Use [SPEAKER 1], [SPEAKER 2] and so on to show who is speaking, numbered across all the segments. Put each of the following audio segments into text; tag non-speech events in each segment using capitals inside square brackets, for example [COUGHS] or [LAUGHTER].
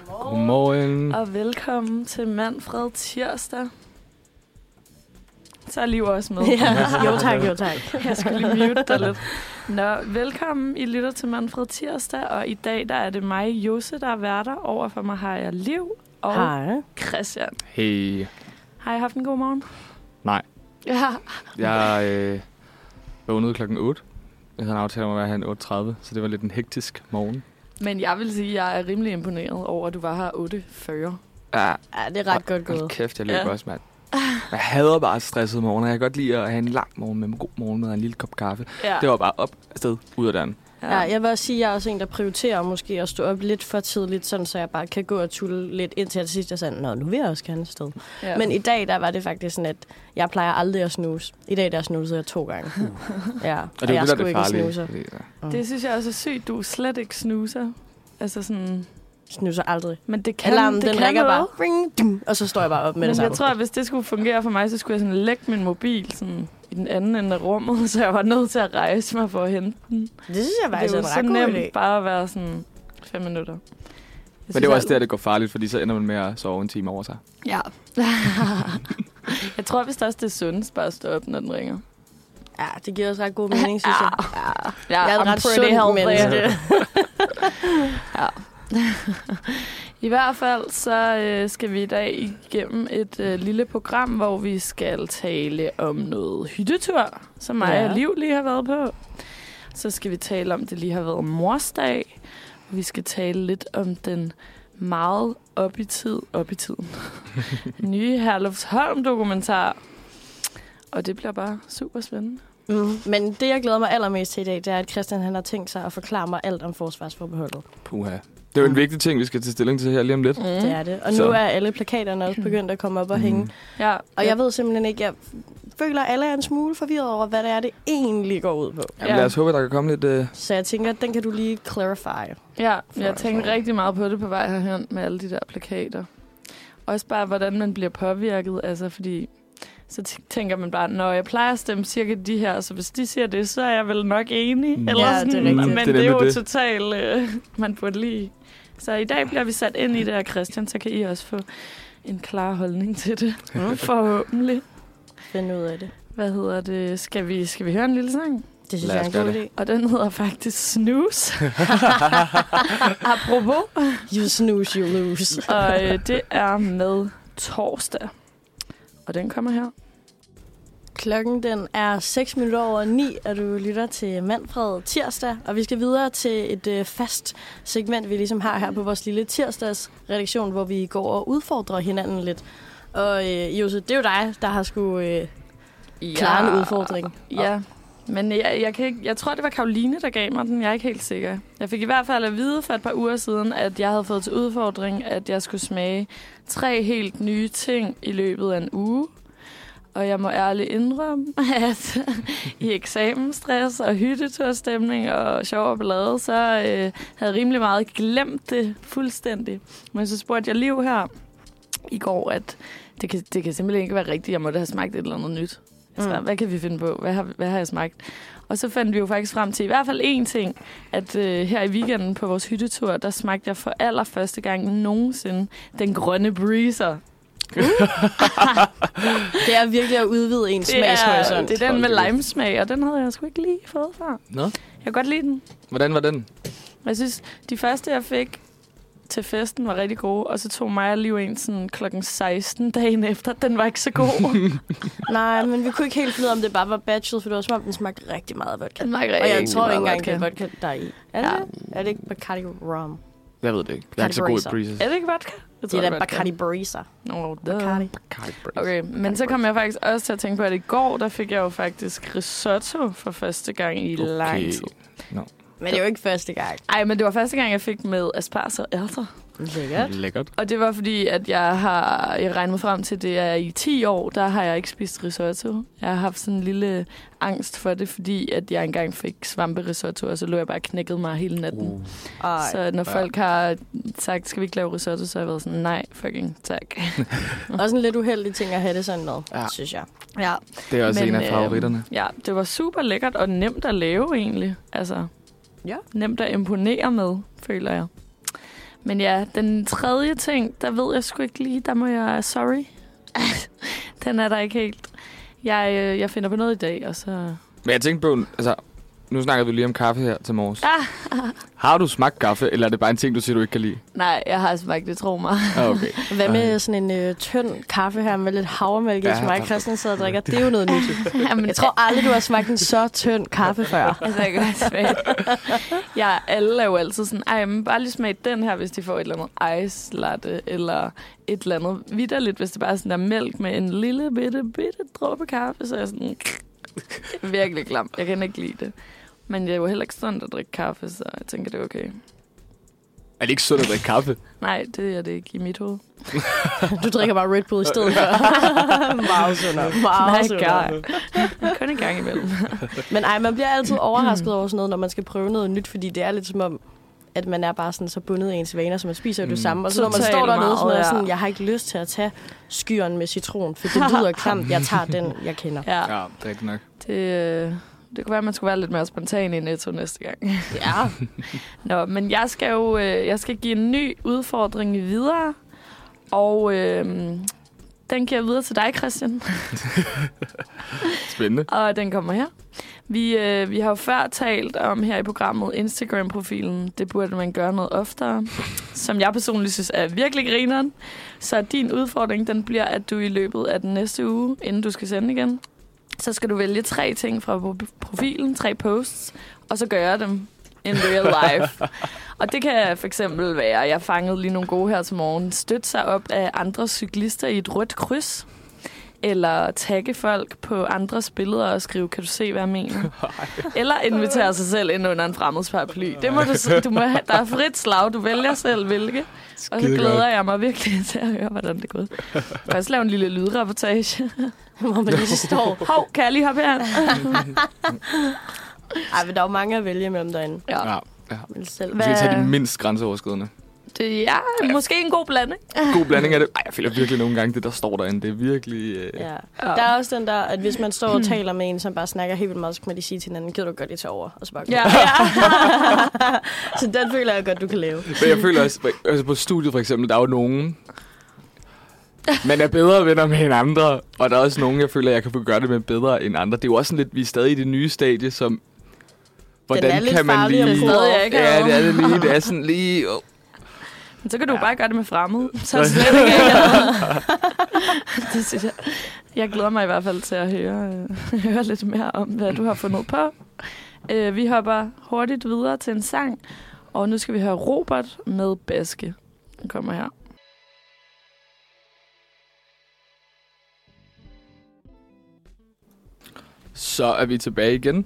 [SPEAKER 1] Mm.
[SPEAKER 2] Godmorgen.
[SPEAKER 3] Og velkommen til Manfred Tirsdag. Så er Liv også
[SPEAKER 1] [LAUGHS]
[SPEAKER 3] med.
[SPEAKER 1] Ja. Jo tak, jo tak.
[SPEAKER 3] Jeg skulle lige mute dig lidt. Nå, velkommen. I lytter til Manfred Tirsdag, og i dag der er det mig, Jose, der er værter. Over for mig har jeg Liv og
[SPEAKER 1] Hej.
[SPEAKER 3] Christian.
[SPEAKER 2] Hey.
[SPEAKER 3] Har I haft en god morgen?
[SPEAKER 2] Nej.
[SPEAKER 3] Ja.
[SPEAKER 2] Jeg øh, vågnede klokken 8. Jeg havde en aftale om at være her 8.30, så det var lidt en hektisk morgen.
[SPEAKER 3] Men jeg vil sige, at jeg er rimelig imponeret over, at du var her 8.40.
[SPEAKER 2] Ja,
[SPEAKER 1] Ja, det er ret godt
[SPEAKER 2] Hold
[SPEAKER 1] gået.
[SPEAKER 2] kæft, jeg løb
[SPEAKER 3] Ja.
[SPEAKER 2] ja. også, mand. Jeg hader bare stressede morgener. Jeg kan godt lide at have en lang morgen med en god morgen med en lille kop kaffe.
[SPEAKER 3] Ja.
[SPEAKER 2] Det var bare op afsted, ud af døren.
[SPEAKER 1] Ja, jeg vil også sige, at jeg er også en, der prioriterer måske at stå op lidt for tidligt, sådan så jeg bare kan gå og tulle lidt indtil at sidst, jeg sagde, nå, nu vil jeg også gerne afsted.
[SPEAKER 3] ja.
[SPEAKER 1] Men i dag, der var det faktisk sådan, at jeg plejer aldrig at snuse. I dag, der snusede jeg to gange. [LAUGHS] Ja, Uh. og,
[SPEAKER 2] Og det er jo det,
[SPEAKER 1] jeg
[SPEAKER 2] der er
[SPEAKER 1] skulle
[SPEAKER 2] det
[SPEAKER 1] ikke
[SPEAKER 2] farlige.
[SPEAKER 1] snuse.
[SPEAKER 2] Fordi, ja.
[SPEAKER 3] Det synes jeg også er sygt. Du er slet ikke snuser. Altså sådan...
[SPEAKER 1] Snuser aldrig.
[SPEAKER 3] Men det kan,
[SPEAKER 1] Alarmen,
[SPEAKER 3] det
[SPEAKER 1] den
[SPEAKER 3] kan
[SPEAKER 1] ringer
[SPEAKER 3] noget.
[SPEAKER 1] bare. Ring, dum, og så står jeg bare op med
[SPEAKER 3] Men
[SPEAKER 1] det
[SPEAKER 3] jeg
[SPEAKER 1] samme.
[SPEAKER 3] tror, at hvis det skulle fungere for mig, så skulle jeg sådan lægge min mobil sådan i den anden ende af rummet, [LAUGHS] så jeg var nødt til at rejse mig for at hente den.
[SPEAKER 1] Det synes jeg
[SPEAKER 3] det
[SPEAKER 1] faktisk
[SPEAKER 3] er
[SPEAKER 1] er altså
[SPEAKER 3] jo
[SPEAKER 1] en
[SPEAKER 3] så
[SPEAKER 1] ret god idé.
[SPEAKER 3] nemt bare at være sådan fem minutter. Jeg
[SPEAKER 2] Men
[SPEAKER 3] synes
[SPEAKER 2] det er jo også
[SPEAKER 3] alt-
[SPEAKER 2] der, det går farligt, fordi så ender man med at sove en time over sig.
[SPEAKER 3] Ja. [LAUGHS] jeg tror vist også, det er sundest bare at stå op, når den ringer.
[SPEAKER 1] Ja, det giver også ret god mening, synes jeg. Ja.
[SPEAKER 3] Ja,
[SPEAKER 1] Jeg er et
[SPEAKER 3] I'm
[SPEAKER 1] ret
[SPEAKER 3] pretty
[SPEAKER 1] sundt
[SPEAKER 3] healthy.
[SPEAKER 1] menneske.
[SPEAKER 3] Ja. I hvert fald så øh, skal vi i dag igennem et øh, lille program, hvor vi skal tale om noget hyttetur, som mig
[SPEAKER 1] Ja.
[SPEAKER 3] og Liv lige har været på. Så skal vi tale om, det lige har været morsdag. Vi skal tale lidt om den meget op i tid, op i
[SPEAKER 1] [LAUGHS]
[SPEAKER 3] tiden, nye Herlufsholm-dokumentar. Og det bliver bare super spændende.
[SPEAKER 1] Mm. Men det, jeg glæder mig allermest til i dag, det er, at Christian han har tænkt sig at forklare mig alt om forsvarsforbeholdet. Mm.
[SPEAKER 2] Puha. Det er jo en vigtig ting, vi skal tage stilling til her lige om lidt.
[SPEAKER 3] Mm.
[SPEAKER 1] Det er det. Og nu
[SPEAKER 2] Så.
[SPEAKER 1] er alle plakaterne også begyndt at komme op og hænge. Mm.
[SPEAKER 3] Ja,
[SPEAKER 1] Og jeg ved simpelthen ikke, jeg føler, at alle er en smule forvirret over, hvad det er, det egentlig går ud på.
[SPEAKER 2] Jamen, lad os håbe, at der kan komme lidt... Øh,
[SPEAKER 1] Så jeg tænker, at den kan du lige clarify.
[SPEAKER 3] Ja,
[SPEAKER 1] For
[SPEAKER 3] jeg tænkte
[SPEAKER 1] altså.
[SPEAKER 3] rigtig meget på det på vej herhen med alle de der plakater. Også bare, hvordan man bliver påvirket, altså fordi... Så t- tænker man bare, når jeg plejer at stemme cirka de her, så hvis de siger det, så er jeg vel nok enig.
[SPEAKER 2] Mm.
[SPEAKER 3] Eller
[SPEAKER 1] Ja, det er
[SPEAKER 3] sådan,
[SPEAKER 1] rigtigt.
[SPEAKER 3] Men
[SPEAKER 2] Det er
[SPEAKER 3] det, det er jo
[SPEAKER 2] nemlig det.
[SPEAKER 3] totalt, øh, [LAUGHS] man burde lige. Så i dag bliver vi sat ind i det, og Christian, så kan I også få en klar holdning
[SPEAKER 2] [LAUGHS]
[SPEAKER 3] til det.
[SPEAKER 1] Mm.
[SPEAKER 3] Forhåbentlig.
[SPEAKER 1] Finde ud af det.
[SPEAKER 3] Hvad hedder det? Skal vi, skal vi høre en lille sang?
[SPEAKER 1] Det synes
[SPEAKER 2] Lad
[SPEAKER 1] jeg er
[SPEAKER 2] os
[SPEAKER 1] en
[SPEAKER 2] gøre
[SPEAKER 1] god idé.
[SPEAKER 3] Og den hedder faktisk Snooze.
[SPEAKER 2] [LAUGHS]
[SPEAKER 3] [LAUGHS] Apropos.
[SPEAKER 1] You snooze, you lose.
[SPEAKER 3] Og øh, det er med torsdag. Og den kommer her.
[SPEAKER 1] Klokken den er 6 minutter over 9, og du lytter til Manfred Tirsdag. Og vi skal videre til et øh, fast segment, vi ligesom har her på vores lille tirsdagsredaktion, hvor vi går og udfordrer hinanden lidt. Og øh, Jose, det er jo dig, der har skulle øh, klare en udfordring.
[SPEAKER 3] Ja, men jeg, jeg, kan ikke, jeg tror, det var Karoline, der gav mig den. Jeg er ikke helt sikker. Jeg fik i hvert fald at vide for et par uger siden, at jeg havde fået til udfordring, at jeg skulle smage tre helt nye ting i løbet af en uge. Og jeg må ærligt indrømme, [LAUGHS] at i eksamensstress og hytteturstemning og sjov og ballade, så øh, havde jeg rimelig meget glemt det fuldstændig. Men så spurgte jeg Liv her i går, at det kan, det kan simpelthen ikke være rigtigt. Jeg måtte have smagt et eller andet nyt. Altså, mm.
[SPEAKER 1] Mm.
[SPEAKER 3] hvad kan vi finde på? Hvad har, hvad har jeg smagt? Og så fandt vi jo faktisk frem til i hvert fald én ting, at øh, her i weekenden på vores hyttetur, der smagte jeg for allerførste gang nogensinde den grønne breezer.
[SPEAKER 1] Det er virkelig at udvide ens
[SPEAKER 3] Det er,
[SPEAKER 1] smagshorisont.
[SPEAKER 3] det er den med
[SPEAKER 2] Hold da kæft.
[SPEAKER 3] limesmag, og den havde jeg sgu ikke lige fået før.
[SPEAKER 2] Nå.
[SPEAKER 3] Jeg kan godt lide den.
[SPEAKER 2] Hvordan var den?
[SPEAKER 3] Jeg synes, de første, jeg fik til festen, var rigtig gode, og så tog mig og Liv en sådan klokken 16 dagen efter. Den var ikke så god.
[SPEAKER 1] Nej, men vi kunne ikke helt finde ud af, om det bare var bachelor, for det var som om, den smagte rigtig meget af vodka.
[SPEAKER 3] den var
[SPEAKER 1] Og jeg
[SPEAKER 3] rigtig
[SPEAKER 1] tror
[SPEAKER 3] meget
[SPEAKER 1] ikke engang, det
[SPEAKER 3] vodka.
[SPEAKER 1] er vodka, der er i. Er det,
[SPEAKER 3] Ja.
[SPEAKER 1] det? er det ikke Bacardi Rum?
[SPEAKER 2] Jeg ved det ikke. Jeg er ikke så god i
[SPEAKER 1] Categories.
[SPEAKER 2] breezes.
[SPEAKER 3] Er det ikke vodka? Jeg
[SPEAKER 1] Det er da
[SPEAKER 3] vodka.
[SPEAKER 1] Bacardi Breezer.
[SPEAKER 3] Nå, duh.
[SPEAKER 1] Bacardi.
[SPEAKER 2] Bacardi breeze.
[SPEAKER 3] Okay, men så kom jeg faktisk også til at tænke på, at i går, der fik jeg jo faktisk risotto for første gang i okay. lang tid.
[SPEAKER 1] Men det er jo ikke første gang.
[SPEAKER 3] Ej, men det var første gang, jeg fik med asparges og ærter.
[SPEAKER 1] Lækkert.
[SPEAKER 2] Lækkert.
[SPEAKER 3] Og det var fordi, at jeg har jeg regnet mig frem til, det er i 10 år, der har jeg ikke spist risotto. Jeg har haft sådan en lille angst for det, fordi at jeg engang fik svamperisotto, og så lå jeg bare og knækkede mig hele natten. Uh,
[SPEAKER 2] Uh.
[SPEAKER 1] Ej.
[SPEAKER 3] så når
[SPEAKER 2] Ja.
[SPEAKER 3] folk har sagt, skal vi ikke lave risotto, så har jeg været sådan, nej, fucking tak.
[SPEAKER 1] Også en lidt uheldig ting at have det sådan med,
[SPEAKER 2] Ja.
[SPEAKER 1] ja. synes jeg.
[SPEAKER 3] ja,
[SPEAKER 2] Det er også Men, en af
[SPEAKER 3] øh,
[SPEAKER 2] favoritterne.
[SPEAKER 3] ja, det var super lækkert og nemt at lave egentlig. Altså,
[SPEAKER 1] Ja.
[SPEAKER 3] nemt at imponere med, føler jeg. Men ja, den tredje ting, der ved jeg sgu ikke lige. Der må jeg... Sorry. [LAUGHS] den er der ikke helt. Jeg, øh, jeg finder på noget i dag, og så...
[SPEAKER 2] Men jeg tænkte på, altså, nu snakker vi lige om kaffe her til morges.
[SPEAKER 3] Ah,
[SPEAKER 2] Har du smagt kaffe, eller er det bare en ting, du siger, du ikke kan lide?
[SPEAKER 3] nej, jeg har smagt det, tro [LAUGHS] mig.
[SPEAKER 2] Ah, okay.
[SPEAKER 1] Hvad med sådan en øh, tynd kaffe her med lidt havremælk i,
[SPEAKER 2] Ja,
[SPEAKER 1] som mig
[SPEAKER 2] tak.
[SPEAKER 1] og Christian sidder og drikker? Det er jo noget nyt.
[SPEAKER 3] Jamen,
[SPEAKER 1] Jeg tror aldrig, du har smagt en så tynd kaffe før.
[SPEAKER 3] Altså, jeg kan godt smage det. Ja, alle er jo altid sådan, ej, men bare lige smage den her, hvis de får et eller andet ice latte, eller et eller andet vidderligt, hvis det bare er sådan der mælk med en lille bitte, bitte dråbe kaffe, så er jeg sådan, virkelig klam. Jeg kan ikke lide det. Men jeg er jo heller ikke sundt at drikke kaffe, så jeg tænker, det er okay.
[SPEAKER 2] [LAUGHS] Er det ikke sundt at drikke kaffe?
[SPEAKER 3] Nej, det er det ikke i mit hoved.
[SPEAKER 1] Du drikker bare Red Bull i stedet for. Meget sundere.
[SPEAKER 3] Nej,
[SPEAKER 1] Meget sundere.
[SPEAKER 3] gør. [LAUGHS] Kun en gang imellem.
[SPEAKER 1] Men ej, man bliver altid overrasket over sådan noget, når man skal prøve noget nyt, fordi det er lidt som om, at man er bare sådan så bundet af ens vaner, så man spiser jo det
[SPEAKER 2] Mm.
[SPEAKER 1] samme. Og så når man
[SPEAKER 3] Totalt
[SPEAKER 1] står dernede, sådan,
[SPEAKER 3] meget,
[SPEAKER 1] er
[SPEAKER 3] ja.
[SPEAKER 1] sådan, jeg har ikke lyst til at tage skyren med citron, for det lyder klamt. Jeg tager den, jeg kender.
[SPEAKER 3] [LAUGHS] Ja,
[SPEAKER 2] Ja, det er rigtigt nok.
[SPEAKER 3] det, øh, det kunne være, at man skulle være lidt mere spontan i Netto næste gang.
[SPEAKER 1] Ja.
[SPEAKER 3] Nå, men jeg skal jo øh, jeg skal give en ny udfordring videre, og øh, den giver jeg videre til dig, Christian,
[SPEAKER 2] Spændende.
[SPEAKER 3] og den kommer her. Vi, øh, vi har jo før talt om her i programmet Instagram-profilen. Det burde man gøre noget oftere, som jeg personligt synes er virkelig grineren. Så din udfordring, den bliver, at du i løbet af den næste uge, inden du skal sende igen, så skal du vælge tre ting fra pro- profilen, tre posts, og så gøre dem in real life. og det kan for eksempel være, jeg fangede lige nogle gode her til morgen, støtte sig op af andre cyklister i et rødt kryds, eller tagge folk på andres billeder og skrive, kan du se, hvad jeg mener? Eller invitere sig selv ind under en fremmeds paraply. Det må du, s- du må, have- der er frit slag, du vælger selv hvilke. Og så glæder jeg mig virkelig [LAUGHS] til at høre, hvordan det går. Jeg kan også lave en lille lydreportage.
[SPEAKER 1] Hvor man lige står.
[SPEAKER 3] Hov, kan jeg lige hoppe herind?
[SPEAKER 1] Ej, men der er jo mange at vælge imellem derinde.
[SPEAKER 3] Ah.
[SPEAKER 2] Ja.
[SPEAKER 1] Men selv.
[SPEAKER 2] Vi skal tage de mindst grænseoverskridende.
[SPEAKER 3] Det er ja, måske en god blanding.
[SPEAKER 2] God blanding af det. Ej, jeg føler virkelig nogle gange, det der står derinde, det er virkelig... Øh...
[SPEAKER 1] Ja.
[SPEAKER 3] Ja.
[SPEAKER 1] Der er også den der, at hvis man står og taler med en, som bare snakker helt vildt meget, så kan man lige sige til hinanden, gider du godt lige tage over? Og så bare gå.
[SPEAKER 3] Ja.
[SPEAKER 1] [LAUGHS] så den føler jeg godt, du kan lave.
[SPEAKER 2] Men jeg føler også, altså på studiet for eksempel, der er jo nogen, man er bedre venner med end andre, og der er også nogen, jeg føler, jeg kan få gøre det med bedre end andre. Det er jo også sådan lidt, vi er stadig i det nye stadie, som... Hvordan
[SPEAKER 1] er lidt
[SPEAKER 2] kan man
[SPEAKER 1] farlig
[SPEAKER 2] lige...
[SPEAKER 3] Det
[SPEAKER 1] at
[SPEAKER 3] er
[SPEAKER 1] bruge.
[SPEAKER 3] stadig, jeg ikke
[SPEAKER 2] Ja,
[SPEAKER 3] har
[SPEAKER 2] det er
[SPEAKER 3] ja,
[SPEAKER 2] det lige.
[SPEAKER 3] [LAUGHS]
[SPEAKER 2] Det er sådan lige... Oh.
[SPEAKER 3] Men så kan du
[SPEAKER 2] Ja.
[SPEAKER 3] ja. bare gøre det med
[SPEAKER 2] [LAUGHS]
[SPEAKER 3] fremmede. Så er det slet ikke [LAUGHS] akavet. det synes jeg. Jeg glæder mig i hvert fald til at høre, øh, [LAUGHS] høre lidt mere om, hvad du har fundet på. Øh, vi hopper hurtigt videre til en sang, og nu skal vi høre Robert med Baske. Den kommer her.
[SPEAKER 2] Så er vi tilbage igen,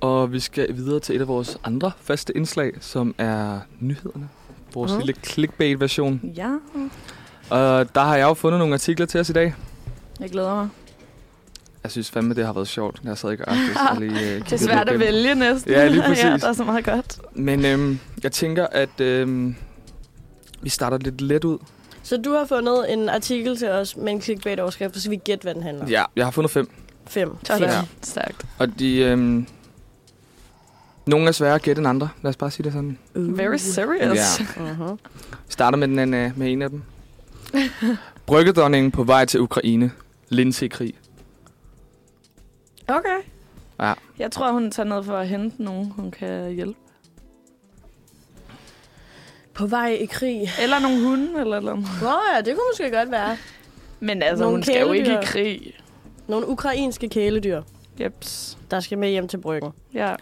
[SPEAKER 2] og vi skal videre til et af vores andre faste indslag, som er nyhederne. Vores
[SPEAKER 1] Mhm.
[SPEAKER 2] lille clickbait-version.
[SPEAKER 3] Ja,
[SPEAKER 2] Og der har jeg jo fundet nogle artikler til os i dag.
[SPEAKER 3] jeg glæder mig.
[SPEAKER 2] Jeg synes fandme, det har været sjovt. Jeg sad
[SPEAKER 3] [LAUGHS]
[SPEAKER 2] ikke arktisk og lige... øh,
[SPEAKER 3] Det er
[SPEAKER 2] kiggede
[SPEAKER 3] svært
[SPEAKER 2] på dem.
[SPEAKER 3] at vælge næsten.
[SPEAKER 2] Ja, lige præcis.
[SPEAKER 3] [LAUGHS] ja, der er så meget godt.
[SPEAKER 2] Men øhm, jeg tænker, at øhm, vi starter lidt let ud.
[SPEAKER 1] Så du har fundet en artikel til os med en clickbait-overskrift, så skal vi gætte, hvad den handler om.
[SPEAKER 2] Ja, jeg har fundet fem.
[SPEAKER 1] Fem.
[SPEAKER 3] Sådan.
[SPEAKER 1] Fem.
[SPEAKER 3] Ja. Stærkt.
[SPEAKER 2] Og de... Øhm, nogle er svære at gætte end andre. Lad os bare sige det sådan.
[SPEAKER 3] Uh. Very serious.
[SPEAKER 2] Ja.
[SPEAKER 1] Uh-huh.
[SPEAKER 2] Vi starter med, den, anden, øh, med en af dem. Bryggedronningen på vej til Ukraine. Linsekrig.
[SPEAKER 3] Okay.
[SPEAKER 2] Ja.
[SPEAKER 3] Jeg tror, hun tager ned for at hente nogen, hun kan hjælpe.
[SPEAKER 1] På vej i krig.
[SPEAKER 3] Eller nogle hunde, eller eller andet.
[SPEAKER 1] Nå ja, det kunne måske godt være.
[SPEAKER 3] Men altså,
[SPEAKER 1] Nogle
[SPEAKER 3] hun skal jo ikke i
[SPEAKER 1] kæledyr.
[SPEAKER 3] krig.
[SPEAKER 1] Nogle ukrainske kæledyr,
[SPEAKER 3] Jeps.
[SPEAKER 1] der skal med hjem til bryggen.
[SPEAKER 3] Ja.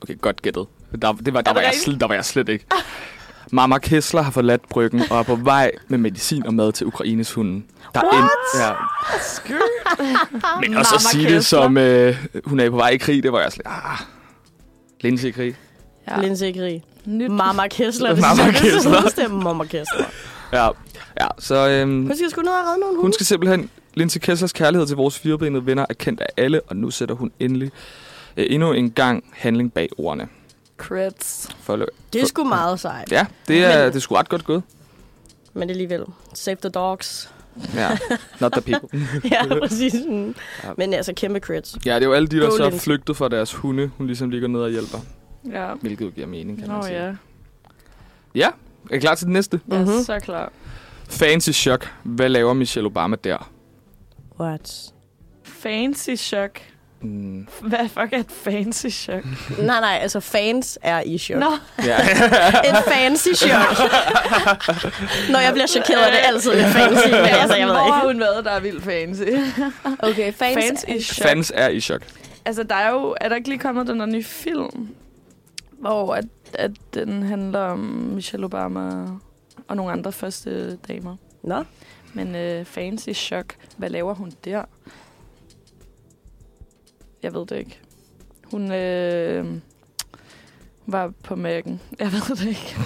[SPEAKER 2] Okay, godt gættet. Der, det var, der,
[SPEAKER 3] det
[SPEAKER 2] var jeg
[SPEAKER 3] rigtigt?
[SPEAKER 2] slet, der var jeg slet ikke. Mama Kessler har forladt bryggen og er på vej med medicin og mad til Ukraines hunde. Der er en, ja. Men også at
[SPEAKER 3] Mama
[SPEAKER 2] sige
[SPEAKER 3] Kessler.
[SPEAKER 2] det som, øh, hun er på vej i krig, det var jeg slet... Ah. Linse i krig.
[SPEAKER 1] Ja.
[SPEAKER 3] ja.
[SPEAKER 1] Linse i krig.
[SPEAKER 3] Nyt.
[SPEAKER 1] Mama Kessler. Det
[SPEAKER 2] Mama
[SPEAKER 1] [LAUGHS] synes jeg, det er
[SPEAKER 2] Kessler.
[SPEAKER 1] sådan en stemme, Mama Kessler.
[SPEAKER 2] Ja, ja så øhm,
[SPEAKER 1] Hun skal sgu ned og redde nogle hunde.
[SPEAKER 2] hun skal simpelthen... Linse Kesslers kærlighed til vores firebenede venner er kendt af alle, og nu sætter hun endelig øh, endnu en gang handling bag ordene.
[SPEAKER 3] Creds.
[SPEAKER 2] For, lø-
[SPEAKER 1] Det er sgu meget sejt.
[SPEAKER 2] ja, det er,
[SPEAKER 1] Men-
[SPEAKER 2] det er sgu ret godt gået.
[SPEAKER 1] Men alligevel. Save the dogs. [LAUGHS]
[SPEAKER 2] Ja, not the people.
[SPEAKER 1] ja, præcis. Mm.
[SPEAKER 2] Ja.
[SPEAKER 1] Men altså, kæmpe crits.
[SPEAKER 2] Ja, det er jo alle de, der
[SPEAKER 1] Go,
[SPEAKER 2] så er
[SPEAKER 1] Linse.
[SPEAKER 2] flygtet fra deres hunde, hun ligesom lige går ned og hjælper.
[SPEAKER 3] Ja.
[SPEAKER 2] Hvilket jo giver mening, kan
[SPEAKER 3] Nå
[SPEAKER 2] man sige.
[SPEAKER 3] ja.
[SPEAKER 2] Ja, Er I klar til det næste?
[SPEAKER 3] Jeg er
[SPEAKER 1] Mhm.
[SPEAKER 3] så klar.
[SPEAKER 2] Fancy chok. Hvad laver Michelle Obama der?
[SPEAKER 1] What?
[SPEAKER 3] Fancy chok.
[SPEAKER 2] Mm.
[SPEAKER 3] Hvad fuck er et fancy chok?
[SPEAKER 1] Nej, nej, altså fans er i chok.
[SPEAKER 3] Nå, [LAUGHS]
[SPEAKER 2] Ja.
[SPEAKER 1] Et fancy chok. Når jeg bliver chokeret, er det altid lidt
[SPEAKER 2] [LAUGHS]
[SPEAKER 3] [LAUGHS]
[SPEAKER 1] fancy. Men altså, jeg ved
[SPEAKER 3] hvor har
[SPEAKER 1] ikke.
[SPEAKER 3] hun været, der er vildt fancy?
[SPEAKER 1] Okay,
[SPEAKER 3] Fans i chok.
[SPEAKER 2] Fans er i chok.
[SPEAKER 3] Altså, der er jo... Er der ikke lige kommet den der nye film, hvor at, at den handler om Michelle Obama og nogle andre første damer?
[SPEAKER 1] Nå,
[SPEAKER 3] Men øh, fancy chok. Hvad laver hun der? Jeg ved det ikke. Hun øh, var på mærken. [LAUGHS] Jeg ved det ikke.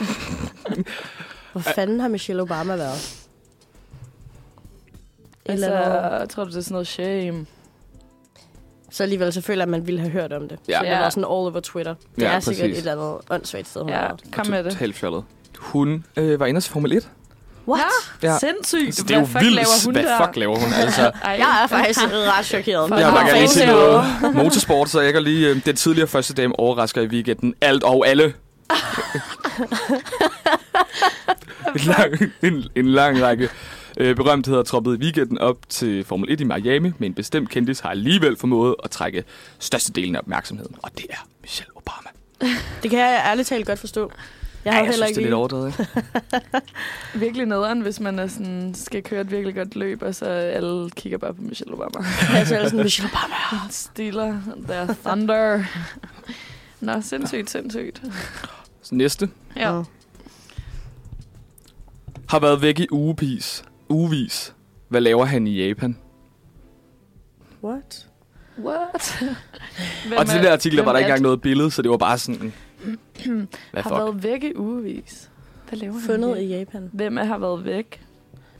[SPEAKER 1] hvor fanden har Michelle Obama været? Eller
[SPEAKER 3] altså, jeg tror, det er sådan noget shame.
[SPEAKER 1] Så alligevel, så føler jeg, at man ville have hørt om det.
[SPEAKER 2] Ja.
[SPEAKER 1] Ja. Så det
[SPEAKER 3] Ja.
[SPEAKER 1] var sådan all over Twitter. Det
[SPEAKER 2] Ja,
[SPEAKER 1] er sikkert
[SPEAKER 2] præcis.
[SPEAKER 1] et eller andet åndssvagt sted, hun ja. har
[SPEAKER 3] Ja,
[SPEAKER 1] været.
[SPEAKER 3] kom med det.
[SPEAKER 2] Totalt fjollet. Hun øh, var inde til Formel 1.
[SPEAKER 1] What?
[SPEAKER 2] Ja.
[SPEAKER 3] Sindssygt.
[SPEAKER 2] Altså, det er jo
[SPEAKER 3] Hvad fuck laver
[SPEAKER 2] vildt.
[SPEAKER 3] hun
[SPEAKER 2] Hvad
[SPEAKER 3] der?
[SPEAKER 2] fuck laver hun? Altså,
[SPEAKER 3] Ej.
[SPEAKER 1] Jeg er
[SPEAKER 3] [LAUGHS]
[SPEAKER 1] faktisk ret chokeret.
[SPEAKER 2] jeg
[SPEAKER 3] Nå,
[SPEAKER 2] vil bare gerne lige sige
[SPEAKER 3] fancy
[SPEAKER 2] noget. Motorsport, så jeg kan lige... øh, Den tidligere første dame overrasker i weekenden alt og
[SPEAKER 3] [LAUGHS]
[SPEAKER 2] alle. en, lang, en, en lang række øh, berømtheder troppede i weekenden op til Formel 1 i Miami, men en bestemt kendis har alligevel formået at trække størstedelen af opmærksomheden, og det er Michelle Obama.
[SPEAKER 1] Det kan jeg ærligt talt godt forstå. Jeg har
[SPEAKER 2] jeg
[SPEAKER 1] heller
[SPEAKER 2] synes, det
[SPEAKER 1] ikke
[SPEAKER 2] er lidt
[SPEAKER 1] lige...
[SPEAKER 2] overdrevet. ikke?
[SPEAKER 3] virkelig nederen, hvis man er sådan, skal køre et virkelig godt løb, og så alle kigger bare på Michelle Obama.
[SPEAKER 1] Altså, jeg er
[SPEAKER 2] [LAUGHS]
[SPEAKER 1] sådan, Michelle Obama.
[SPEAKER 3] Stiller der thunder. Nå, sindssygt, sindssygt.
[SPEAKER 2] Så næste
[SPEAKER 3] Ja.
[SPEAKER 1] Nå.
[SPEAKER 2] har været væk i ugevis. ugevis. Hvad laver han i Japan?
[SPEAKER 1] What?
[SPEAKER 3] [LAUGHS] What? Hvem
[SPEAKER 2] og til
[SPEAKER 3] er-
[SPEAKER 2] den der artikel, der
[SPEAKER 3] hvem
[SPEAKER 2] var der
[SPEAKER 3] er
[SPEAKER 2] ikke engang
[SPEAKER 3] det?
[SPEAKER 2] noget billede, så det var bare
[SPEAKER 3] [CLEARS THROAT]
[SPEAKER 2] sådan... Hvad
[SPEAKER 3] Har
[SPEAKER 2] fuck?
[SPEAKER 3] været væk i ugevis. Hvad laver han
[SPEAKER 1] Fundet
[SPEAKER 3] her?
[SPEAKER 1] i Japan.
[SPEAKER 3] Hvem er har været væk?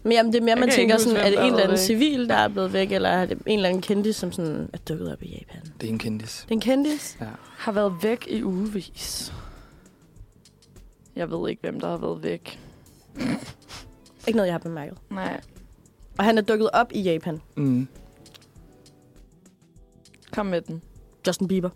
[SPEAKER 1] Men jamen, det er mere,
[SPEAKER 3] Jeg
[SPEAKER 1] man
[SPEAKER 3] kan
[SPEAKER 1] tænker
[SPEAKER 3] ikke huske,
[SPEAKER 1] sådan, er
[SPEAKER 3] hvem
[SPEAKER 1] det
[SPEAKER 3] der har
[SPEAKER 1] en eller anden
[SPEAKER 3] været væk.
[SPEAKER 1] civil, der er blevet væk, eller er det en eller anden kendis, som sådan er dukket op i Japan?
[SPEAKER 2] Det er en kendis.
[SPEAKER 1] Den kendis?
[SPEAKER 3] Har været væk i ugevis. Jeg ved ikke, hvem der har været væk.
[SPEAKER 1] Ikke noget, jeg har bemærket.
[SPEAKER 3] Nej,
[SPEAKER 1] Og han er dukket op i Japan.
[SPEAKER 2] Mm.
[SPEAKER 3] kom med den.
[SPEAKER 1] Justin Bieber.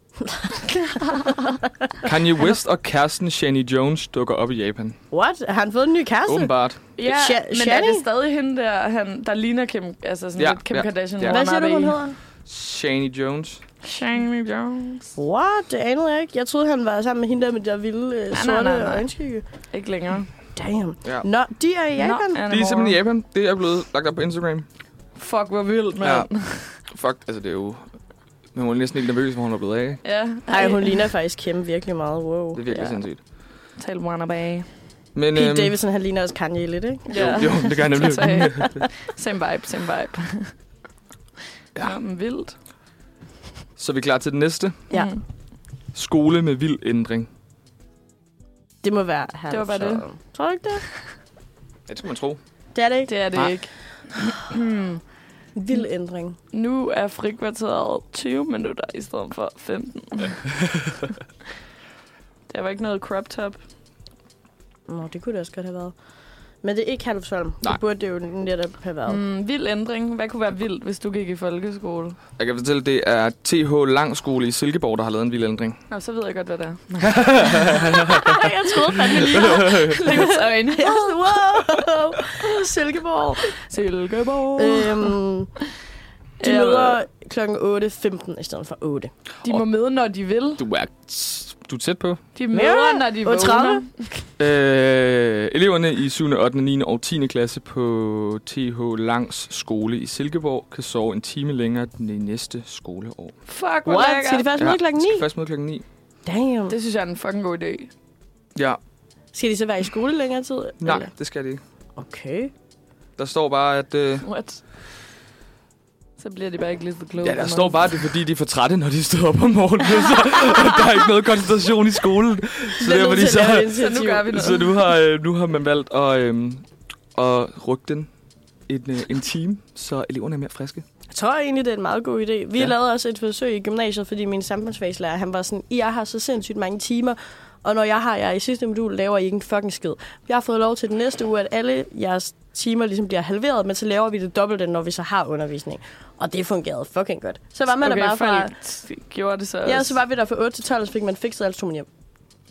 [SPEAKER 2] Kanye West og kæresten Shani Jones dukker op i Japan.
[SPEAKER 1] What? Har han fået en ny kæreste?
[SPEAKER 2] Åbenbart.
[SPEAKER 3] Ja,
[SPEAKER 1] Sha-
[SPEAKER 3] men er
[SPEAKER 1] Shani?
[SPEAKER 3] det stadig hende der, han, der ligner Kim, altså sådan
[SPEAKER 2] Ja,
[SPEAKER 3] ja, lidt Kim
[SPEAKER 2] ja,
[SPEAKER 3] ja, Kardashian?
[SPEAKER 2] ja.
[SPEAKER 1] Hvad siger du,
[SPEAKER 3] wannabe?
[SPEAKER 1] hun hedder?
[SPEAKER 2] Shani Jones.
[SPEAKER 3] Shani Jones.
[SPEAKER 1] What? Det anede jeg ikke. Jeg troede, han var sammen med hende der med det der vilde øh,
[SPEAKER 3] nej,
[SPEAKER 1] sorte
[SPEAKER 3] nej, nej.
[SPEAKER 1] øjenskygge.
[SPEAKER 3] Ikke længere.
[SPEAKER 1] Damn.
[SPEAKER 2] Ja.
[SPEAKER 1] Nå, de er i Japan.
[SPEAKER 3] Not
[SPEAKER 2] Det er
[SPEAKER 3] anymore.
[SPEAKER 2] simpelthen i Japan. Det er blevet lagt op på Instagram.
[SPEAKER 3] Fuck, hvor vildt,
[SPEAKER 2] Ja.
[SPEAKER 3] mand.
[SPEAKER 2] Fuck, altså det er jo... Men hun er næsten ikke nervøs, hvor hun er blevet af.
[SPEAKER 3] Ja.
[SPEAKER 1] Nej, hun ligner faktisk Kim virkelig meget. Wow.
[SPEAKER 2] Det er virkelig ja.
[SPEAKER 3] Ja.
[SPEAKER 2] sindssygt.
[SPEAKER 3] Tal wannabe.
[SPEAKER 2] Men, øhm,
[SPEAKER 1] Pete Davidson, han ligner også Kanye lidt, ikke?
[SPEAKER 2] Jo, jo, det gør jeg
[SPEAKER 3] [LAUGHS]
[SPEAKER 2] nemlig.
[SPEAKER 3] Totalt. same vibe, same vibe.
[SPEAKER 2] Ja.
[SPEAKER 3] [LAUGHS] Ja. Nå, men vildt.
[SPEAKER 2] Så er vi klar til den næste.
[SPEAKER 1] Ja.
[SPEAKER 3] Mm.
[SPEAKER 2] Skole med vild ændring.
[SPEAKER 1] Det må være han.
[SPEAKER 3] Det var bare
[SPEAKER 1] så- Tror du ikke det?
[SPEAKER 2] Det tror man tro.
[SPEAKER 1] Det er det ikke.
[SPEAKER 3] Det er det
[SPEAKER 2] Nej.
[SPEAKER 3] ikke. [CLEARS THROAT]
[SPEAKER 1] Vild ændring.
[SPEAKER 3] nu er frikvarteret 20 minutter i stedet for [LAUGHS] 15. der var ikke noget crop top.
[SPEAKER 1] Nå, det kunne det også godt have været. Men det er ikke Herlufsholm.
[SPEAKER 2] Nej.
[SPEAKER 1] Det burde det jo netop have været. Mm.
[SPEAKER 3] Mm, vild ændring. Hvad kunne være vildt, hvis du gik i folkeskole?
[SPEAKER 2] Jeg kan fortælle, det er TH Langskole i Silkeborg, der har lavet en vild ændring.
[SPEAKER 3] Nå, så ved jeg godt, hvad [LAUGHS] det er.
[SPEAKER 1] [LAUGHS] jeg troede fandme lige.
[SPEAKER 3] [LAUGHS] Livets øjne.
[SPEAKER 1] Jeg var sådan, wow! Silkeborg.
[SPEAKER 3] Uh. Silkeborg.
[SPEAKER 1] Øhm, de
[SPEAKER 3] Ja,
[SPEAKER 1] møder kl. 8.15 i stedet for 8.
[SPEAKER 3] De må møde, når de vil.
[SPEAKER 2] Du er, du er tæt på.
[SPEAKER 3] De møder, når de
[SPEAKER 1] 8.30.
[SPEAKER 3] vågner.
[SPEAKER 2] Øh, eleverne i 7., 8., 9. og 10. klasse på TH Langs skole i Silkeborg kan sove en time længere den i næste skoleår.
[SPEAKER 3] Fuck, hvor
[SPEAKER 1] What? Skal de
[SPEAKER 3] lækkert.
[SPEAKER 1] først møde kl. 9?
[SPEAKER 2] Skal først møde klokken 9.
[SPEAKER 1] Damn.
[SPEAKER 3] Det synes jeg er en fucking god idé.
[SPEAKER 2] Ja,
[SPEAKER 1] Skal de så være i skole længere tid?
[SPEAKER 2] nej,
[SPEAKER 1] Eller?
[SPEAKER 2] det skal det ikke.
[SPEAKER 1] Okay.
[SPEAKER 2] Der står bare, at... Øh,
[SPEAKER 3] [LAUGHS] What? Så bliver de bare ikke lige så kloge.
[SPEAKER 2] ja, der
[SPEAKER 3] på
[SPEAKER 2] står
[SPEAKER 3] noget.
[SPEAKER 2] bare, at det er fordi, de er for trætte, når de står op om morgenen. Så, [LAUGHS] der er ikke noget koncentration i skolen. Så det er fordi, så, [LAUGHS]
[SPEAKER 3] Så nu gør vi noget.
[SPEAKER 2] så nu, har, øh, nu har man valgt at, øh, at rykke den en, øh, en time, så eleverne er mere friske.
[SPEAKER 1] Jeg tror egentlig, det er en meget god idé. Vi
[SPEAKER 2] Ja.
[SPEAKER 1] ja. lavede også et forsøg i gymnasiet, fordi min samfundsfagslærer, han var sådan, I har så sindssygt mange timer, og når jeg har jer i sidste modul, laver I ikke en fucking skid. Jeg har fået lov til den næste uge, at alle jeres timer ligesom bliver halveret, men så laver vi det dobbelte, når vi så har undervisning. Og det fungerede fucking godt. Så var man
[SPEAKER 3] okay,
[SPEAKER 1] der bare fra...
[SPEAKER 3] folk gjorde det så
[SPEAKER 1] Ja,
[SPEAKER 3] også.
[SPEAKER 1] så var vi der fra 8 til 12, så fik man fikset alt, så tog man hjem.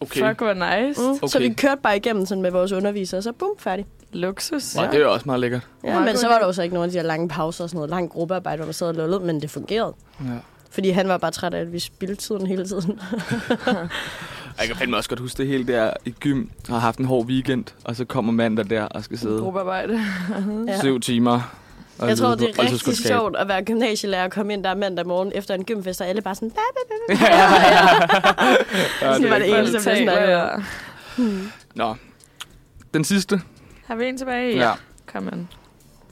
[SPEAKER 3] Okay. Fuck, hvor nice.
[SPEAKER 1] Mm.
[SPEAKER 3] Mm.
[SPEAKER 1] Okay. Så
[SPEAKER 2] Okay.
[SPEAKER 1] vi kørte bare igennem sådan med vores undervisere, så bum, færdig.
[SPEAKER 3] Luksus.
[SPEAKER 2] Wow, det er jo også meget lækkert.
[SPEAKER 1] Ja,
[SPEAKER 3] Meget
[SPEAKER 1] men
[SPEAKER 3] god
[SPEAKER 1] så var
[SPEAKER 3] idé.
[SPEAKER 1] der jo så ikke nogen af de der lange pauser og sådan noget, lang gruppearbejde, hvor man sad og lullede, men det fungerede.
[SPEAKER 2] Ja.
[SPEAKER 1] Fordi han var bare træt af, at vi spildte tiden hele tiden.
[SPEAKER 2] Jeg kan fandme også godt huske det hele der i gym, har haft en hård weekend, og så kommer mandag der og skal sidde
[SPEAKER 3] Gruppearbejde.
[SPEAKER 1] Ja.
[SPEAKER 2] syv timer. Og
[SPEAKER 1] Jeg tror,
[SPEAKER 2] lyde
[SPEAKER 1] det
[SPEAKER 2] på- og så
[SPEAKER 1] er rigtig
[SPEAKER 2] skulle skabe.
[SPEAKER 1] sjovt at være gymnasielærer og komme ind der mandag morgen efter en gymfest, og alle bare sådan, "Hvad?"
[SPEAKER 2] [LAUGHS]
[SPEAKER 1] [LAUGHS]
[SPEAKER 2] ja, ja. ja,
[SPEAKER 1] Sådan
[SPEAKER 2] det
[SPEAKER 1] var
[SPEAKER 2] var
[SPEAKER 1] det eneste, vi snakkede om.
[SPEAKER 2] Nå, den sidste.
[SPEAKER 3] Har vi en tilbage? Kom an.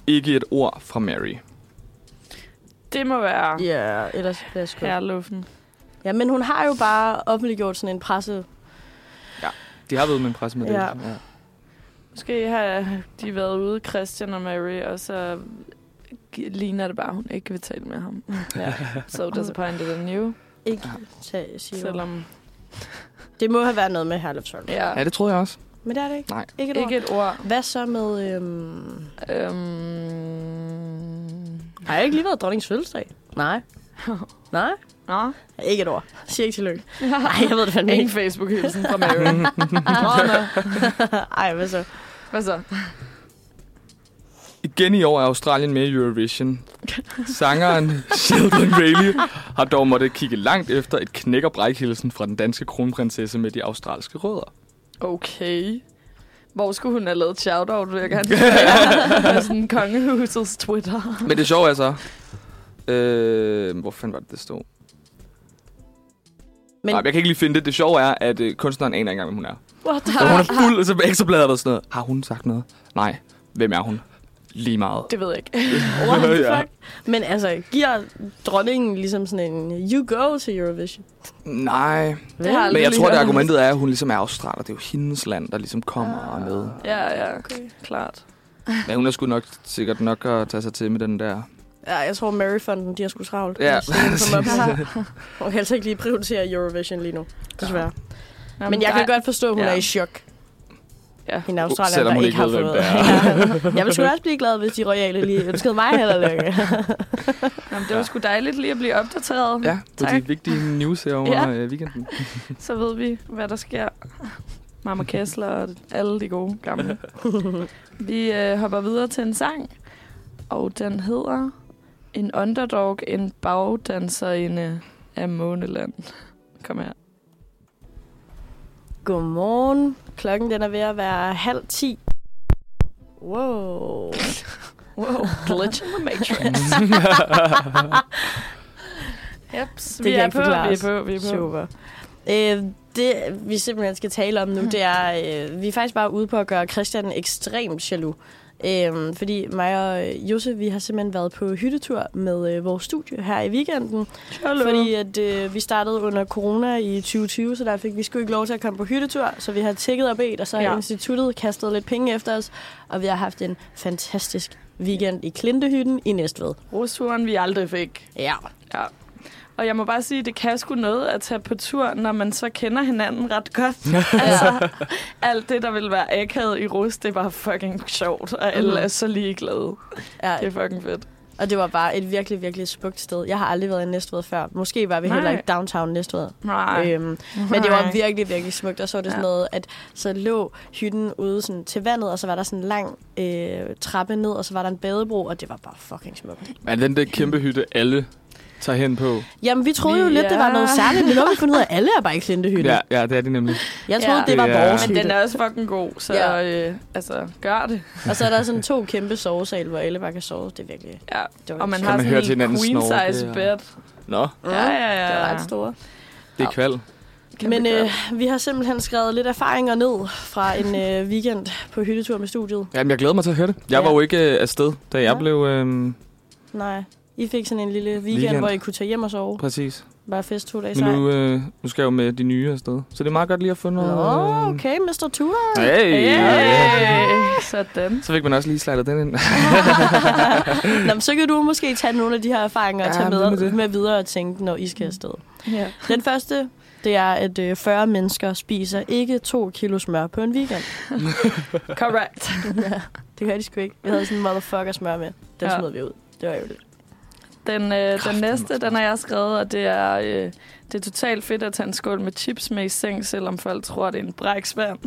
[SPEAKER 2] Ikke et ord fra Mary.
[SPEAKER 3] Det må være yeah.
[SPEAKER 1] Ja, ellers bliver jeg sgu.
[SPEAKER 3] herreluffen.
[SPEAKER 1] Ja, men hun har jo bare offentliggjort sådan en presse.
[SPEAKER 2] De har været med en pres med det.
[SPEAKER 1] Ja.
[SPEAKER 2] ja.
[SPEAKER 3] Måske har de været ude, Christian og Mary, og så gi- ligner det bare, at hun ikke vil tale med ham.
[SPEAKER 1] Ja.
[SPEAKER 3] [LAUGHS] So disappointed in you.
[SPEAKER 1] Ikke tage, sige.
[SPEAKER 3] Selvom,
[SPEAKER 1] Det må have været noget med Herlufsholm.
[SPEAKER 2] ja,
[SPEAKER 3] ja,
[SPEAKER 2] det troede jeg også.
[SPEAKER 1] Men det er det ikke.
[SPEAKER 2] Nej.
[SPEAKER 1] Ikke et
[SPEAKER 3] ikke
[SPEAKER 1] ikke.
[SPEAKER 3] et ord.
[SPEAKER 1] Hvad så med... Øhm...
[SPEAKER 3] Øhm,
[SPEAKER 1] Har jeg ikke lige været dronningens fødselsdag? Nej. [LAUGHS] Nej?
[SPEAKER 3] nå,
[SPEAKER 1] Ikke et ord. Sig ikke [LAUGHS] tillykke. Nej, jeg ved det fandme
[SPEAKER 3] ingen
[SPEAKER 1] ikke.
[SPEAKER 3] Facebook-hilsen
[SPEAKER 1] [LAUGHS]
[SPEAKER 3] fra Mary.
[SPEAKER 1] Ej, hvad så?
[SPEAKER 3] Hvad så?
[SPEAKER 2] [LAUGHS] Igen i år er Australien med i Eurovision.
[SPEAKER 1] [LAUGHS]
[SPEAKER 2] Sangeren Sheldon Bailey har dog måttet kigge langt efter et knæk og brækhilsen fra den danske kronprinsesse med de australske rødder.
[SPEAKER 3] Okay. Hvor skulle hun have lavet shout-out, vil jeg
[SPEAKER 1] [LAUGHS]
[SPEAKER 3] gerne sige. På sådan kongehusets Twitter.
[SPEAKER 2] Men det sjove er så... Øh, hvor fanden var det, det stod? Men...
[SPEAKER 1] Men-
[SPEAKER 2] Nej, jeg kan ikke lige finde det. Det sjove er, at øh, kunstneren aner ikke engang, hvem hun er.
[SPEAKER 1] What the
[SPEAKER 2] Så hun er fuld, og så ekstrabladet og sådan noget. Har hun sagt noget? Nej. Hvem er hun? Lige meget.
[SPEAKER 3] Det ved jeg ikke.
[SPEAKER 1] [LAUGHS] What the
[SPEAKER 2] Ja.
[SPEAKER 1] fuck? Men altså, giver dronningen ligesom sådan en you go til Eurovision?
[SPEAKER 2] Nej.
[SPEAKER 3] Det har jeg
[SPEAKER 2] Men
[SPEAKER 3] aldrig
[SPEAKER 2] jeg tror,
[SPEAKER 3] hørt
[SPEAKER 2] det
[SPEAKER 3] om.
[SPEAKER 2] argumentet er, at hun ligesom er australer. Det er jo hendes land, der ligesom kommer og
[SPEAKER 3] Ah.
[SPEAKER 2] er med.
[SPEAKER 3] Ja, ja, okay. klart.
[SPEAKER 2] Men hun er sgu nok, sikkert nok at tage sig til med den der...
[SPEAKER 1] Ja, jeg tror, Maryfonden, de har sgu
[SPEAKER 2] [LAUGHS]
[SPEAKER 1] travlt.
[SPEAKER 2] Ja,
[SPEAKER 1] Så den kommer op. Hun kan altså ikke lige prioritere Eurovision lige nu, desværre.
[SPEAKER 3] Nå,
[SPEAKER 1] Men jeg kan
[SPEAKER 3] der-
[SPEAKER 1] godt forstå, at hun
[SPEAKER 3] Ja.
[SPEAKER 1] er i chok.
[SPEAKER 3] Ja.
[SPEAKER 1] Hende Australien,
[SPEAKER 2] Selvom
[SPEAKER 1] der
[SPEAKER 2] hun
[SPEAKER 1] ikke,
[SPEAKER 2] ikke
[SPEAKER 1] har
[SPEAKER 2] ved, hvem
[SPEAKER 1] fået.
[SPEAKER 2] det
[SPEAKER 1] [LAUGHS] Ja. jeg ville sgu da også blive glad, hvis de royale lige ønskede mig heller lykke.
[SPEAKER 3] Jamen, det var sgu dejligt lige at blive opdateret.
[SPEAKER 2] Ja, på
[SPEAKER 3] Tak.
[SPEAKER 2] de vigtige news her over
[SPEAKER 3] Ja.
[SPEAKER 2] ja. weekenden.
[SPEAKER 3] Så ved vi, hvad der sker. Mamma Kessler og alle de gode gamle. Vi øh, hopper videre til en sang, og den hedder En underdog, en bagdanserinde øh, af Måneland. Kom her.
[SPEAKER 1] [LAUGHS] Godmorgen. Klokken den er ved at være halv ti. Wow.
[SPEAKER 3] [LAUGHS] Wow, glitch in the [LAUGHS] matrix. Jeps,
[SPEAKER 1] Det
[SPEAKER 3] vi
[SPEAKER 1] kan
[SPEAKER 3] er,
[SPEAKER 1] ikke
[SPEAKER 3] på, vi er
[SPEAKER 1] forklares.
[SPEAKER 3] på, vi er på.
[SPEAKER 1] Super. Øh, det, vi simpelthen skal tale om nu, det er, øh, vi er faktisk bare ude på at gøre Christian ekstremt jaloux. Øh, fordi mig og øh, Jose, vi har simpelthen været på hyttetur med øh, vores studie her i weekenden.
[SPEAKER 3] Hallo.
[SPEAKER 1] Fordi at, øh, vi startede under corona i 2020, så der fik vi sgu ikke lov til at komme på hyttetur. Så vi har tækket og bedt, og så har ja.
[SPEAKER 3] Ja.
[SPEAKER 1] instituttet kastet lidt penge efter os. Og vi har haft en fantastisk weekend i Klintehytten i Næstved.
[SPEAKER 3] Rosturen, vi aldrig fik.
[SPEAKER 1] Ja.
[SPEAKER 3] Ja. Og jeg må bare sige, det kan sgu noget at tage på tur, når man så kender hinanden
[SPEAKER 2] [LAUGHS]
[SPEAKER 3] ret godt. altså, alt det, der vil være akavet i rus, det var fucking sjovt, og alle
[SPEAKER 1] Mhm.
[SPEAKER 3] er så ligeglade.
[SPEAKER 1] ja
[SPEAKER 3] Det er fucking fedt.
[SPEAKER 1] Og det var bare et virkelig, virkelig smukt sted. Jeg har aldrig været i Næstved før. Måske var vi Nej.
[SPEAKER 3] Nej.
[SPEAKER 1] heller ikke downtown Næstved.
[SPEAKER 3] Nej.
[SPEAKER 1] Øhm, men det var
[SPEAKER 3] Nej.
[SPEAKER 1] virkelig, virkelig smukt. Og så var det sådan
[SPEAKER 3] Ja.
[SPEAKER 1] noget, at så lå hytten ude sådan, til vandet, og så var der sådan en lang øh, trappe ned, og så var der en badebro, og det var bare fucking smukt.
[SPEAKER 2] Men den der kæmpe hytte, alle tager hen på.
[SPEAKER 1] Jamen, vi troede jo
[SPEAKER 3] Vi-
[SPEAKER 1] lidt, det var
[SPEAKER 3] ja.
[SPEAKER 1] noget særligt, men nu har vi fundet ud af, at alle er bare i Klintehytte.
[SPEAKER 2] Ja,
[SPEAKER 1] Ja.
[SPEAKER 2] ja, det er det nemlig.
[SPEAKER 1] Jeg troede,
[SPEAKER 3] Ja.
[SPEAKER 1] ja. det var
[SPEAKER 2] Det er-
[SPEAKER 1] vores
[SPEAKER 3] Men
[SPEAKER 1] hytte.
[SPEAKER 3] den er også fucking god, så
[SPEAKER 1] Ja.
[SPEAKER 3] ja. øh, altså, gør det.
[SPEAKER 1] Og så er der sådan to kæmpe sovesal, hvor alle bare kan sove. Det er virkelig...
[SPEAKER 3] Ja.
[SPEAKER 1] Det var,
[SPEAKER 3] Og man
[SPEAKER 2] Så
[SPEAKER 3] har
[SPEAKER 2] man hører til
[SPEAKER 3] sådan en
[SPEAKER 2] hinanden
[SPEAKER 3] queen
[SPEAKER 2] snorke,
[SPEAKER 3] size
[SPEAKER 2] og-
[SPEAKER 3] bed.
[SPEAKER 2] Nå,
[SPEAKER 3] Ja, ja, ja.
[SPEAKER 1] det var ret store.
[SPEAKER 2] det er kval.
[SPEAKER 3] Kæmpe
[SPEAKER 1] Men
[SPEAKER 3] godt.
[SPEAKER 1] øh, vi har simpelthen skrevet lidt erfaringer ned fra
[SPEAKER 2] [LAUGHS]
[SPEAKER 1] en øh, weekend på hyttetur med studiet.
[SPEAKER 2] Jamen, jeg glæder mig til at høre det. Jeg
[SPEAKER 1] Ja.
[SPEAKER 2] var jo ikke øh, afsted, da jeg
[SPEAKER 1] Ja.
[SPEAKER 2] blev... Øh,
[SPEAKER 1] Nej, I fik sådan en lille weekend, weekend.
[SPEAKER 2] Weekend.
[SPEAKER 1] hvor I kunne tage hjem og sove.
[SPEAKER 2] præcis.
[SPEAKER 1] Bare fest to dage
[SPEAKER 2] Men
[SPEAKER 1] sej.
[SPEAKER 2] nu, øh, nu skal jeg jo med de nye afsted. Så det er meget godt lige at få noget...
[SPEAKER 1] Nå,
[SPEAKER 2] øh,
[SPEAKER 1] okay, Mr. Tour.
[SPEAKER 2] Hey!
[SPEAKER 3] Hey, sådan.
[SPEAKER 2] Så fik man også lige slidet den ind.
[SPEAKER 1] [LAUGHS] Nå, men så kan du måske tage nogle af de her erfaringer og
[SPEAKER 2] Ja,
[SPEAKER 1] tage
[SPEAKER 2] men det er
[SPEAKER 1] med,
[SPEAKER 2] det.
[SPEAKER 1] med videre og tænke, når I skal afsted.
[SPEAKER 3] Ja.
[SPEAKER 1] Den første, det er, at øh, 40 mennesker spiser ikke 2 kilo smør på en weekend.
[SPEAKER 3] Correct.
[SPEAKER 1] det gør de sgu ikke. Vi havde sådan en motherfucker smør med. Den
[SPEAKER 3] Ja.
[SPEAKER 1] smed vi ud. Det var jo lidt.
[SPEAKER 3] Den, øh, den
[SPEAKER 2] Kraftigt,
[SPEAKER 3] næste,
[SPEAKER 2] mand.
[SPEAKER 3] den har jeg skrevet, og det er, øh, det er totalt fedt at tage en skål med chips med i seng, selvom folk tror, det er en brækspand.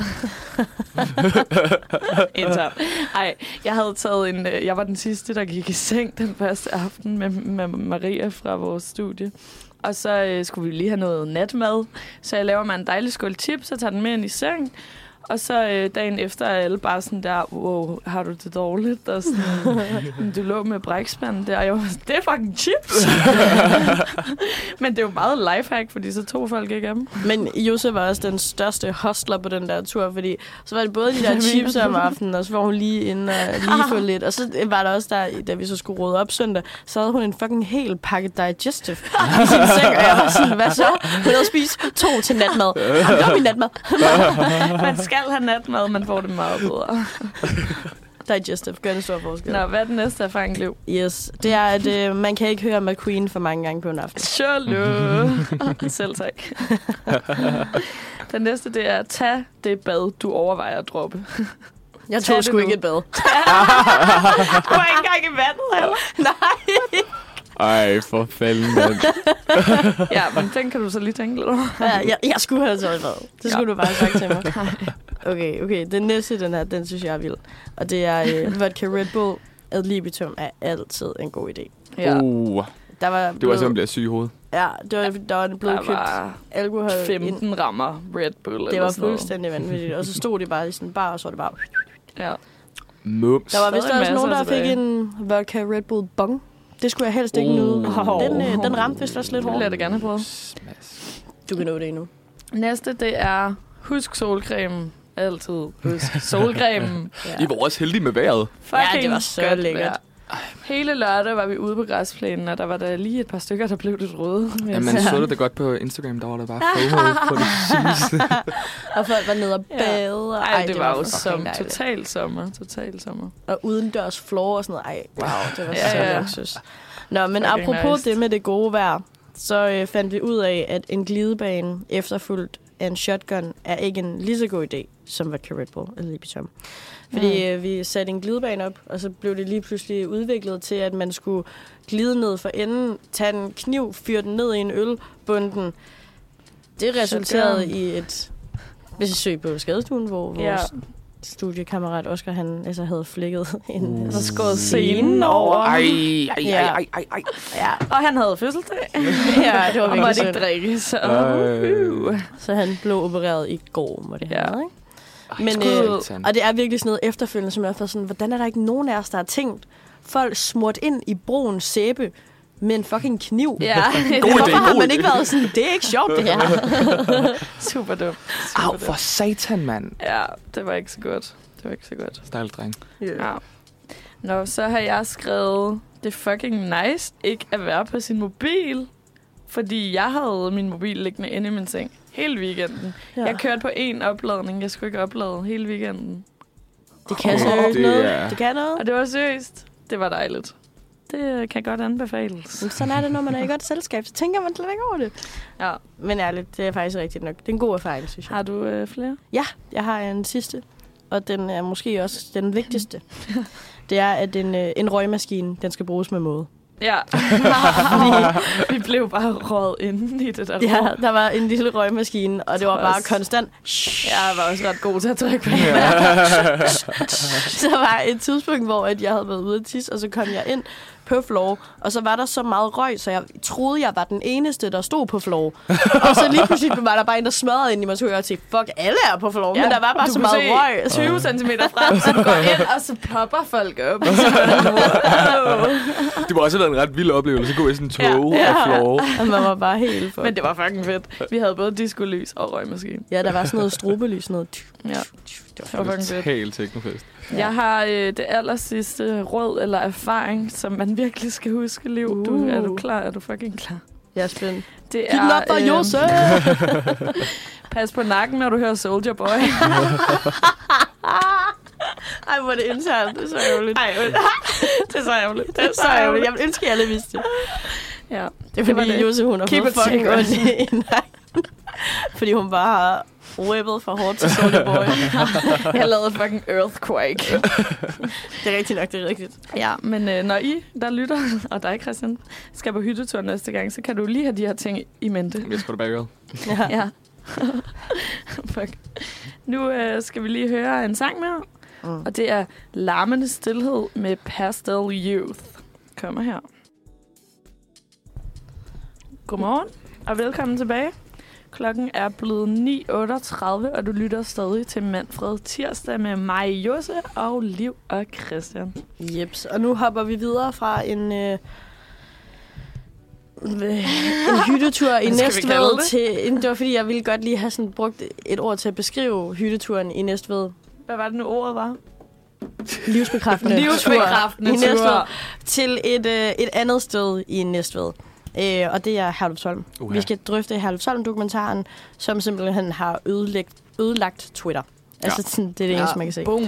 [SPEAKER 3] Enter. Ej, jeg havde taget en, øh, jeg var den sidste, der gik i seng den første aften med, med Maria fra vores studie. Og så øh, skulle vi lige have noget natmad, så jeg laver mig en dejlig skål chips og tager den med ind i seng. Og så øh, dagen efter er alle bare sådan der, wow, har du det dårligt? Og sådan, "Men du lå med brækspanden der, og jeg var sådan, det er fucking chips! Men det er jo meget lifehack, fordi så tog folk ikke af dem.
[SPEAKER 1] Men Josef var også den største hostler på den der tur, fordi så var det [LAUGHS] både de der
[SPEAKER 3] Hvad
[SPEAKER 1] chips
[SPEAKER 3] mener du?
[SPEAKER 1] om aftenen, og så var hun lige inde og lige få lidt. Og så var der også der, da vi så skulle råde op søndag, så havde hun en fucking hel pakke [LAUGHS] digestive i sin seng, og jeg var sådan, hvad så? Hun havde spist to til natmad. Jamen, det var min natmad.
[SPEAKER 3] Man skal have natmad, man får det meget bedre.
[SPEAKER 1] [LAUGHS] Digestive gør en stor forskel.
[SPEAKER 3] Nå, hvad er den næste erfaring, Liv?
[SPEAKER 1] Yes, det er, at øh, man kan ikke høre McQueen for mange gange på en aften.
[SPEAKER 3] Sure, Selv tak. Den næste, det er, tag det bad, du overvejer at droppe. [LAUGHS]
[SPEAKER 1] Jeg
[SPEAKER 3] Tag
[SPEAKER 1] tog
[SPEAKER 3] det
[SPEAKER 1] sgu
[SPEAKER 3] nu.
[SPEAKER 1] ikke et bad.
[SPEAKER 3] Du var ikke engang i vandet, heller.
[SPEAKER 2] [LAUGHS] Ej, for fanden,
[SPEAKER 1] [LAUGHS]
[SPEAKER 2] mand.
[SPEAKER 3] Ja, men den kan du så lige tænke lidt over.
[SPEAKER 1] Ja, jeg, jeg skulle have taget et bad. Det skulle
[SPEAKER 3] Ja.
[SPEAKER 1] du bare have sagt til
[SPEAKER 3] [LAUGHS]
[SPEAKER 1] mig. Okay, okay. Den næste, den her, den synes jeg er vild. Og det er
[SPEAKER 3] [LAUGHS]
[SPEAKER 1] øh, vodka Red Bull ad libitum er altid en god idé.
[SPEAKER 3] Ja.
[SPEAKER 2] Uh,
[SPEAKER 1] Der var
[SPEAKER 2] det var
[SPEAKER 1] blevet,
[SPEAKER 2] sådan, man bliver syg i hovedet.
[SPEAKER 1] Ja, det var, der var blevet
[SPEAKER 3] Der
[SPEAKER 1] købt
[SPEAKER 3] var
[SPEAKER 1] alkohol. ind.
[SPEAKER 3] 15 rammer Red Bull.
[SPEAKER 1] Det
[SPEAKER 3] eller
[SPEAKER 1] var
[SPEAKER 3] sådan noget.
[SPEAKER 1] fuldstændig vanvittigt. Og så stod de bare i sådan en bar, og så var det bare...
[SPEAKER 3] Ja.
[SPEAKER 2] Mums.
[SPEAKER 1] Der var vist
[SPEAKER 3] Stadig
[SPEAKER 1] også nogen, der
[SPEAKER 3] masser
[SPEAKER 1] fik
[SPEAKER 3] tilbage.
[SPEAKER 1] en vodka Red Bull bong. Det skulle jeg helst ikke
[SPEAKER 2] Uh.
[SPEAKER 1] nyde.
[SPEAKER 2] Hov.
[SPEAKER 1] Den, øh, den ramte vist også lidt
[SPEAKER 3] Det vil
[SPEAKER 1] hårdt.
[SPEAKER 3] jeg da gerne prøve.
[SPEAKER 2] Smask.
[SPEAKER 1] Du kan nå det endnu.
[SPEAKER 3] Næste, det er husk solcremen. Altid [LAUGHS] husk solcremen.
[SPEAKER 1] Ja.
[SPEAKER 2] I var også heldige med vejret.
[SPEAKER 3] Fucking
[SPEAKER 1] Ja, det var så
[SPEAKER 3] godt
[SPEAKER 1] lækkert.
[SPEAKER 3] vejr. Hele lørdag var vi ude på græsplænen, og der var der lige et par stykker, der blev lidt røde. vil jeg
[SPEAKER 2] Ja, man
[SPEAKER 3] sige.
[SPEAKER 2] så det da godt på Instagram, der var der bare FOMO
[SPEAKER 1] [LAUGHS]
[SPEAKER 2] på det sidste.
[SPEAKER 1] Og folk var nede og
[SPEAKER 3] Ja.
[SPEAKER 1] bade.
[SPEAKER 3] Ej, det, det var, jo
[SPEAKER 1] fucking
[SPEAKER 3] som
[SPEAKER 1] dejligt.
[SPEAKER 3] total sommer. Total sommer.
[SPEAKER 1] og udendørs floor og sådan noget. Ej, wow, det var
[SPEAKER 3] Ja,
[SPEAKER 1] ja, så
[SPEAKER 3] ja.
[SPEAKER 1] ja. luksus. Nå, men
[SPEAKER 3] Fucking
[SPEAKER 1] apropos
[SPEAKER 3] nice.
[SPEAKER 1] det med det gode vejr, så øh, fandt vi ud af, at en glidebane efterfulgt af en shotgun er ikke en lige så god idé, som vodka Red Bull eller Libitum.
[SPEAKER 3] Mm.
[SPEAKER 1] Fordi øh, vi satte en glidebane op, og så blev det lige pludselig udviklet til, at man skulle glide ned for enden, tage en kniv, fyre den ned i en ølbunden. Det resulterede
[SPEAKER 3] Shotgun.
[SPEAKER 1] i et besøg på skadestuen, hvor vores
[SPEAKER 3] Ja.
[SPEAKER 1] studiekammerat Oscar, han altså, havde flækket [LAUGHS] en
[SPEAKER 2] Uh.
[SPEAKER 3] Så skåret
[SPEAKER 1] Scenen
[SPEAKER 2] [LAUGHS]
[SPEAKER 3] scenen over.
[SPEAKER 2] Ej, ej, ej,
[SPEAKER 1] Ja.
[SPEAKER 2] ej, ej, ej.
[SPEAKER 1] Ja,
[SPEAKER 3] Og han havde [LAUGHS] fødselsdag.
[SPEAKER 1] ja det
[SPEAKER 3] og
[SPEAKER 1] var virkelig
[SPEAKER 3] måtte ikke
[SPEAKER 1] synd.
[SPEAKER 3] drikke, så...
[SPEAKER 2] Ej.
[SPEAKER 1] Uh-huh.
[SPEAKER 3] Uh.
[SPEAKER 1] Så han blev opereret i går, må det
[SPEAKER 3] Ja.
[SPEAKER 1] have været, ikke? Men,
[SPEAKER 3] skud.
[SPEAKER 2] satan.
[SPEAKER 1] øh, og det er virkelig sådan noget efterfølgende, som jeg har fået sådan, hvordan er der ikke nogen af os, der har tænkt, folk smurt ind i broen sæbe med en fucking kniv?
[SPEAKER 3] Ja, [LAUGHS]
[SPEAKER 2] God idé,
[SPEAKER 1] Hvorfor har
[SPEAKER 2] god
[SPEAKER 1] man
[SPEAKER 2] idé.
[SPEAKER 1] ikke været sådan, det er ikke sjovt, det her?
[SPEAKER 3] super dumt. Super
[SPEAKER 2] Au,
[SPEAKER 3] dumt.
[SPEAKER 2] for satan, mand.
[SPEAKER 3] Ja, det var ikke så godt. Det var ikke så godt.
[SPEAKER 2] Stakkels dreng.
[SPEAKER 3] Ja. Nå, så har jeg skrevet, det er fucking nice ikke at være på sin mobil. Fordi jeg havde min mobil liggende inde i min seng hele weekenden. Ja. Jeg kørte på én opladning, jeg skulle ikke oplade hele weekenden.
[SPEAKER 1] Det kan
[SPEAKER 2] Åh,
[SPEAKER 1] seriøst
[SPEAKER 2] det
[SPEAKER 1] noget.
[SPEAKER 2] er-
[SPEAKER 1] Det kan noget.
[SPEAKER 3] Og det var seriøst. Det var dejligt. Det øh, kan godt anbefales.
[SPEAKER 1] Men sådan er det, når man er i godt selskab, så tænker man slet ikke over det.
[SPEAKER 3] Ja.
[SPEAKER 1] Men ærligt, det er faktisk rigtigt nok. Det er en god erfaring, synes jeg.
[SPEAKER 3] Har du øh, flere?
[SPEAKER 1] Ja, jeg har en sidste, og den er måske også den
[SPEAKER 3] [LAUGHS]
[SPEAKER 1] vigtigste. Det er, at en, øh, en røgmaskine, den skal bruges med måde.
[SPEAKER 3] Ja. Fordi [LAUGHS] vi blev bare røget inde i det der
[SPEAKER 1] Ja,
[SPEAKER 3] rum.
[SPEAKER 1] der var en lille røgmaskine, og det var
[SPEAKER 3] Tror jeg
[SPEAKER 1] bare
[SPEAKER 3] også.
[SPEAKER 1] konstant.
[SPEAKER 3] Jeg var [LAUGHS] også ret god til at trykke på den. [LAUGHS]
[SPEAKER 1] Så var et tidspunkt, hvor at jeg havde været ude at tisse, og så kom jeg ind på floor, og så var der så meget røg, så jeg troede, jeg var den eneste, der stod på floor. Og så lige pludselig var der bare en, der smadrede ind i mig, så kunne jeg sige, fuck, alle er på floor, ja, men der var bare
[SPEAKER 3] du
[SPEAKER 1] så
[SPEAKER 3] kunne
[SPEAKER 1] meget
[SPEAKER 3] se
[SPEAKER 1] røg. Så
[SPEAKER 3] 20 cm frem, så går ind, og så popper folk op. Og så er man, wow.
[SPEAKER 2] Det må også have været en ret vild oplevelse at gå i sådan en tog
[SPEAKER 3] Ja,
[SPEAKER 2] ja, ja.
[SPEAKER 3] ja.
[SPEAKER 2] og flore.
[SPEAKER 1] Og man var bare helt fuck.
[SPEAKER 3] Men det var fucking fedt. Vi havde både diskolys og røgmaskine.
[SPEAKER 1] Ja, der var sådan noget strobelys, sådan noget.
[SPEAKER 3] Ja,
[SPEAKER 1] Det
[SPEAKER 3] det var fucking fedt.
[SPEAKER 2] Helt teknofest.
[SPEAKER 3] Jeg har øh, det aller sidste råd eller erfaring, som man virkelig skal huske, Liv. Du, er du
[SPEAKER 1] Uh.
[SPEAKER 3] klar? Er du fucking klar?
[SPEAKER 1] Jeg er spændt.
[SPEAKER 3] Det
[SPEAKER 1] Giv den op for
[SPEAKER 3] øhm,
[SPEAKER 1] Josef!
[SPEAKER 3] Pas på nakken, når du hører Soldier
[SPEAKER 1] [LAUGHS]
[SPEAKER 3] Boy.
[SPEAKER 1] [LAUGHS] Ej, hvor er det internt. Det er så ærgerligt.
[SPEAKER 3] Ej, men- det er så ærgerligt.
[SPEAKER 1] [LAUGHS] Det er så ærgerligt. Jeg ville ønske, at alle vidste det.
[SPEAKER 3] Ja.
[SPEAKER 1] Det er
[SPEAKER 3] Det var
[SPEAKER 1] fordi,
[SPEAKER 3] det.
[SPEAKER 1] Jose, hun har
[SPEAKER 3] Keep
[SPEAKER 1] fået
[SPEAKER 3] it
[SPEAKER 1] [LAUGHS] fucking
[SPEAKER 3] secret.
[SPEAKER 1] ondt i nakken. Fordi hun bare har whippet fra hårdt til Soldier Boy.
[SPEAKER 3] [LAUGHS] Jeg lavede fucking earthquake.
[SPEAKER 1] [LAUGHS] det er rigtigt nok, det er rigtigt.
[SPEAKER 3] Ja, men øh, når I, der lytter, [LAUGHS] og dig, Christian, skal på hyttetur næste gang, så kan du lige have de her ting i mente.
[SPEAKER 2] Jeg skal da bare gøre.
[SPEAKER 1] Ja.
[SPEAKER 3] Ja. [LAUGHS] Fuck. Nu øh, skal vi lige høre en sang mere,
[SPEAKER 1] Mm.
[SPEAKER 3] og det er Larmende Stilhed med Pastel Youth. Kommer her. Godmorgen, og velkommen tilbage. Klokken er blevet 9.38, og du lytter stadig til Manfred Tirsdag med mig, Josse, og Liv og Christian.
[SPEAKER 1] Jeps, og nu hopper vi videre fra en, øh, en [LAUGHS] hyttetur i
[SPEAKER 3] Hvad skal vi kalde
[SPEAKER 1] Næstved
[SPEAKER 3] det?
[SPEAKER 1] til... Det var fordi, jeg ville godt lige have sådan brugt et ord til at beskrive hytteturen i Næstved.
[SPEAKER 3] Hvad var det nu, ordet var?
[SPEAKER 1] Livsbekræftende
[SPEAKER 3] Livsbekræftende
[SPEAKER 1] tur i Næstved
[SPEAKER 3] tur.
[SPEAKER 1] til et, øh, et andet sted i Næstved. Øh, og det er Herlufsholm.
[SPEAKER 2] Uha.
[SPEAKER 1] Vi skal drøfte Herlufsholm-dokumentaren, som simpelthen har ødelægt, ødelagt Twitter. Altså,
[SPEAKER 2] Ja.
[SPEAKER 1] sådan, det er det eneste, man kan se.
[SPEAKER 3] Boom.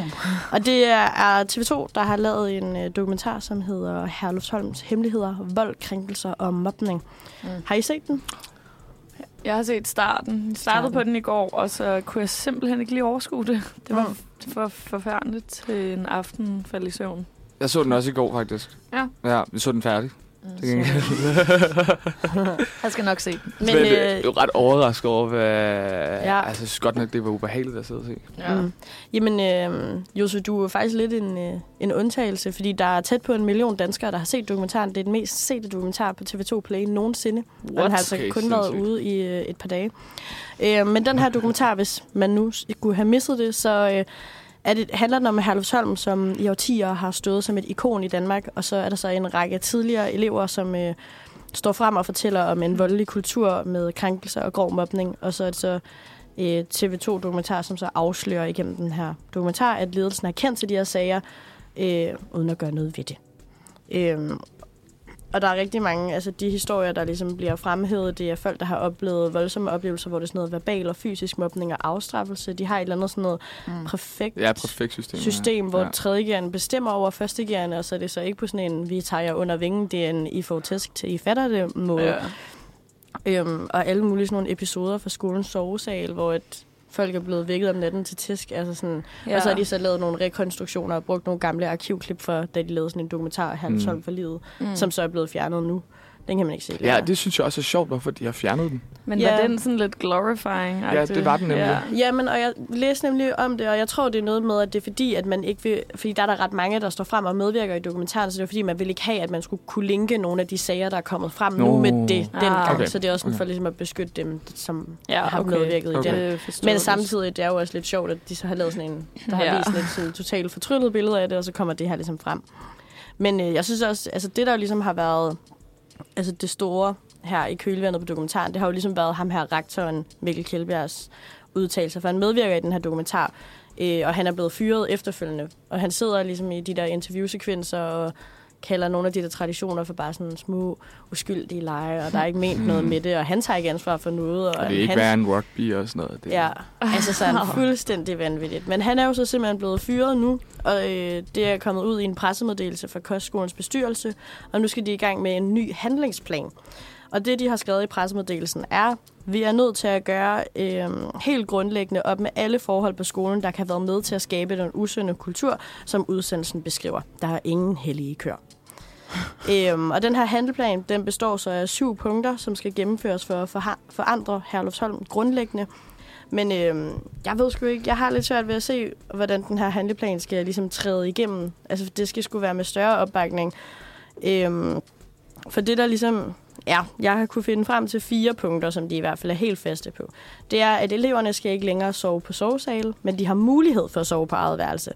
[SPEAKER 1] Og det er er TV2, der har lavet en øh, dokumentar, som hedder Herlufsholms Hemmeligheder, vold, krænkelser og mobning.
[SPEAKER 3] Mm.
[SPEAKER 1] Mm. Har I set den?
[SPEAKER 3] Jeg har set starten. Jeg startede
[SPEAKER 1] Starten.
[SPEAKER 3] på den i går, og så kunne jeg simpelthen ikke lige overskue det. Det var
[SPEAKER 1] Mm.
[SPEAKER 3] f- for forfærdeligt til en aften falde i søvn.
[SPEAKER 2] Jeg så den også i går, faktisk.
[SPEAKER 3] Ja.
[SPEAKER 2] Ja, vi så den færdig. Det kan
[SPEAKER 3] Mm.
[SPEAKER 2] [LAUGHS]
[SPEAKER 3] Jeg skal nok se den.
[SPEAKER 2] Men, Men øh, jeg er ret overrasket over, hvad... Ja. Altså, jeg synes godt nok, det var ubehageligt at sidde og se.
[SPEAKER 3] Ja.
[SPEAKER 1] Mm. Jamen, øh, Josu, du er faktisk lidt en, øh, en undtagelse, fordi der er tæt på en million danskere, der har set dokumentaren. Det er den mest sete dokumentar på TV2 Play nogensinde. What? Og den har altså
[SPEAKER 2] Okay,
[SPEAKER 1] okay, kun
[SPEAKER 2] sindssygt.
[SPEAKER 1] været ude i øh, et par dage. Øh, men den her dokumentar, hvis man nu skulle have misset det, så øh, er det, handler den om Herlufsholm, som i årtier har stået som et ikon i Danmark. Og så er der så en række tidligere elever, som... Øh, står frem og fortæller om en voldelig kultur med krænkelser og grov mobning, og så er det så øh, TV2-dokumentar, som så afslører igennem den her dokumentar, at ledelsen har kendt til de her sager, øh, uden at gøre noget ved det. Øhm, og der er rigtig mange, altså de historier, der ligesom bliver fremhævet, det er folk, der har oplevet voldsomme oplevelser, hvor det er sådan noget verbal og fysisk mobning og afstraffelse. De har et eller andet sådan noget mm. perfekt
[SPEAKER 2] Ja, perfekt
[SPEAKER 1] system, hvor
[SPEAKER 2] Ja.
[SPEAKER 1] ja. tredjegærende bestemmer over førstegærende, og så er det så ikke på sådan en, vi tager jer under vingen, det er en, I får tæsk til, I fatter det måde. Ja.
[SPEAKER 3] Ja.
[SPEAKER 1] Øhm, og alle mulige sådan nogle episoder fra skolens sovesal, hvor et, folk er blevet vækket om natten til tæsk. Altså sådan, ja. Og så har de så lavet nogle rekonstruktioner og brugt nogle gamle arkivklip fra, da de lavede sådan en dokumentar, Halvsholm
[SPEAKER 2] Mm.
[SPEAKER 1] mm. for livet, mm. som så er blevet fjernet nu. Den kan man ikke se
[SPEAKER 2] Ja,
[SPEAKER 1] længere.
[SPEAKER 2] det synes jeg også er sjovt, hvorfor de har fjernet den.
[SPEAKER 3] Men
[SPEAKER 1] Ja.
[SPEAKER 3] var den sådan lidt glorifying
[SPEAKER 2] Ja, det var den nemlig.
[SPEAKER 1] Jamen, og jeg læste nemlig om det, og jeg tror, det er noget med, at det er fordi, at man ikke vil... Fordi der er der ret mange, der står frem og medvirker i dokumentaren, så det er fordi, man vil ikke have, at man skulle kunne linke nogle af de sager, der er kommet frem no.
[SPEAKER 2] Nå.
[SPEAKER 1] nu med det
[SPEAKER 3] Ah.
[SPEAKER 1] dengang.
[SPEAKER 2] Okay.
[SPEAKER 1] Okay. Så det er også sådan
[SPEAKER 2] Okay.
[SPEAKER 1] for ligesom at beskytte dem, som
[SPEAKER 3] Ja,
[SPEAKER 1] har
[SPEAKER 3] okay.
[SPEAKER 1] medvirket
[SPEAKER 2] Okay.
[SPEAKER 1] i den.
[SPEAKER 3] Det forstår
[SPEAKER 1] Men
[SPEAKER 3] du.
[SPEAKER 1] samtidig, det er jo også lidt sjovt, at de så har lavet sådan en, der har
[SPEAKER 3] Ja.
[SPEAKER 1] ja. vist et sådan, totalt fortryllet billede af det, og så kommer det her ligesom frem. Men øh, jeg synes også, altså det der jo ligesom har været, altså det store her i kølvandet på dokumentaren, det har jo ligesom været ham her, rektoren Mikkel Kjeldbjergs udtalelser, for han medvirker i den her dokumentar, øh, og han er blevet fyret efterfølgende. Og han sidder ligesom i de der interviewsekvenser og kalder nogle af de der traditioner for bare sådan små uskyldige lege, og der er ikke ment noget med det, og han tager ikke ansvar for noget. Og,
[SPEAKER 2] Mm. Og det er ikke
[SPEAKER 1] hans
[SPEAKER 2] værre end rugby og sådan noget. Det,
[SPEAKER 1] Ja, altså sådan fuldstændig vanvittigt. Men han er jo så simpelthen blevet fyret nu, og øh, det er kommet ud i en pressemeddelelse fra kostskolens bestyrelse, og nu skal de i gang med en ny handlingsplan. Og det, de har skrevet i pressemeddelelsen, er, vi er nødt til at gøre øh, helt grundlæggende op med alle forhold på skolen, der kan have været med til at skabe den usunde kultur, som udsendelsen beskriver. Der er ingen hellige
[SPEAKER 2] [LAUGHS]
[SPEAKER 1] kør. Øhm, og den her handleplan, den består så af syv punkter, som skal gennemføres for at forha- forandre Herlufsholm grundlæggende. Men øhm, jeg ved sgu ikke, jeg har lidt svært ved at se, hvordan den her handleplan skal ligesom træde igennem. Altså det skal sgu være med større opbakning. Øhm, for det der ligesom, ja, jeg har kunne finde frem til fire punkter, som de i hvert fald er helt faste på. Det er, at eleverne skal ikke længere sove på sovesale, men de har mulighed for at sove på eget værelse.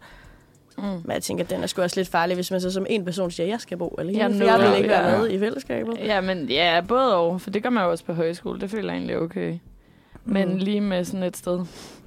[SPEAKER 3] Mm.
[SPEAKER 1] Men jeg tænker, den er sgu også lidt farlig, hvis man så som en person siger, jeg skal bo alene,
[SPEAKER 3] Ja,
[SPEAKER 1] ja, for
[SPEAKER 3] nu-
[SPEAKER 1] jeg
[SPEAKER 2] Ja,
[SPEAKER 1] vil ikke
[SPEAKER 3] ja.
[SPEAKER 1] være med i fællesskabet.
[SPEAKER 3] Ja, men ja, både og. For det gør man jo også på højskole. Det føler jeg egentlig okay. Men
[SPEAKER 1] Mm.
[SPEAKER 3] lige med sådan et sted.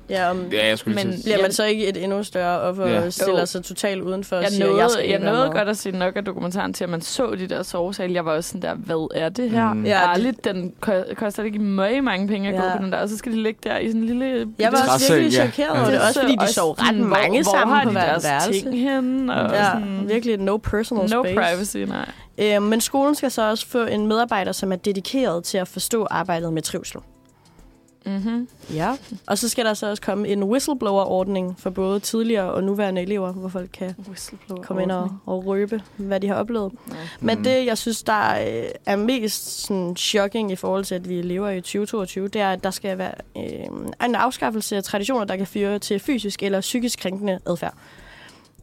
[SPEAKER 1] Ja, om,
[SPEAKER 2] ja jeg skulle lige
[SPEAKER 3] Men-
[SPEAKER 2] sige.
[SPEAKER 1] bliver
[SPEAKER 3] Ja.
[SPEAKER 1] man så ikke et endnu større offer
[SPEAKER 2] Ja.
[SPEAKER 1] og stiller
[SPEAKER 3] Jo.
[SPEAKER 1] sig totalt udenfor og
[SPEAKER 3] Jeg
[SPEAKER 1] siger,
[SPEAKER 3] nåede,
[SPEAKER 1] jeg skal
[SPEAKER 3] jeg
[SPEAKER 1] ikke være
[SPEAKER 3] nåede
[SPEAKER 1] med.
[SPEAKER 3] godt at se nok af dokumentaren til, at man så de der sovesal. Jeg var også sådan der, hvad er det her?
[SPEAKER 2] Mm.
[SPEAKER 3] Mm.
[SPEAKER 1] Ja,
[SPEAKER 3] Ja,
[SPEAKER 1] det-
[SPEAKER 3] Ærligt, den ko- koster ikke meget mange penge at ja. gå
[SPEAKER 1] Ja.
[SPEAKER 3] på den der. Og så skal de ligge der i sådan en lille...
[SPEAKER 1] Jeg var
[SPEAKER 2] Det er
[SPEAKER 1] også virkelig
[SPEAKER 2] træseng, ja.
[SPEAKER 1] chokeret
[SPEAKER 2] Ja.
[SPEAKER 1] over det, også fordi de
[SPEAKER 3] Også
[SPEAKER 1] sov ret
[SPEAKER 3] sådan,
[SPEAKER 1] mange
[SPEAKER 3] hvor,
[SPEAKER 1] sammen
[SPEAKER 3] hvor har
[SPEAKER 1] på
[SPEAKER 3] de
[SPEAKER 1] hver
[SPEAKER 3] deres
[SPEAKER 1] værelse.
[SPEAKER 3] ting henne? Og
[SPEAKER 1] Ja,
[SPEAKER 3] sådan,
[SPEAKER 1] Mm. virkelig et no personal
[SPEAKER 3] no
[SPEAKER 1] space.
[SPEAKER 3] privacy, nej.
[SPEAKER 1] Øh, men skolen skal så også få en medarbejder, som er dedikeret til at forstå arbejdet med trivsel.
[SPEAKER 3] Mm-hmm.
[SPEAKER 1] Ja. Og så skal der så også komme en whistleblower-ordning for både tidligere og nuværende elever, hvor folk kan
[SPEAKER 3] Whistleblower.
[SPEAKER 1] komme ind og, og røbe, hvad de har oplevet.
[SPEAKER 3] Ja.
[SPEAKER 1] Men
[SPEAKER 2] Mm.
[SPEAKER 1] det, jeg synes, der øh, er mest sådan, shocking i forhold til, at vi lever i 2022, det er, at der skal være øh, en afskaffelse af traditioner, der kan føre til fysisk eller psykisk krænkende adfærd.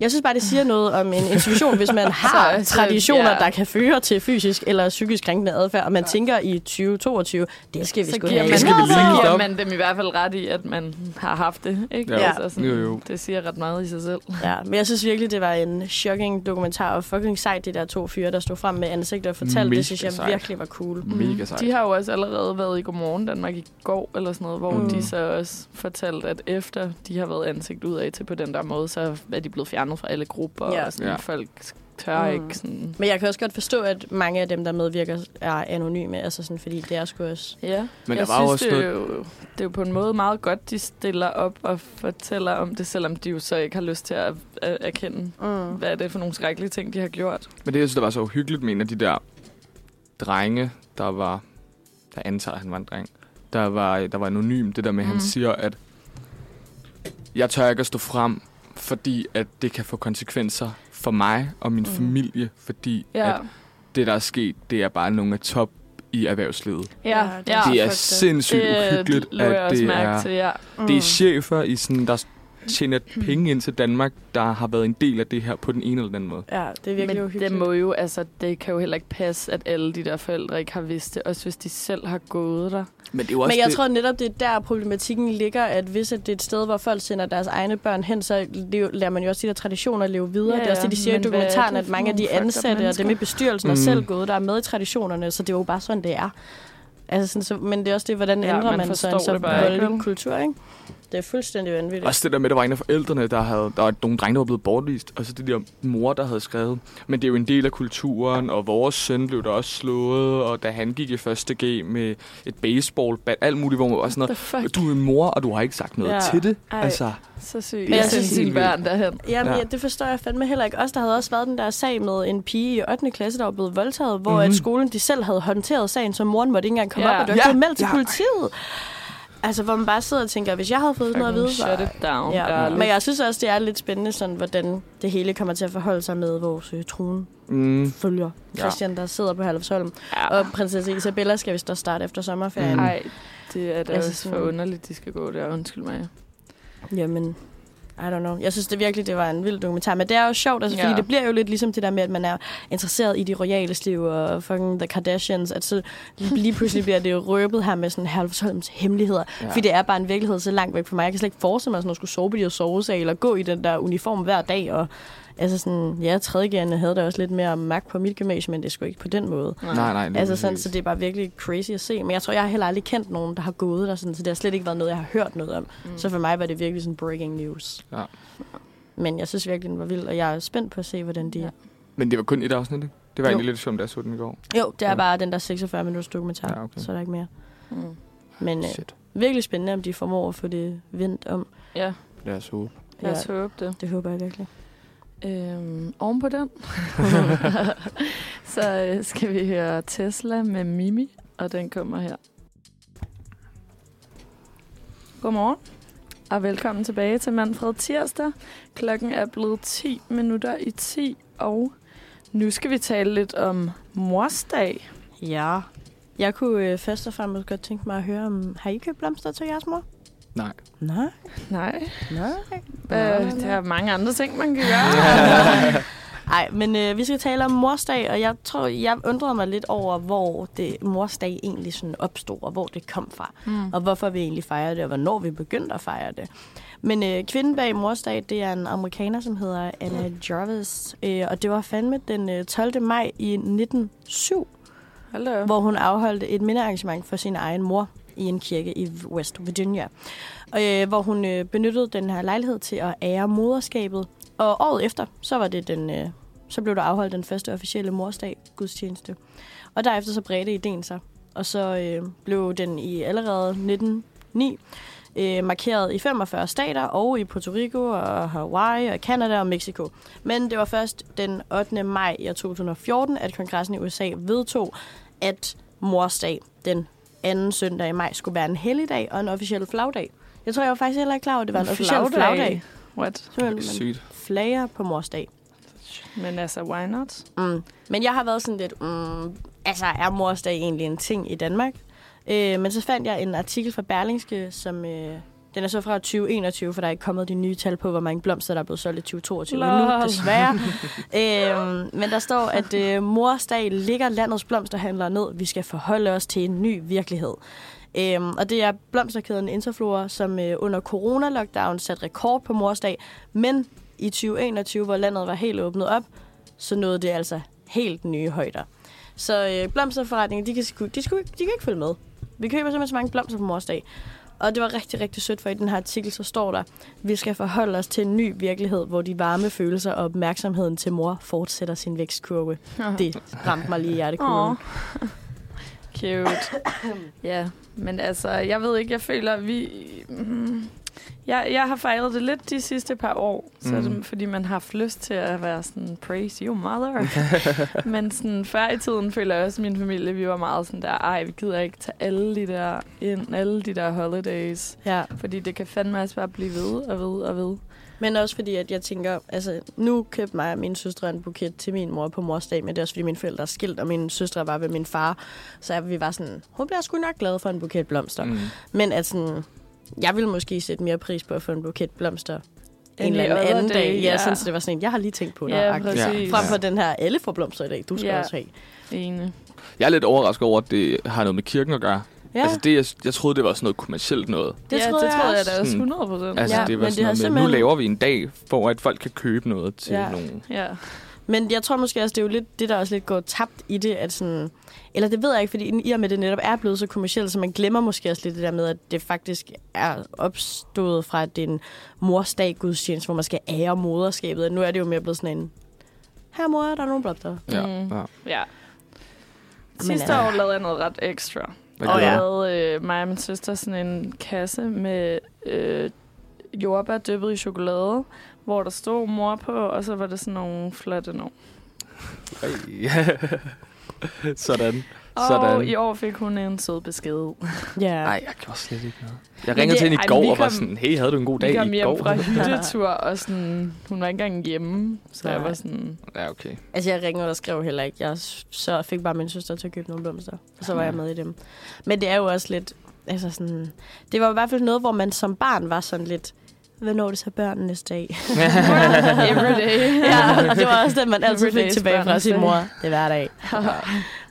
[SPEAKER 1] Jeg synes bare, det siger noget om en institution, hvis
[SPEAKER 3] [LAUGHS]
[SPEAKER 1] man har
[SPEAKER 3] Så- så-
[SPEAKER 1] traditioner,
[SPEAKER 3] ja.
[SPEAKER 1] der kan føre til fysisk eller psykisk krænkende adfærd, og man tænker i 2022, det skal vi
[SPEAKER 3] Så
[SPEAKER 1] sgu
[SPEAKER 3] giver,
[SPEAKER 1] have.
[SPEAKER 3] man,
[SPEAKER 2] Det skal vi lige
[SPEAKER 3] så giver
[SPEAKER 2] stoppe.
[SPEAKER 3] man dem i hvert fald ret i, at man har haft det. Ikke? Altså
[SPEAKER 2] Ja.
[SPEAKER 3] sådan,
[SPEAKER 2] Jo, jo.
[SPEAKER 3] Det siger ret meget i sig selv.
[SPEAKER 1] Ja, men jeg synes virkelig, det var en shocking dokumentar, og fucking sejt, de der to fyre, der stod frem med ansigter og fortalte.
[SPEAKER 2] Mega
[SPEAKER 1] Det synes jeg
[SPEAKER 2] sejt.
[SPEAKER 1] virkelig var cool.
[SPEAKER 2] Mm. Mega sejt.
[SPEAKER 3] De har jo også allerede været i Godmorgen Danmark i går, eller sådan noget, hvor
[SPEAKER 1] Mm.
[SPEAKER 3] mm. de så også fortalte, at efter de har været ansigt ud af til på den der måde, så er de blevet fjernet fra alle grupper,
[SPEAKER 1] Ja.
[SPEAKER 3] ja. og sådan,
[SPEAKER 2] Ja.
[SPEAKER 3] ja. folk tør
[SPEAKER 1] Mm.
[SPEAKER 3] mm. ikke sådan...
[SPEAKER 1] Men jeg kan også godt forstå, at mange af dem, der medvirker, er anonyme, altså sådan, fordi det er sgu også...
[SPEAKER 3] Ja,
[SPEAKER 2] Men
[SPEAKER 3] jeg
[SPEAKER 2] der var jo
[SPEAKER 3] synes,
[SPEAKER 2] også
[SPEAKER 3] det, er jo, det er jo på en måde meget godt, de stiller op og fortæller om det, selvom de jo så ikke har lyst til at, at erkende,
[SPEAKER 1] Mm.
[SPEAKER 3] hvad er det for nogle skrækkelige ting, de har gjort.
[SPEAKER 2] Men det, jeg synes, der var så uhyggeligt med en af de der drenge, der var... Der antager, han var en dreng. Der var, der var anonym, det der med, mm. han
[SPEAKER 3] Mm.
[SPEAKER 2] siger, at jeg tør ikke at stå frem, fordi at det kan få konsekvenser for mig og min mm.
[SPEAKER 1] Mm.
[SPEAKER 2] familie, fordi ja.
[SPEAKER 3] Mhm. Ja,
[SPEAKER 2] at det, der er sket, det er bare nogle af top i erhvervslivet.
[SPEAKER 1] Ja,
[SPEAKER 3] ja,
[SPEAKER 1] det er
[SPEAKER 3] ja.
[SPEAKER 2] Ja, det er
[SPEAKER 1] fucked up.
[SPEAKER 2] sindssygt det, uhyggeligt,
[SPEAKER 3] det lå jeg
[SPEAKER 2] at
[SPEAKER 3] også
[SPEAKER 2] det
[SPEAKER 3] mærke
[SPEAKER 2] er...
[SPEAKER 3] til, ja.
[SPEAKER 1] Mm.
[SPEAKER 2] Det er chefer, i sådan, der tjener
[SPEAKER 3] [CLEARS THROAT]
[SPEAKER 2] penge ind til Danmark, der har været en del af det her på den ene eller den anden måde.
[SPEAKER 1] Ja, det er virkelig
[SPEAKER 3] Men
[SPEAKER 1] uhyggeligt.
[SPEAKER 3] det må jo, altså, det kan jo heller ikke passe, at alle de der forældre ikke har vidst det, også hvis de selv har gået der.
[SPEAKER 2] Men det er jo
[SPEAKER 1] Men jeg tror netop, det er der problematikken ligger, at hvis at det er et sted, hvor folk sender deres egne børn hen, så leve- lader man jo også de der traditioner leve videre.
[SPEAKER 3] Ja,
[SPEAKER 1] det er også det, de
[SPEAKER 3] ja,
[SPEAKER 1] siger i
[SPEAKER 3] men hvad er
[SPEAKER 1] dokumentaren,
[SPEAKER 3] det
[SPEAKER 1] at
[SPEAKER 3] for
[SPEAKER 1] mange af de
[SPEAKER 3] nogle fucked up
[SPEAKER 1] ansatte og dem i
[SPEAKER 3] mennesker?
[SPEAKER 1] bestyrelsen mm. er
[SPEAKER 2] Mm.
[SPEAKER 1] selv gået, der er med i traditionerne, så det er jo bare sådan, det er. Altså sådan, så, men det er også det, hvordan
[SPEAKER 3] Ja,
[SPEAKER 1] ændrer
[SPEAKER 3] man
[SPEAKER 1] man, så en
[SPEAKER 3] forstår
[SPEAKER 1] så
[SPEAKER 3] det bare ikke,
[SPEAKER 1] voldelig
[SPEAKER 3] vel?
[SPEAKER 1] kultur, ikke? Det er fuldstændig vanvittigt.
[SPEAKER 2] Også det der med, at der var en af forældrene, der havde... Der var nogle drenge, der var blevet bortvist, og så det der mor, der havde skrevet. Men det er jo en del af kulturen, og vores søn blev der også slået, og da han gik i første G med et baseballbat, alt muligt, hvor man var sådan
[SPEAKER 3] The fuck?
[SPEAKER 2] noget. Du er en mor, og du har ikke sagt noget
[SPEAKER 1] Ja.
[SPEAKER 2] ja. til det.
[SPEAKER 3] Ej.
[SPEAKER 2] Altså,
[SPEAKER 3] Så sygt.
[SPEAKER 2] Det
[SPEAKER 1] er
[SPEAKER 3] Jeg
[SPEAKER 1] helt
[SPEAKER 3] synes, sine
[SPEAKER 2] vildt.
[SPEAKER 3] børn derhen.
[SPEAKER 1] Jamen, ja.
[SPEAKER 2] Ja.
[SPEAKER 1] ja, det forstår jeg fandme heller ikke. Også der havde også været den der sag med en pige i 8. klasse, der var blevet voldtaget, hvor mm. at
[SPEAKER 2] Mhm.
[SPEAKER 1] skolen de selv havde håndteret sagen, så moren måtte ikke engang komme
[SPEAKER 3] Ja.
[SPEAKER 1] op, og det var
[SPEAKER 2] Ja.
[SPEAKER 1] ikke blevet meldt til
[SPEAKER 2] Ja.
[SPEAKER 1] politiet. Altså, hvor man bare sidder og tænker, hvis jeg havde fået noget at vide, så...
[SPEAKER 3] Shut it down.
[SPEAKER 1] Ja.
[SPEAKER 3] ærligt.
[SPEAKER 1] Men jeg synes også, det er lidt spændende, sådan, hvordan det hele kommer til at forholde sig med vores øh, trone
[SPEAKER 2] mm,
[SPEAKER 1] følger.
[SPEAKER 2] Ja.
[SPEAKER 1] Christian, der sidder på Halvsholm.
[SPEAKER 3] Ja.
[SPEAKER 1] Og prinsesse Isabella skal vist også starte efter sommerferien.
[SPEAKER 2] Mm.
[SPEAKER 1] Mm.
[SPEAKER 3] Ej, det er da
[SPEAKER 1] Altså
[SPEAKER 3] også for
[SPEAKER 1] sådan-
[SPEAKER 3] underligt, de skal gå der. Undskyld mig.
[SPEAKER 1] Jamen, I don't know. Jeg synes det virkelig, det var en vild dokumentar. Men det er jo sjovt, altså, fordi
[SPEAKER 3] Ja.
[SPEAKER 1] det bliver jo lidt ligesom det der med, at man er interesseret i de royales liv og fucking The Kardashians. At så lige pludselig bliver det jo røbet her med sådan Halvsholms hemmeligheder. Ja.
[SPEAKER 2] Ja.
[SPEAKER 1] Fordi det er bare en virkelighed så langt væk fra mig. Jeg kan slet ikke forestille mig sådan at skulle sove på de her sovesal eller gå i den der uniform hver dag. Og altså sådan, ja, tredjegærende havde da også lidt mere magt på mit gymnasium, men det skulle ikke på den måde.
[SPEAKER 2] nej, nej. lige
[SPEAKER 1] Altså sådan,
[SPEAKER 2] præcis.
[SPEAKER 1] så det er bare virkelig crazy at se. Men jeg tror, jeg har heller aldrig kendt nogen, der har gået der sådan, så det har slet ikke været noget, jeg har hørt noget om. Mm. Så for mig var det virkelig sådan breaking news.
[SPEAKER 2] Ja.
[SPEAKER 1] Men jeg synes virkelig, den var vild, og jeg er spændt på at se, hvordan de... Ja.
[SPEAKER 3] Ja.
[SPEAKER 2] Men det var kun et afsnit, ikke? Det var
[SPEAKER 1] Jo.
[SPEAKER 2] egentlig lidt sjovt, da jeg så den i går.
[SPEAKER 1] Jo, det er
[SPEAKER 2] Ja.
[SPEAKER 1] bare den der 46-minutters dokumentar, ja,
[SPEAKER 2] Ja,
[SPEAKER 1] okay.
[SPEAKER 2] okay.
[SPEAKER 1] så er der ikke mere.
[SPEAKER 3] Mm.
[SPEAKER 1] Men øh,
[SPEAKER 2] Shit.
[SPEAKER 1] virkelig spændende, om de formår at få det vendt om.
[SPEAKER 3] Ja,
[SPEAKER 2] Lad os håbe.
[SPEAKER 3] lad os håbe det.
[SPEAKER 1] det håber jeg virkelig.
[SPEAKER 3] Øhm, oven på
[SPEAKER 1] [LAUGHS]
[SPEAKER 3] den, så øh, skal vi høre Tesla med Mimi, og den kommer her. Godmorgen, og velkommen tilbage til Manfred Tirsdag. Klokken er blevet 10 minutter i 10, og nu skal vi tale lidt om morsdag.
[SPEAKER 1] Ja. Jeg kunne øh, først og fremmest godt tænke mig at høre, om har I købt blomster til jeres mor?
[SPEAKER 2] Nej.
[SPEAKER 1] Nej.
[SPEAKER 3] Nej,
[SPEAKER 1] Nej.
[SPEAKER 3] øh, der er mange andre ting, man kan gøre.
[SPEAKER 2] [LAUGHS]
[SPEAKER 1] Nej, men øh, vi skal tale om morsdag, og jeg tror, jeg undrede mig lidt over, hvor det morsdag egentlig sådan opstod, og hvor det kom fra,
[SPEAKER 3] [LAUGHS] Mm.
[SPEAKER 1] og hvorfor vi egentlig fejrer det, og hvornår vi begyndte at fejre det. Men øh, kvinden bag morsdag, det er en amerikaner, som hedder Anna Jarvis, øh, og det var fandme den øh, 12. maj i 1907,
[SPEAKER 3] Hold da op.
[SPEAKER 1] hvor hun afholdte et mindearrangement for sin egen mor i en kirke i West Virginia, og, øh, hvor hun øh, benyttede den her lejlighed til at ære moderskabet. Og året efter, så var det den, øh, så blev der afholdt den første officielle morsdag gudstjeneste. Og derefter så bredte ideen sig, og så øh, blev den i allerede 1909 øh, markeret i 45 stater, og i Puerto Rico, og Hawaii, og Canada og Mexico. Men det var først den 8. maj i år 2014, at kongressen i USA vedtog, at morsdag den anden søndag i maj skulle være en helligdag og en officiel flagdag. Jeg tror, jeg var faktisk heller ikke klar over, at det var en,
[SPEAKER 3] En
[SPEAKER 1] officiel flagdag.
[SPEAKER 3] flagdag?
[SPEAKER 1] flagdag.
[SPEAKER 3] What?
[SPEAKER 1] Så man
[SPEAKER 2] Sygt.
[SPEAKER 1] flager på mors dag.
[SPEAKER 3] Men altså, why
[SPEAKER 1] [LAUGHS]
[SPEAKER 3] not?
[SPEAKER 1] Mm. Men jeg har været sådan lidt, mm, altså er mors dag egentlig en ting i Danmark? Øh, men så fandt jeg en artikel fra Berlingske, som... Øh, den er så fra 2021, for der er ikke kommet de nye tal på, hvor mange blomster, der er blevet solgt i 2022 nu,
[SPEAKER 3] Lol.
[SPEAKER 1] desværre. øhm, men der står, at øh, mors dag ligger landets blomsterhandlere ned. Vi skal forholde os til en ny virkelighed. Øhm, og det er blomsterkæden Interflora, som øh, under corona-lockdown satte rekord på morsdag. Men i 2021, hvor landet var helt åbnet op, så nåede det altså helt nye højder. Så øh, blomsterforretningen, de kan, sgu- de, sgu, ikke- de kan ikke følge med. Vi køber simpelthen så mange blomster på morsdag. Og det var rigtig, rigtig sødt, for i den her artikel, så står der, vi skal forholde os til en ny virkelighed, hvor de varme følelser og opmærksomheden til mor fortsætter sin vækstkurve. Det ramte mig lige i hjertekuglen.
[SPEAKER 3] Åh. [LAUGHS]
[SPEAKER 1] [COUGHS]
[SPEAKER 3] Cute. ja, men altså, jeg ved ikke, jeg føler, vi... Mm, jeg, jeg har fejret det lidt de sidste par år, så
[SPEAKER 2] Mm.
[SPEAKER 3] det, fordi man har haft lyst til at være sådan, praise your mother. men sådan, før i tiden føler jeg også, at min familie, vi var meget sådan der, ej, vi gider ikke tage alle de der ind, alle de der holidays.
[SPEAKER 1] Ja.
[SPEAKER 3] Fordi det kan fandme også bare blive ved og ved og ved.
[SPEAKER 1] Men også fordi, at jeg tænker, altså nu købte mig og min søstre en buket til min mor på mors dag, men det er også fordi, mine forældre er skilt, og min søstre var ved min far. Så vi var sådan, hun bliver sgu nok glad for en buket blomster. Mm.
[SPEAKER 2] Mm.
[SPEAKER 1] Men at sådan, jeg ville måske sætte mere pris på at få en buket blomster en
[SPEAKER 3] End i
[SPEAKER 1] eller anden,
[SPEAKER 3] other
[SPEAKER 1] anden dag.
[SPEAKER 3] day,
[SPEAKER 1] Ja,
[SPEAKER 3] ja.
[SPEAKER 1] sådan, så det var sådan en, jeg har lige tænkt på dig.
[SPEAKER 3] Ja,
[SPEAKER 1] agtigt.
[SPEAKER 3] præcis.
[SPEAKER 1] Frem for den her, alle får blomster i dag, du skal
[SPEAKER 3] Ja.
[SPEAKER 1] også have.
[SPEAKER 3] Enig.
[SPEAKER 2] Jeg er lidt overrasket over, at det har noget med kirken at gøre.
[SPEAKER 1] Ja,
[SPEAKER 2] Altså, det, jeg, jeg troede, det var sådan noget kommercielt noget.
[SPEAKER 1] det
[SPEAKER 3] ja,
[SPEAKER 1] troede
[SPEAKER 3] det
[SPEAKER 1] jeg
[SPEAKER 3] troede jeg
[SPEAKER 1] også.
[SPEAKER 3] da også
[SPEAKER 2] Sådan.
[SPEAKER 3] 100 procent.
[SPEAKER 2] Altså,
[SPEAKER 1] Ja,
[SPEAKER 2] det var
[SPEAKER 1] men det
[SPEAKER 2] sådan
[SPEAKER 1] har
[SPEAKER 2] noget med,
[SPEAKER 1] simpelthen-
[SPEAKER 2] nu laver vi en dag, for at folk kan købe noget til
[SPEAKER 1] Ja.
[SPEAKER 2] ja. nogen.
[SPEAKER 3] Ja.
[SPEAKER 1] Men jeg tror måske også, det er jo lidt det, der også lidt går tabt i det, at sådan... Eller det ved jeg ikke, fordi i og med det netop er blevet så kommercielt, så man glemmer måske også lidt det der med, at det faktisk er opstået fra, at det er en morsdag gudstjeneste, hvor man skal ære moderskabet. Og nu er det jo mere blevet sådan en... Her mor, der er nogle blomster.
[SPEAKER 2] Ja.
[SPEAKER 3] Mm.
[SPEAKER 2] ja.
[SPEAKER 3] ja.
[SPEAKER 1] Men,
[SPEAKER 3] Sidste
[SPEAKER 1] øh,
[SPEAKER 3] år lavede jeg noget ret ekstra.
[SPEAKER 2] Hvad
[SPEAKER 1] Åh,
[SPEAKER 3] Og
[SPEAKER 2] gør
[SPEAKER 3] jeg
[SPEAKER 2] jeg?
[SPEAKER 3] havde øh, mig og min søster sådan en kasse med øh, jordbær dyppet i chokolade, hvor der stod mor på, og så var det sådan nogle flotte nogle.
[SPEAKER 2] Ja. [LAUGHS] sådan.
[SPEAKER 3] Og
[SPEAKER 2] Sådan.
[SPEAKER 3] i år fik hun en sød besked.
[SPEAKER 1] Ja.
[SPEAKER 2] Nej, jeg gjorde slet ikke noget. Jeg
[SPEAKER 3] Men
[SPEAKER 2] ringede
[SPEAKER 3] det-
[SPEAKER 2] til hende
[SPEAKER 3] ej,
[SPEAKER 2] i
[SPEAKER 3] men
[SPEAKER 2] går
[SPEAKER 3] vi
[SPEAKER 2] og var
[SPEAKER 3] kom-
[SPEAKER 2] sådan, hey, havde du en god dag
[SPEAKER 3] Vi
[SPEAKER 2] i går?
[SPEAKER 3] kom hjem
[SPEAKER 2] [LAUGHS]
[SPEAKER 3] fra hyttetur, og sådan, hun var ikke engang hjemme, så jeg var
[SPEAKER 1] [LAUGHS]
[SPEAKER 3] sådan...
[SPEAKER 2] Ja,
[SPEAKER 3] [LAUGHS]
[SPEAKER 2] okay.
[SPEAKER 1] Altså, jeg ringede og skrev heller ikke. Jeg s- så fik bare min søster til at købe nogle blomster, og så var jeg med i dem. Men det er jo også lidt... Altså sådan, det var i hvert fald noget, hvor man som barn var sådan lidt... Hvornår er det så børn næste dag?
[SPEAKER 3] Everyday.
[SPEAKER 1] [LAUGHS] ja, det var også den, man altid fik
[SPEAKER 3] Everydays
[SPEAKER 1] tilbage fra
[SPEAKER 3] børn,
[SPEAKER 1] sin
[SPEAKER 3] så-
[SPEAKER 1] mor. Det er hver dag.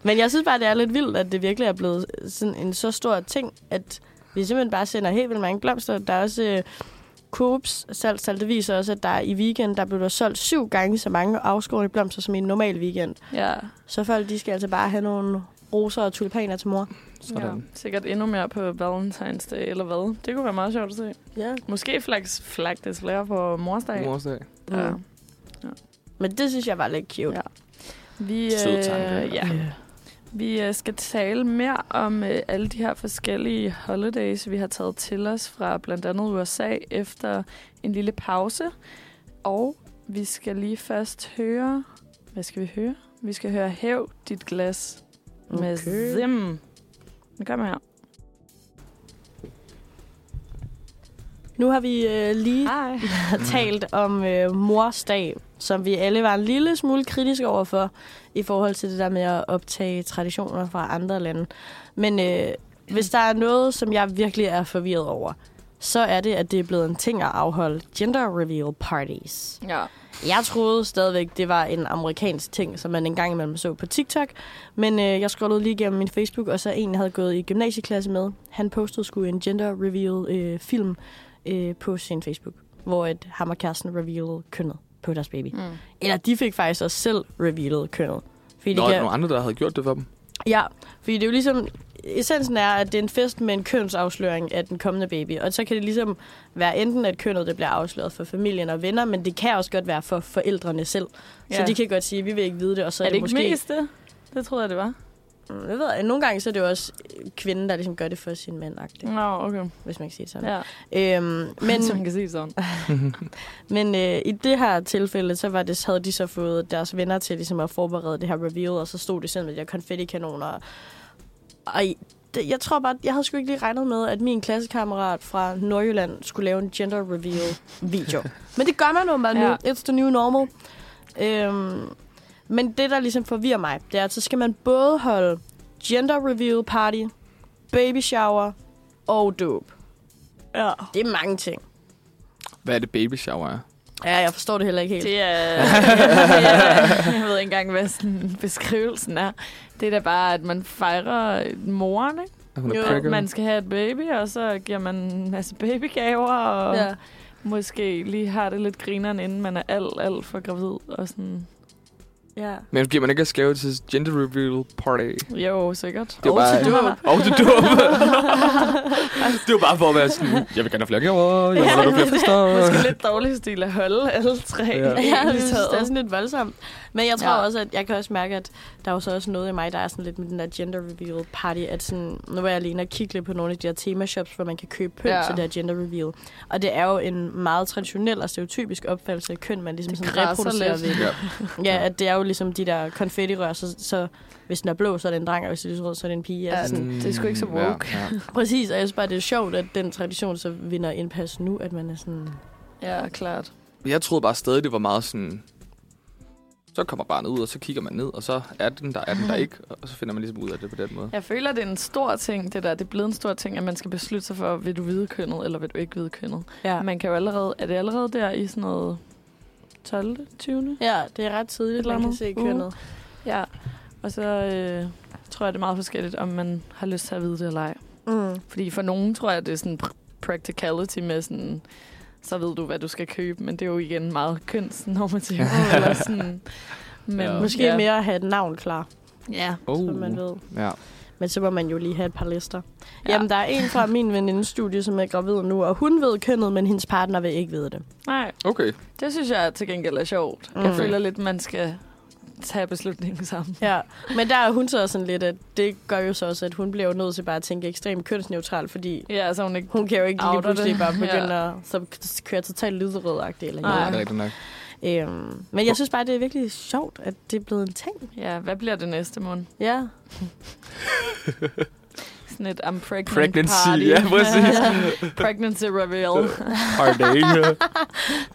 [SPEAKER 1] Men jeg synes bare, det er lidt vildt, at det virkelig er blevet sådan en så stor ting, at vi simpelthen bare sender helt vildt mange blomster. Der er også øh, Coops salgstal, det viser også, at der i weekend, der blev der solgt syv gange så mange afskårne blomster som i en normal weekend.
[SPEAKER 3] ja.
[SPEAKER 1] Så folk, de skal altså bare have nogle roser og tulipaner til mor.
[SPEAKER 2] Sådan.
[SPEAKER 3] Ja, sikkert endnu mere på Valentine's Day, eller hvad? Det kunne være meget sjovt at se.
[SPEAKER 1] Ja.
[SPEAKER 3] Måske flaks, flagtes flere på morsdag.
[SPEAKER 2] Morsdag.
[SPEAKER 3] Ja.
[SPEAKER 1] Mm. Men det synes jeg var lidt cute.
[SPEAKER 3] Ja. Vi,
[SPEAKER 2] Sød tanke.
[SPEAKER 3] øh, ja. vi øh, skal tale mere om øh, alle de her forskellige holidays, vi har taget til os fra blandt andet USA efter en lille pause. Og vi skal lige først høre... Hvad skal vi høre? Vi skal høre Hæv dit glas okay. med
[SPEAKER 1] Okay.
[SPEAKER 3] Zim. Det kommer her.
[SPEAKER 1] Nu har vi øh, lige [LAUGHS]
[SPEAKER 3] Hej.
[SPEAKER 1] har talt om øh, mors dag, som vi alle var en lille smule kritiske overfor i forhold til det der med at optage traditioner fra andre lande. Men øh, hvis der er noget, som jeg virkelig er forvirret over, så er det, at det er blevet en ting at afholde gender reveal parties.
[SPEAKER 3] Ja.
[SPEAKER 1] Jeg troede stadigvæk, det var en amerikansk ting, som man engang imellem så på TikTok. Men øh, jeg scrollede lige igennem min Facebook, og så en, jeg havde gået i gymnasieklasse med. Han postede sgu en gender reveal øh, film øh, på sin Facebook, hvor et ham og kæresten revealede kønnet på deres baby.
[SPEAKER 3] Mm.
[SPEAKER 1] Eller de fik faktisk også selv revealet kønnet. Fordi
[SPEAKER 2] Nå,
[SPEAKER 1] de
[SPEAKER 2] er
[SPEAKER 1] kan,
[SPEAKER 2] der nogle andre, der havde gjort det for dem?
[SPEAKER 1] Ja, fordi det er jo ligesom... Essensen er, at det er en fest med en kønsafsløring af den kommende baby. Og så kan det ligesom være enten, at kønnet det bliver afsløret for familien og venner, men det kan også godt være for forældrene selv. Ja. Så
[SPEAKER 3] Ja.
[SPEAKER 1] de kan godt sige, at vi vil ikke vide det, og så
[SPEAKER 3] Så
[SPEAKER 1] er,
[SPEAKER 3] er det ikke
[SPEAKER 1] måske...
[SPEAKER 3] måske... mest det? Det troede jeg, det var.
[SPEAKER 1] Mm, Jeg ved, at nogle gange så er det jo også øh, kvinden, der ligesom gør det for sin mand,
[SPEAKER 3] Nå, okay.
[SPEAKER 1] hvis man kan sige det sådan.
[SPEAKER 3] Mm. Ja.
[SPEAKER 1] Ja. Øhm, men
[SPEAKER 3] [LAUGHS] Men... Så man kan sige sådan.
[SPEAKER 1] men øh, i det her tilfælde, så var det, havde de så fået deres venner til ligesom, at forberede det her reveal, og så stod det selv med de her konfettikanoner. Og i- det, jeg tror bare, jeg havde sgu ikke lige regnet med, at min klassekammerat fra Nordjylland skulle lave en gender reveal video. [LAUGHS] Men det gør man jo bare
[SPEAKER 3] Ja.
[SPEAKER 1] nu. It's the new normal. Øhm, men det, der ligesom forvirrer mig, det er, at så skal man både holde gender reveal party, baby shower og dåb.
[SPEAKER 3] Ja.
[SPEAKER 1] Det er mange ting.
[SPEAKER 2] Hvad er det baby shower er?
[SPEAKER 1] Ja, jeg forstår det heller ikke helt.
[SPEAKER 3] Det er,
[SPEAKER 2] [LAUGHS]
[SPEAKER 3] [LAUGHS] det er... Jeg ved ikke engang, hvad sådan beskrivelsen er. Det er da bare, at man fejrer moren, ikke?
[SPEAKER 2] Er hun
[SPEAKER 1] Jo,
[SPEAKER 2] er
[SPEAKER 3] Man
[SPEAKER 2] man...
[SPEAKER 3] skal have et baby, og så giver man en masse babygaver, og
[SPEAKER 1] Ja.
[SPEAKER 3] ja. måske lige har det lidt grineren, inden man er alt, alt for gravid. Og sådan.
[SPEAKER 1] ja.
[SPEAKER 2] Men giver man ikke at skæve til gender reveal party?
[SPEAKER 3] Jo, sikkert.
[SPEAKER 2] Det var bare...
[SPEAKER 1] til dåb.
[SPEAKER 2] Og til dåb. [LAUGHS]
[SPEAKER 3] [LAUGHS]
[SPEAKER 2] det var bare for at være sådan, jeg vil gerne have flere gaver, jeg vil gerne have flere fester.
[SPEAKER 3] Måske lidt dårlig stil at holde alle tre.
[SPEAKER 2] Ja.
[SPEAKER 3] [LAUGHS] i
[SPEAKER 1] Ja,
[SPEAKER 3] hele
[SPEAKER 1] det, det er
[SPEAKER 3] taget.
[SPEAKER 1] sådan lidt voldsomt. Men jeg tror
[SPEAKER 3] Ja.
[SPEAKER 1] ja. også, at jeg kan også mærke, at der er jo så også noget i mig, der er sådan lidt med den der gender reveal party, at sådan, nu var jeg alene og kigge lidt på nogle af de der temashops, hvor man kan købe pøl
[SPEAKER 3] Ja.
[SPEAKER 1] ja. til det der gender reveal. Og det er jo en meget traditionel og stereotypisk opfattelse af køn, man ligesom
[SPEAKER 3] Det
[SPEAKER 1] sådan
[SPEAKER 3] krasser
[SPEAKER 1] reproducerer
[SPEAKER 3] lidt.
[SPEAKER 1] ved.
[SPEAKER 2] Ja.
[SPEAKER 1] Ja, at det er jo ligesom de der konfettirør, så, så hvis den er blå, så er det en dreng, og hvis den er lyserød, så er det en pige. Ja.
[SPEAKER 3] Ja.
[SPEAKER 1] Altså sådan,
[SPEAKER 3] det er sgu ikke så
[SPEAKER 2] Mm, ja,
[SPEAKER 3] woke.
[SPEAKER 2] ja.
[SPEAKER 1] præcis, og jeg synes bare, det er sjovt, at den tradition så vinder indpas nu, at man er sådan...
[SPEAKER 3] Ja, klart.
[SPEAKER 2] Men Jeg troede bare stadig, det var meget sådan... Så kommer barnet ud, og så kigger man ned, og så er den der, er den der ikke. Og så finder man ligesom ud af det på den måde.
[SPEAKER 3] Jeg føler, det er en stor ting, det der. Det er blevet en stor ting, at man skal beslutte sig for, vil du vide kønnet, eller vil du ikke vide kønnet.
[SPEAKER 1] Ja.
[SPEAKER 3] Ja. Man kan jo allerede, er det allerede der i sådan noget 12. 20.
[SPEAKER 1] Ja, det er ret tidligt,
[SPEAKER 3] eller
[SPEAKER 1] man kan
[SPEAKER 3] andet.
[SPEAKER 1] se
[SPEAKER 3] Uh.
[SPEAKER 1] kønnet.
[SPEAKER 3] Ja. Og så øh, tror jeg, det er meget forskelligt, om man har lyst til at vide det eller ej.
[SPEAKER 1] Mm.
[SPEAKER 3] Fordi for nogen tror jeg, det er sådan pr- practicality med sådan, så ved du, hvad du skal købe, men det er jo igen meget kønsnormativt. [LAUGHS] eller sådan. Men,
[SPEAKER 2] Ja.
[SPEAKER 1] Måske ja. mere at have et navn klar,
[SPEAKER 3] Ja.
[SPEAKER 2] Oh.
[SPEAKER 1] som man ved.
[SPEAKER 2] Ja.
[SPEAKER 1] Men så må man jo lige have et par lister.
[SPEAKER 3] Ja.
[SPEAKER 1] Ja. Jamen, der er en fra min venindes studie, som er gravid nu, og hun ved kønnet, men hendes partner vil ikke vide det.
[SPEAKER 3] Nej,
[SPEAKER 2] Okay.
[SPEAKER 3] det synes jeg til gengæld er sjovt. Mm. Jeg
[SPEAKER 1] Mm.
[SPEAKER 3] føler lidt, man skal tage beslutningen sammen.
[SPEAKER 1] Ja. Men der er hun så også sådan lidt, at det gør jo så også, at hun bliver jo nødt til bare at tænke ekstremt kønsneutral, fordi
[SPEAKER 3] Ja, så hun ikke...
[SPEAKER 1] hun kan jo ikke
[SPEAKER 3] Outer
[SPEAKER 1] lige
[SPEAKER 3] det.
[SPEAKER 1] pludselig bare begynde
[SPEAKER 3] Ja.
[SPEAKER 1] ja. at så køre totalt lyserødagtigt eller
[SPEAKER 2] Nej. Det er
[SPEAKER 1] noget.
[SPEAKER 2] rigtigt nok.
[SPEAKER 1] Øhm, men jeg synes bare, det er virkelig sjovt, at det er blevet en ting.
[SPEAKER 3] Ja, hvad bliver det næste måned?
[SPEAKER 1] Ja.
[SPEAKER 3] Sådan et I'm pregnant
[SPEAKER 2] Pregnancy,
[SPEAKER 3] party.
[SPEAKER 2] ja, præcis.
[SPEAKER 3] [LAUGHS] pregnancy reveal.
[SPEAKER 2] Party.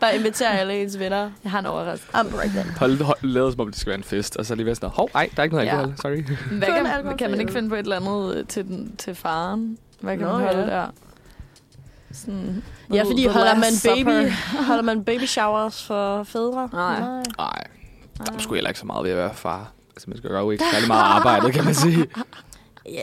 [SPEAKER 1] Bare invitere alle ens venner.
[SPEAKER 3] Jeg har en overraskelse.
[SPEAKER 1] I'm pregnant.
[SPEAKER 2] Hold, hold, lavet som om det skal være en fest, og så lige være sådan, hov, ej, der er ikke noget
[SPEAKER 3] Ja.
[SPEAKER 2] alkohol, sorry.
[SPEAKER 3] Hvad
[SPEAKER 1] Kun
[SPEAKER 3] kan,
[SPEAKER 1] alkoholfri
[SPEAKER 3] kan man ikke
[SPEAKER 1] øl.
[SPEAKER 3] finde på et eller andet øh, til, den, til faren? Hvad kan
[SPEAKER 1] Nå,
[SPEAKER 3] man holde
[SPEAKER 1] ja.
[SPEAKER 3] der? Sådan,
[SPEAKER 1] Ja,
[SPEAKER 3] the-
[SPEAKER 1] fordi
[SPEAKER 3] the
[SPEAKER 1] holder man,
[SPEAKER 3] last
[SPEAKER 1] baby,
[SPEAKER 3] supper.
[SPEAKER 1] [LAUGHS] holder man baby showers for fædre?
[SPEAKER 3] Nej.
[SPEAKER 2] Nej, der er
[SPEAKER 3] Ah.
[SPEAKER 2] sgu heller ikke så meget ved at være far. Altså, man skal jo ikke særlig
[SPEAKER 3] [LAUGHS]
[SPEAKER 2] meget arbejde, kan man sige.
[SPEAKER 1] Ja,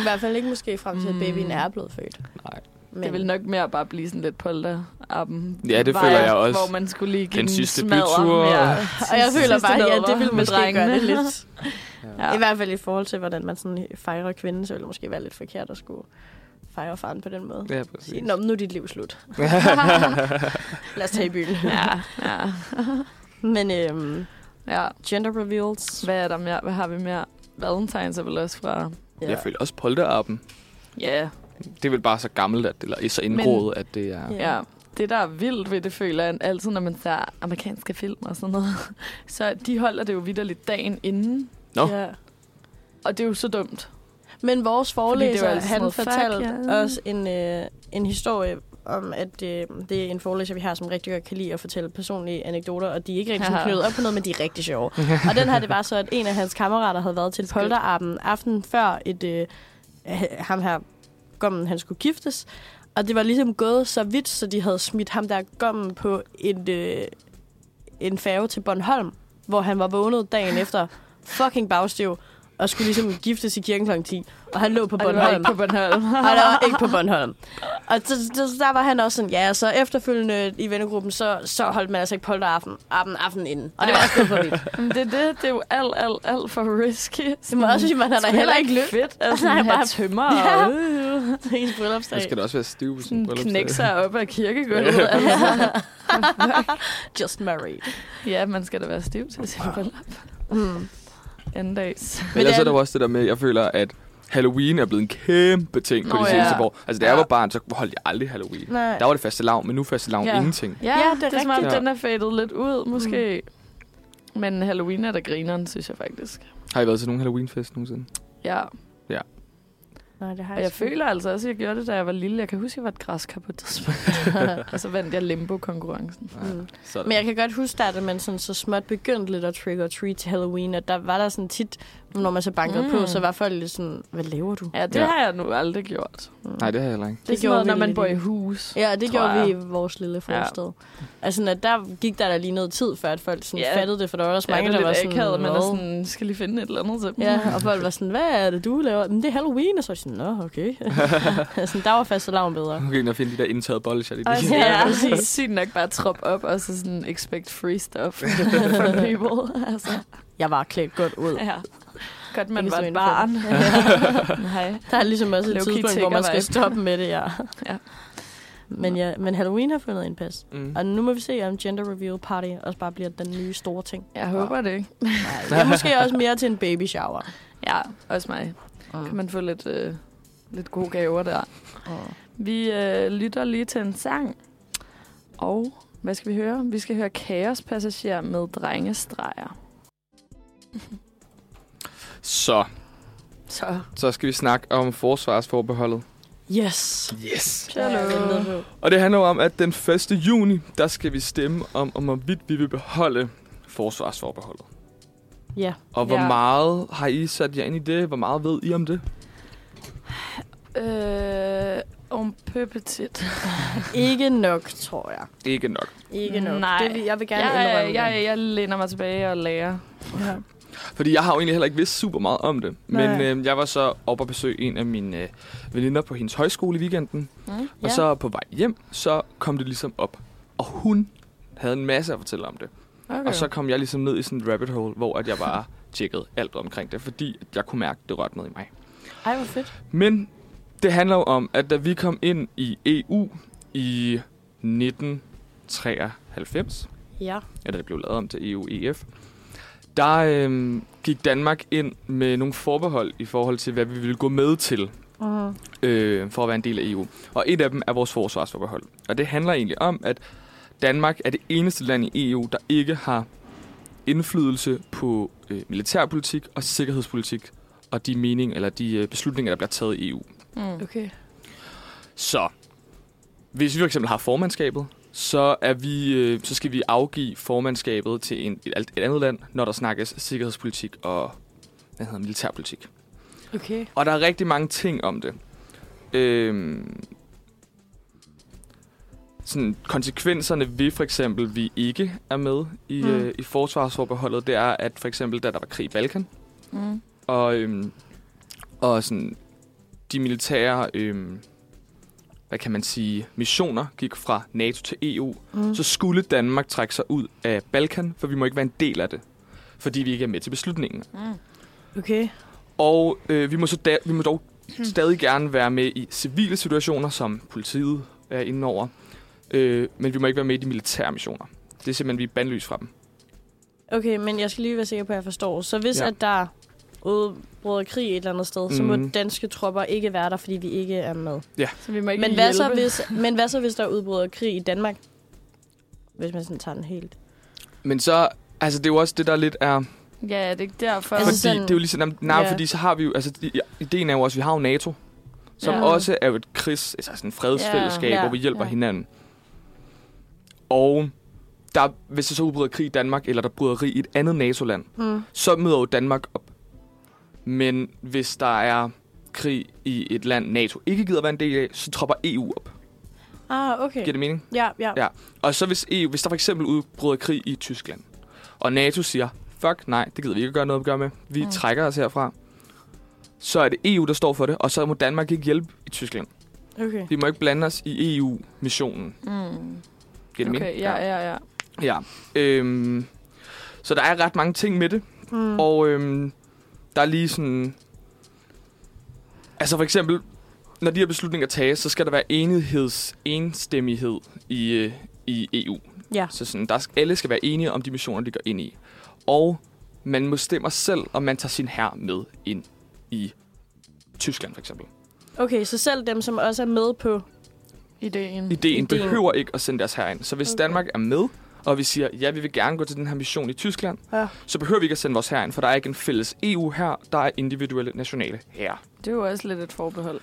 [SPEAKER 1] i hvert fald ikke måske frem til, at
[SPEAKER 3] Mm.
[SPEAKER 1] babyen er blevet født.
[SPEAKER 2] Nej.
[SPEAKER 1] Men
[SPEAKER 3] Det vil nok mere bare blive sådan lidt polterappen.
[SPEAKER 2] Ja, det føler jeg også.
[SPEAKER 3] Hvor man skulle lige give
[SPEAKER 2] Den
[SPEAKER 3] den
[SPEAKER 2] sidste
[SPEAKER 3] smadre.
[SPEAKER 2] bytur.
[SPEAKER 3] Ja,
[SPEAKER 1] og jeg føler
[SPEAKER 3] sidste
[SPEAKER 1] bare,
[SPEAKER 3] noget,
[SPEAKER 1] ja, det
[SPEAKER 3] hva'?
[SPEAKER 1] vil
[SPEAKER 3] Med
[SPEAKER 1] måske drengene. gøre det lidt.
[SPEAKER 3] Ja.
[SPEAKER 1] I hvert fald i forhold til, hvordan man sådan fejrer kvinden, så ville det måske være lidt forkert at skulle fejre faren på den måde.
[SPEAKER 2] Ja,
[SPEAKER 1] Sige,
[SPEAKER 2] præcis.
[SPEAKER 1] Nå, men nu er dit liv slut. Lad os tage i byen.
[SPEAKER 3] [LAUGHS] ja, ja,
[SPEAKER 1] [LAUGHS] Men øhm,
[SPEAKER 3] ja.
[SPEAKER 1] gender reveals.
[SPEAKER 3] Hvad er der mere? Hvad har vi mere? Valentines er vel også fra...
[SPEAKER 2] Jeg føler også polterappen.
[SPEAKER 3] Ja,
[SPEAKER 2] Det er vel bare så gammelt, at, eller så indgroet, at det er...
[SPEAKER 1] Ja.
[SPEAKER 3] Ja, det der er vildt ved det, føler jeg altid, når man ser amerikanske film og sådan noget. [LAUGHS] Så de holder det jo vidderligt dagen inden,
[SPEAKER 2] Nå.
[SPEAKER 1] Ja.
[SPEAKER 3] og det er jo så dumt.
[SPEAKER 1] Men vores
[SPEAKER 3] Fordi det
[SPEAKER 1] forelæser,
[SPEAKER 3] var altid sådan
[SPEAKER 1] han
[SPEAKER 3] noget, fuck,
[SPEAKER 1] fortalte
[SPEAKER 3] ja.
[SPEAKER 1] yeah. os en, øh, en historie om, at øh, det er en forelæser, vi har, som rigtig godt kan lide at fortælle personlige anekdoter, og de er ikke rigtig
[SPEAKER 3] [LAUGHS]
[SPEAKER 1] sådan
[SPEAKER 3] Haha.
[SPEAKER 1] knyttet op på noget, men de er rigtig sjove. og den her, det var så, at en af hans kammerater havde været til
[SPEAKER 3] Skønt.
[SPEAKER 1] polterappen aften før et, øh, h- ham her gommen, han skulle giftes. Og det var ligesom gået så vidt, så de havde smidt ham der gommen på et, øh, en færge til Bornholm, hvor han var
[SPEAKER 3] [LAUGHS]
[SPEAKER 1] vågnet dagen efter fucking bagstiv, og skulle ligesom giftes i kirken kl. 10. Og han lå på
[SPEAKER 3] Og det var
[SPEAKER 1] Bornholm.
[SPEAKER 3] ikke på Bornholm.
[SPEAKER 1] Og der var ikke på Bornholm. Og så, så, der var han også sådan, ja, så efterfølgende i vennegruppen, så, så holdt man altså ikke polteraften aften, aften inden. Og det var også lidt for
[SPEAKER 3] [LAUGHS] [LAUGHS]
[SPEAKER 1] vildt.
[SPEAKER 3] Men det, er det, det er jo alt, alt, alt for risky.
[SPEAKER 1] Det må også sige, man har da
[SPEAKER 3] Sgu
[SPEAKER 1] heller ikke lyst.
[SPEAKER 3] fedt. Altså,
[SPEAKER 1] [LAUGHS] Nej,
[SPEAKER 3] han bare
[SPEAKER 1] bare-
[SPEAKER 3] tømmer
[SPEAKER 1] Ja. [LAUGHS]
[SPEAKER 3] og øh,
[SPEAKER 1] til ens
[SPEAKER 2] Nu
[SPEAKER 1] bryllupsdag.
[SPEAKER 2] skal det også være stiv på sin
[SPEAKER 3] sådan
[SPEAKER 2] bryllupsdag.
[SPEAKER 3] knække sig op af
[SPEAKER 2] [LAUGHS]
[SPEAKER 3] kirkegulvet.
[SPEAKER 1] [LAUGHS]
[SPEAKER 3] altså.
[SPEAKER 1] Just married.
[SPEAKER 3] ja, man skal da være stiv til sin bryllup.
[SPEAKER 1] Mm.
[SPEAKER 3] Anden dags.
[SPEAKER 2] Men ellers
[SPEAKER 1] det
[SPEAKER 2] er
[SPEAKER 1] er-
[SPEAKER 2] der jo også det der med, jeg føler, at Halloween er blevet en kæmpe ting på
[SPEAKER 3] Nå,
[SPEAKER 2] de
[SPEAKER 3] ja.
[SPEAKER 2] seneste år. Altså, da jeg
[SPEAKER 3] Ja.
[SPEAKER 2] var barn, så holdt jeg aldrig Halloween.
[SPEAKER 1] Nej.
[SPEAKER 2] Der var det faste lav, men nu er faste lav
[SPEAKER 3] Ja.
[SPEAKER 2] ingenting.
[SPEAKER 3] Ja,
[SPEAKER 1] Ja,
[SPEAKER 3] det er, det er som om,
[SPEAKER 1] rigtigt.
[SPEAKER 2] Ja.
[SPEAKER 3] den er fadet lidt ud, måske. Mm. Men Halloween er da grineren, synes jeg faktisk.
[SPEAKER 2] Har I været til nogen Halloweenfest nogensinde?
[SPEAKER 3] Ja.
[SPEAKER 2] Ja.
[SPEAKER 1] Nej, det har
[SPEAKER 3] Og jeg føler altså også, at jeg gjorde det, da jeg var lille. Jeg kan huske, at jeg var et græskar på et
[SPEAKER 1] [LAUGHS]
[SPEAKER 3] tidspunkt. og så vandt jeg limbo-konkurrencen.
[SPEAKER 1] Mm.
[SPEAKER 2] Sådan.
[SPEAKER 1] Men jeg kan godt huske, der, at man sådan så småt begyndte lidt at trick or treat til Halloween, og der var der sådan tit, når man så bankede mm.
[SPEAKER 3] Mm.
[SPEAKER 1] på, så var folk lidt sådan, hvad laver du?
[SPEAKER 3] Ja, det
[SPEAKER 2] Ja.
[SPEAKER 3] ja. har jeg nu aldrig gjort. Mm.
[SPEAKER 2] Nej, det har jeg heller [LAUGHS] ikke.
[SPEAKER 3] Det, det er sådan
[SPEAKER 1] gjorde
[SPEAKER 3] noget,
[SPEAKER 1] vi
[SPEAKER 3] når man
[SPEAKER 1] lidt
[SPEAKER 3] bor i
[SPEAKER 1] i-
[SPEAKER 3] hus.
[SPEAKER 1] Ja,
[SPEAKER 3] tror
[SPEAKER 1] det gjorde
[SPEAKER 3] jeg.
[SPEAKER 1] vi i vores lille forstad. Ja. Altså, når der gik der da lige noget tid, før at folk sådan
[SPEAKER 3] Ja.
[SPEAKER 1] fattede det, for der var også
[SPEAKER 3] Ja,
[SPEAKER 1] mange,
[SPEAKER 3] det er
[SPEAKER 1] der var
[SPEAKER 3] lidt
[SPEAKER 1] sådan,
[SPEAKER 3] akavet, men er
[SPEAKER 1] "Hvad?"
[SPEAKER 3] sådan, skal lige finde et eller andet til dem. [LAUGHS]
[SPEAKER 1] Ja, og folk var sådan, hvad er det, du laver? Men det er Halloween, og så var de sådan, nå,
[SPEAKER 3] [LAUGHS]
[SPEAKER 1] okay. sådan, der var fast alarm bedre.
[SPEAKER 2] Nu kan jeg finde de der indtørrede bolsjer. Det
[SPEAKER 3] Og
[SPEAKER 2] er
[SPEAKER 3] så
[SPEAKER 2] lige.
[SPEAKER 3] ja,
[SPEAKER 1] Ja.
[SPEAKER 3] præcis. [LAUGHS] Sygt nok bare trop op, og så sådan expect free
[SPEAKER 1] [LAUGHS]
[SPEAKER 3] stuff [LAUGHS] from people. Altså,
[SPEAKER 1] Jeg var klædt godt ud.
[SPEAKER 3] ja. Godt, man
[SPEAKER 1] Ikke
[SPEAKER 3] var
[SPEAKER 1] så
[SPEAKER 3] et barn.
[SPEAKER 1] indfødt.
[SPEAKER 3] [LAUGHS] Nej.
[SPEAKER 1] Der er ligesom også et
[SPEAKER 3] Low-key
[SPEAKER 1] tidspunkt, hvor man skal
[SPEAKER 3] tigger-vibe.
[SPEAKER 1] stoppe med det,
[SPEAKER 3] [LAUGHS]
[SPEAKER 1] ja.
[SPEAKER 3] Ja.
[SPEAKER 1] Men, ja, men Halloween har fundet en pas.
[SPEAKER 2] Mm.
[SPEAKER 1] Og nu må vi se, om Gender Reveal Party også bare bliver den nye store ting.
[SPEAKER 3] Jeg håber det ikke.
[SPEAKER 1] Nej, det er måske også mere til en baby shower.
[SPEAKER 3] Ja, også mig. Kan man få lidt, øh, lidt gode gaver der. Vi øh, lytter lige til en sang. Og hvad skal vi høre? Vi skal høre Kaos Passager med drengestreger.
[SPEAKER 2] Så,
[SPEAKER 3] Så.
[SPEAKER 2] så skal vi snakke om forsvarsforbeholdet.
[SPEAKER 1] Yes.
[SPEAKER 2] Yes!
[SPEAKER 1] Det er
[SPEAKER 3] Øh,
[SPEAKER 1] jeg lidt med på.
[SPEAKER 2] Og det handler jo om, at den 1. juni, der skal vi stemme om, om hvorvidt vi vil beholde forsvarsforbeholdet.
[SPEAKER 1] Ja.
[SPEAKER 2] Og hvor
[SPEAKER 3] Ja.
[SPEAKER 2] meget har I sat jer ind i det? Hvor meget ved I om det?
[SPEAKER 3] Øh, om pøppetit.
[SPEAKER 1] Ikke nok, tror jeg.
[SPEAKER 2] Ikke nok.
[SPEAKER 1] Ikke nok.
[SPEAKER 3] Nej.
[SPEAKER 1] Det, vil- jeg vil gerne
[SPEAKER 3] Jeg, øh,
[SPEAKER 1] indrømme
[SPEAKER 3] jeg, jeg læner mig tilbage og lærer.
[SPEAKER 1] Ja.
[SPEAKER 2] Fordi jeg har jo egentlig heller ikke vidst super meget om det. Men
[SPEAKER 1] Nej.
[SPEAKER 2] øh, jeg var så oppe og besøge en af mine øh, veninder på hendes højskole i weekenden.
[SPEAKER 3] Mm.
[SPEAKER 2] Og
[SPEAKER 1] Ja.
[SPEAKER 2] så på vej hjem, så kom det ligesom op. Og hun havde en masse at fortælle om det.
[SPEAKER 3] Okay.
[SPEAKER 2] Og så kom jeg ligesom ned i sådan et rabbit hole, hvor at jeg bare tjekkede alt omkring det, fordi at jeg kunne mærke, at det rørte noget i mig.
[SPEAKER 3] Ej, hvor fedt.
[SPEAKER 2] Men det handler jo om, at da vi kom ind i EU i 1993,
[SPEAKER 1] Ja.
[SPEAKER 2] eller det blev lavet om til E EU-EF, der øhm, gik Danmark ind med nogle forbehold i forhold til, hvad vi ville gå med til
[SPEAKER 1] Uh-huh.
[SPEAKER 2] øh, for at være en del af EU. Og et af dem er vores forsvarsforbehold. Og det handler egentlig om, at Danmark er det eneste land i EU, der ikke har indflydelse på øh, militærpolitik og sikkerhedspolitik og de mening eller de øh, beslutninger, der bliver taget i EU.
[SPEAKER 3] Mm.
[SPEAKER 1] Okay.
[SPEAKER 2] Så hvis vi for eksempel har formandskabet, så, er vi, øh, så skal vi afgive formandskabet til en, et, alt- et andet land, når der snakkes sikkerhedspolitik og hvad hedder, militærpolitik.
[SPEAKER 1] Okay.
[SPEAKER 2] Og der er rigtig mange ting om det. Øhm, sådan konsekvenserne ved for eksempel, vi ikke er med i,
[SPEAKER 1] Mm.
[SPEAKER 2] mm. øh, i forsvarsforbeholdet, det er, at for eksempel, da der var krig i Balkan,
[SPEAKER 3] Mm.
[SPEAKER 2] og, øhm, og sådan, de militære, øhm, hvad kan man sige, missioner gik fra NATO til EU,
[SPEAKER 1] Mm.
[SPEAKER 2] så skulle Danmark trække sig ud af Balkan, for vi må ikke være en del af det, fordi vi ikke er med til beslutningen.
[SPEAKER 3] Mm.
[SPEAKER 1] Okay.
[SPEAKER 2] Og øh, vi, må så da, vi må dog stadig gerne være med i civile situationer, som politiet er inde over. Øh, men vi må ikke være med i de militære missioner. Det er simpelthen, vi er bandløs fra dem.
[SPEAKER 1] Okay, men jeg skal lige være sikker på, at jeg forstår. Så hvis ja.
[SPEAKER 2] Ja.
[SPEAKER 1] at der udbryder krig et eller andet sted, mm. så må
[SPEAKER 2] Mhm.
[SPEAKER 1] danske tropper ikke være der, fordi vi ikke er med.
[SPEAKER 3] Så vi må ikke
[SPEAKER 1] Men hvad, så,
[SPEAKER 3] hjælpe.
[SPEAKER 1] hvis, men hvad så, hvis der udbryder krig i Danmark? Hvis man sådan tager den helt.
[SPEAKER 2] Men så, altså det er jo også det, der lidt er...
[SPEAKER 3] Ja, det er ikke derfor.
[SPEAKER 2] Fordi
[SPEAKER 1] Altså
[SPEAKER 2] altså sådan,
[SPEAKER 1] sådan-
[SPEAKER 2] det er jo ligesom... Nej, nej
[SPEAKER 1] Ja.
[SPEAKER 2] fordi så har vi jo... Altså, de- ideen er jo også, at vi har jo NATO, som
[SPEAKER 3] Ja.
[SPEAKER 2] ja. også er jo et krigs... Altså sådan et fredsfællesskab,
[SPEAKER 1] Ja, ja,
[SPEAKER 2] hvor vi hjælper
[SPEAKER 1] ja.
[SPEAKER 2] ja. hinanden. Og der, hvis der så udbryder krig i Danmark, eller der bryder krig i et andet NATO-land,
[SPEAKER 1] Mm.
[SPEAKER 2] så møder jo Danmark op. Men hvis der er krig i et land, NATO ikke gider være en del af, så tropper EU op.
[SPEAKER 1] Ah, okay.
[SPEAKER 2] Giver det mening?
[SPEAKER 1] Ja, ja.
[SPEAKER 2] Ja. Og så hvis, EU, hvis der for eksempel udbryder krig i Tyskland, og NATO siger, fuck nej, det gider vi ikke at gøre noget at gøre med, vi
[SPEAKER 3] Mm.
[SPEAKER 2] mm. trækker os herfra, så er det EU, der står for det, og så må Danmark ikke hjælpe i Tyskland.
[SPEAKER 1] Okay.
[SPEAKER 2] Vi må ikke blande os i EU-missionen.
[SPEAKER 3] Mm.
[SPEAKER 2] Giver det
[SPEAKER 3] Okay,
[SPEAKER 2] mening?
[SPEAKER 3] ja, ja, ja.
[SPEAKER 2] ja. Øhm, så der er ret mange ting med det.
[SPEAKER 1] Mm.
[SPEAKER 2] Og øhm, der er lige sådan... Altså for eksempel, når de her beslutninger tages, så skal der være enigheds, enstemmighed i, øh, i EU.
[SPEAKER 1] Ja.
[SPEAKER 2] Så sådan, der skal, alle skal være enige om de missioner, de går ind i. Og man må stemme selv, om man tager sin her med ind i Tyskland for eksempel.
[SPEAKER 1] Mm. Okay, så selv dem, som også er med på...
[SPEAKER 3] Ideen.
[SPEAKER 2] Ideen
[SPEAKER 1] Ideen.
[SPEAKER 2] behøver ikke at sende deres her ind. Så hvis
[SPEAKER 1] Okay.
[SPEAKER 2] Danmark er med, og vi siger, ja, vi vil gerne gå til den her mission i Tyskland,
[SPEAKER 1] Ja.
[SPEAKER 2] så behøver vi ikke at sende vores her ind, for der er ikke en fælles EU her, der er individuelle nationale her.
[SPEAKER 3] Det er jo også lidt et forbehold.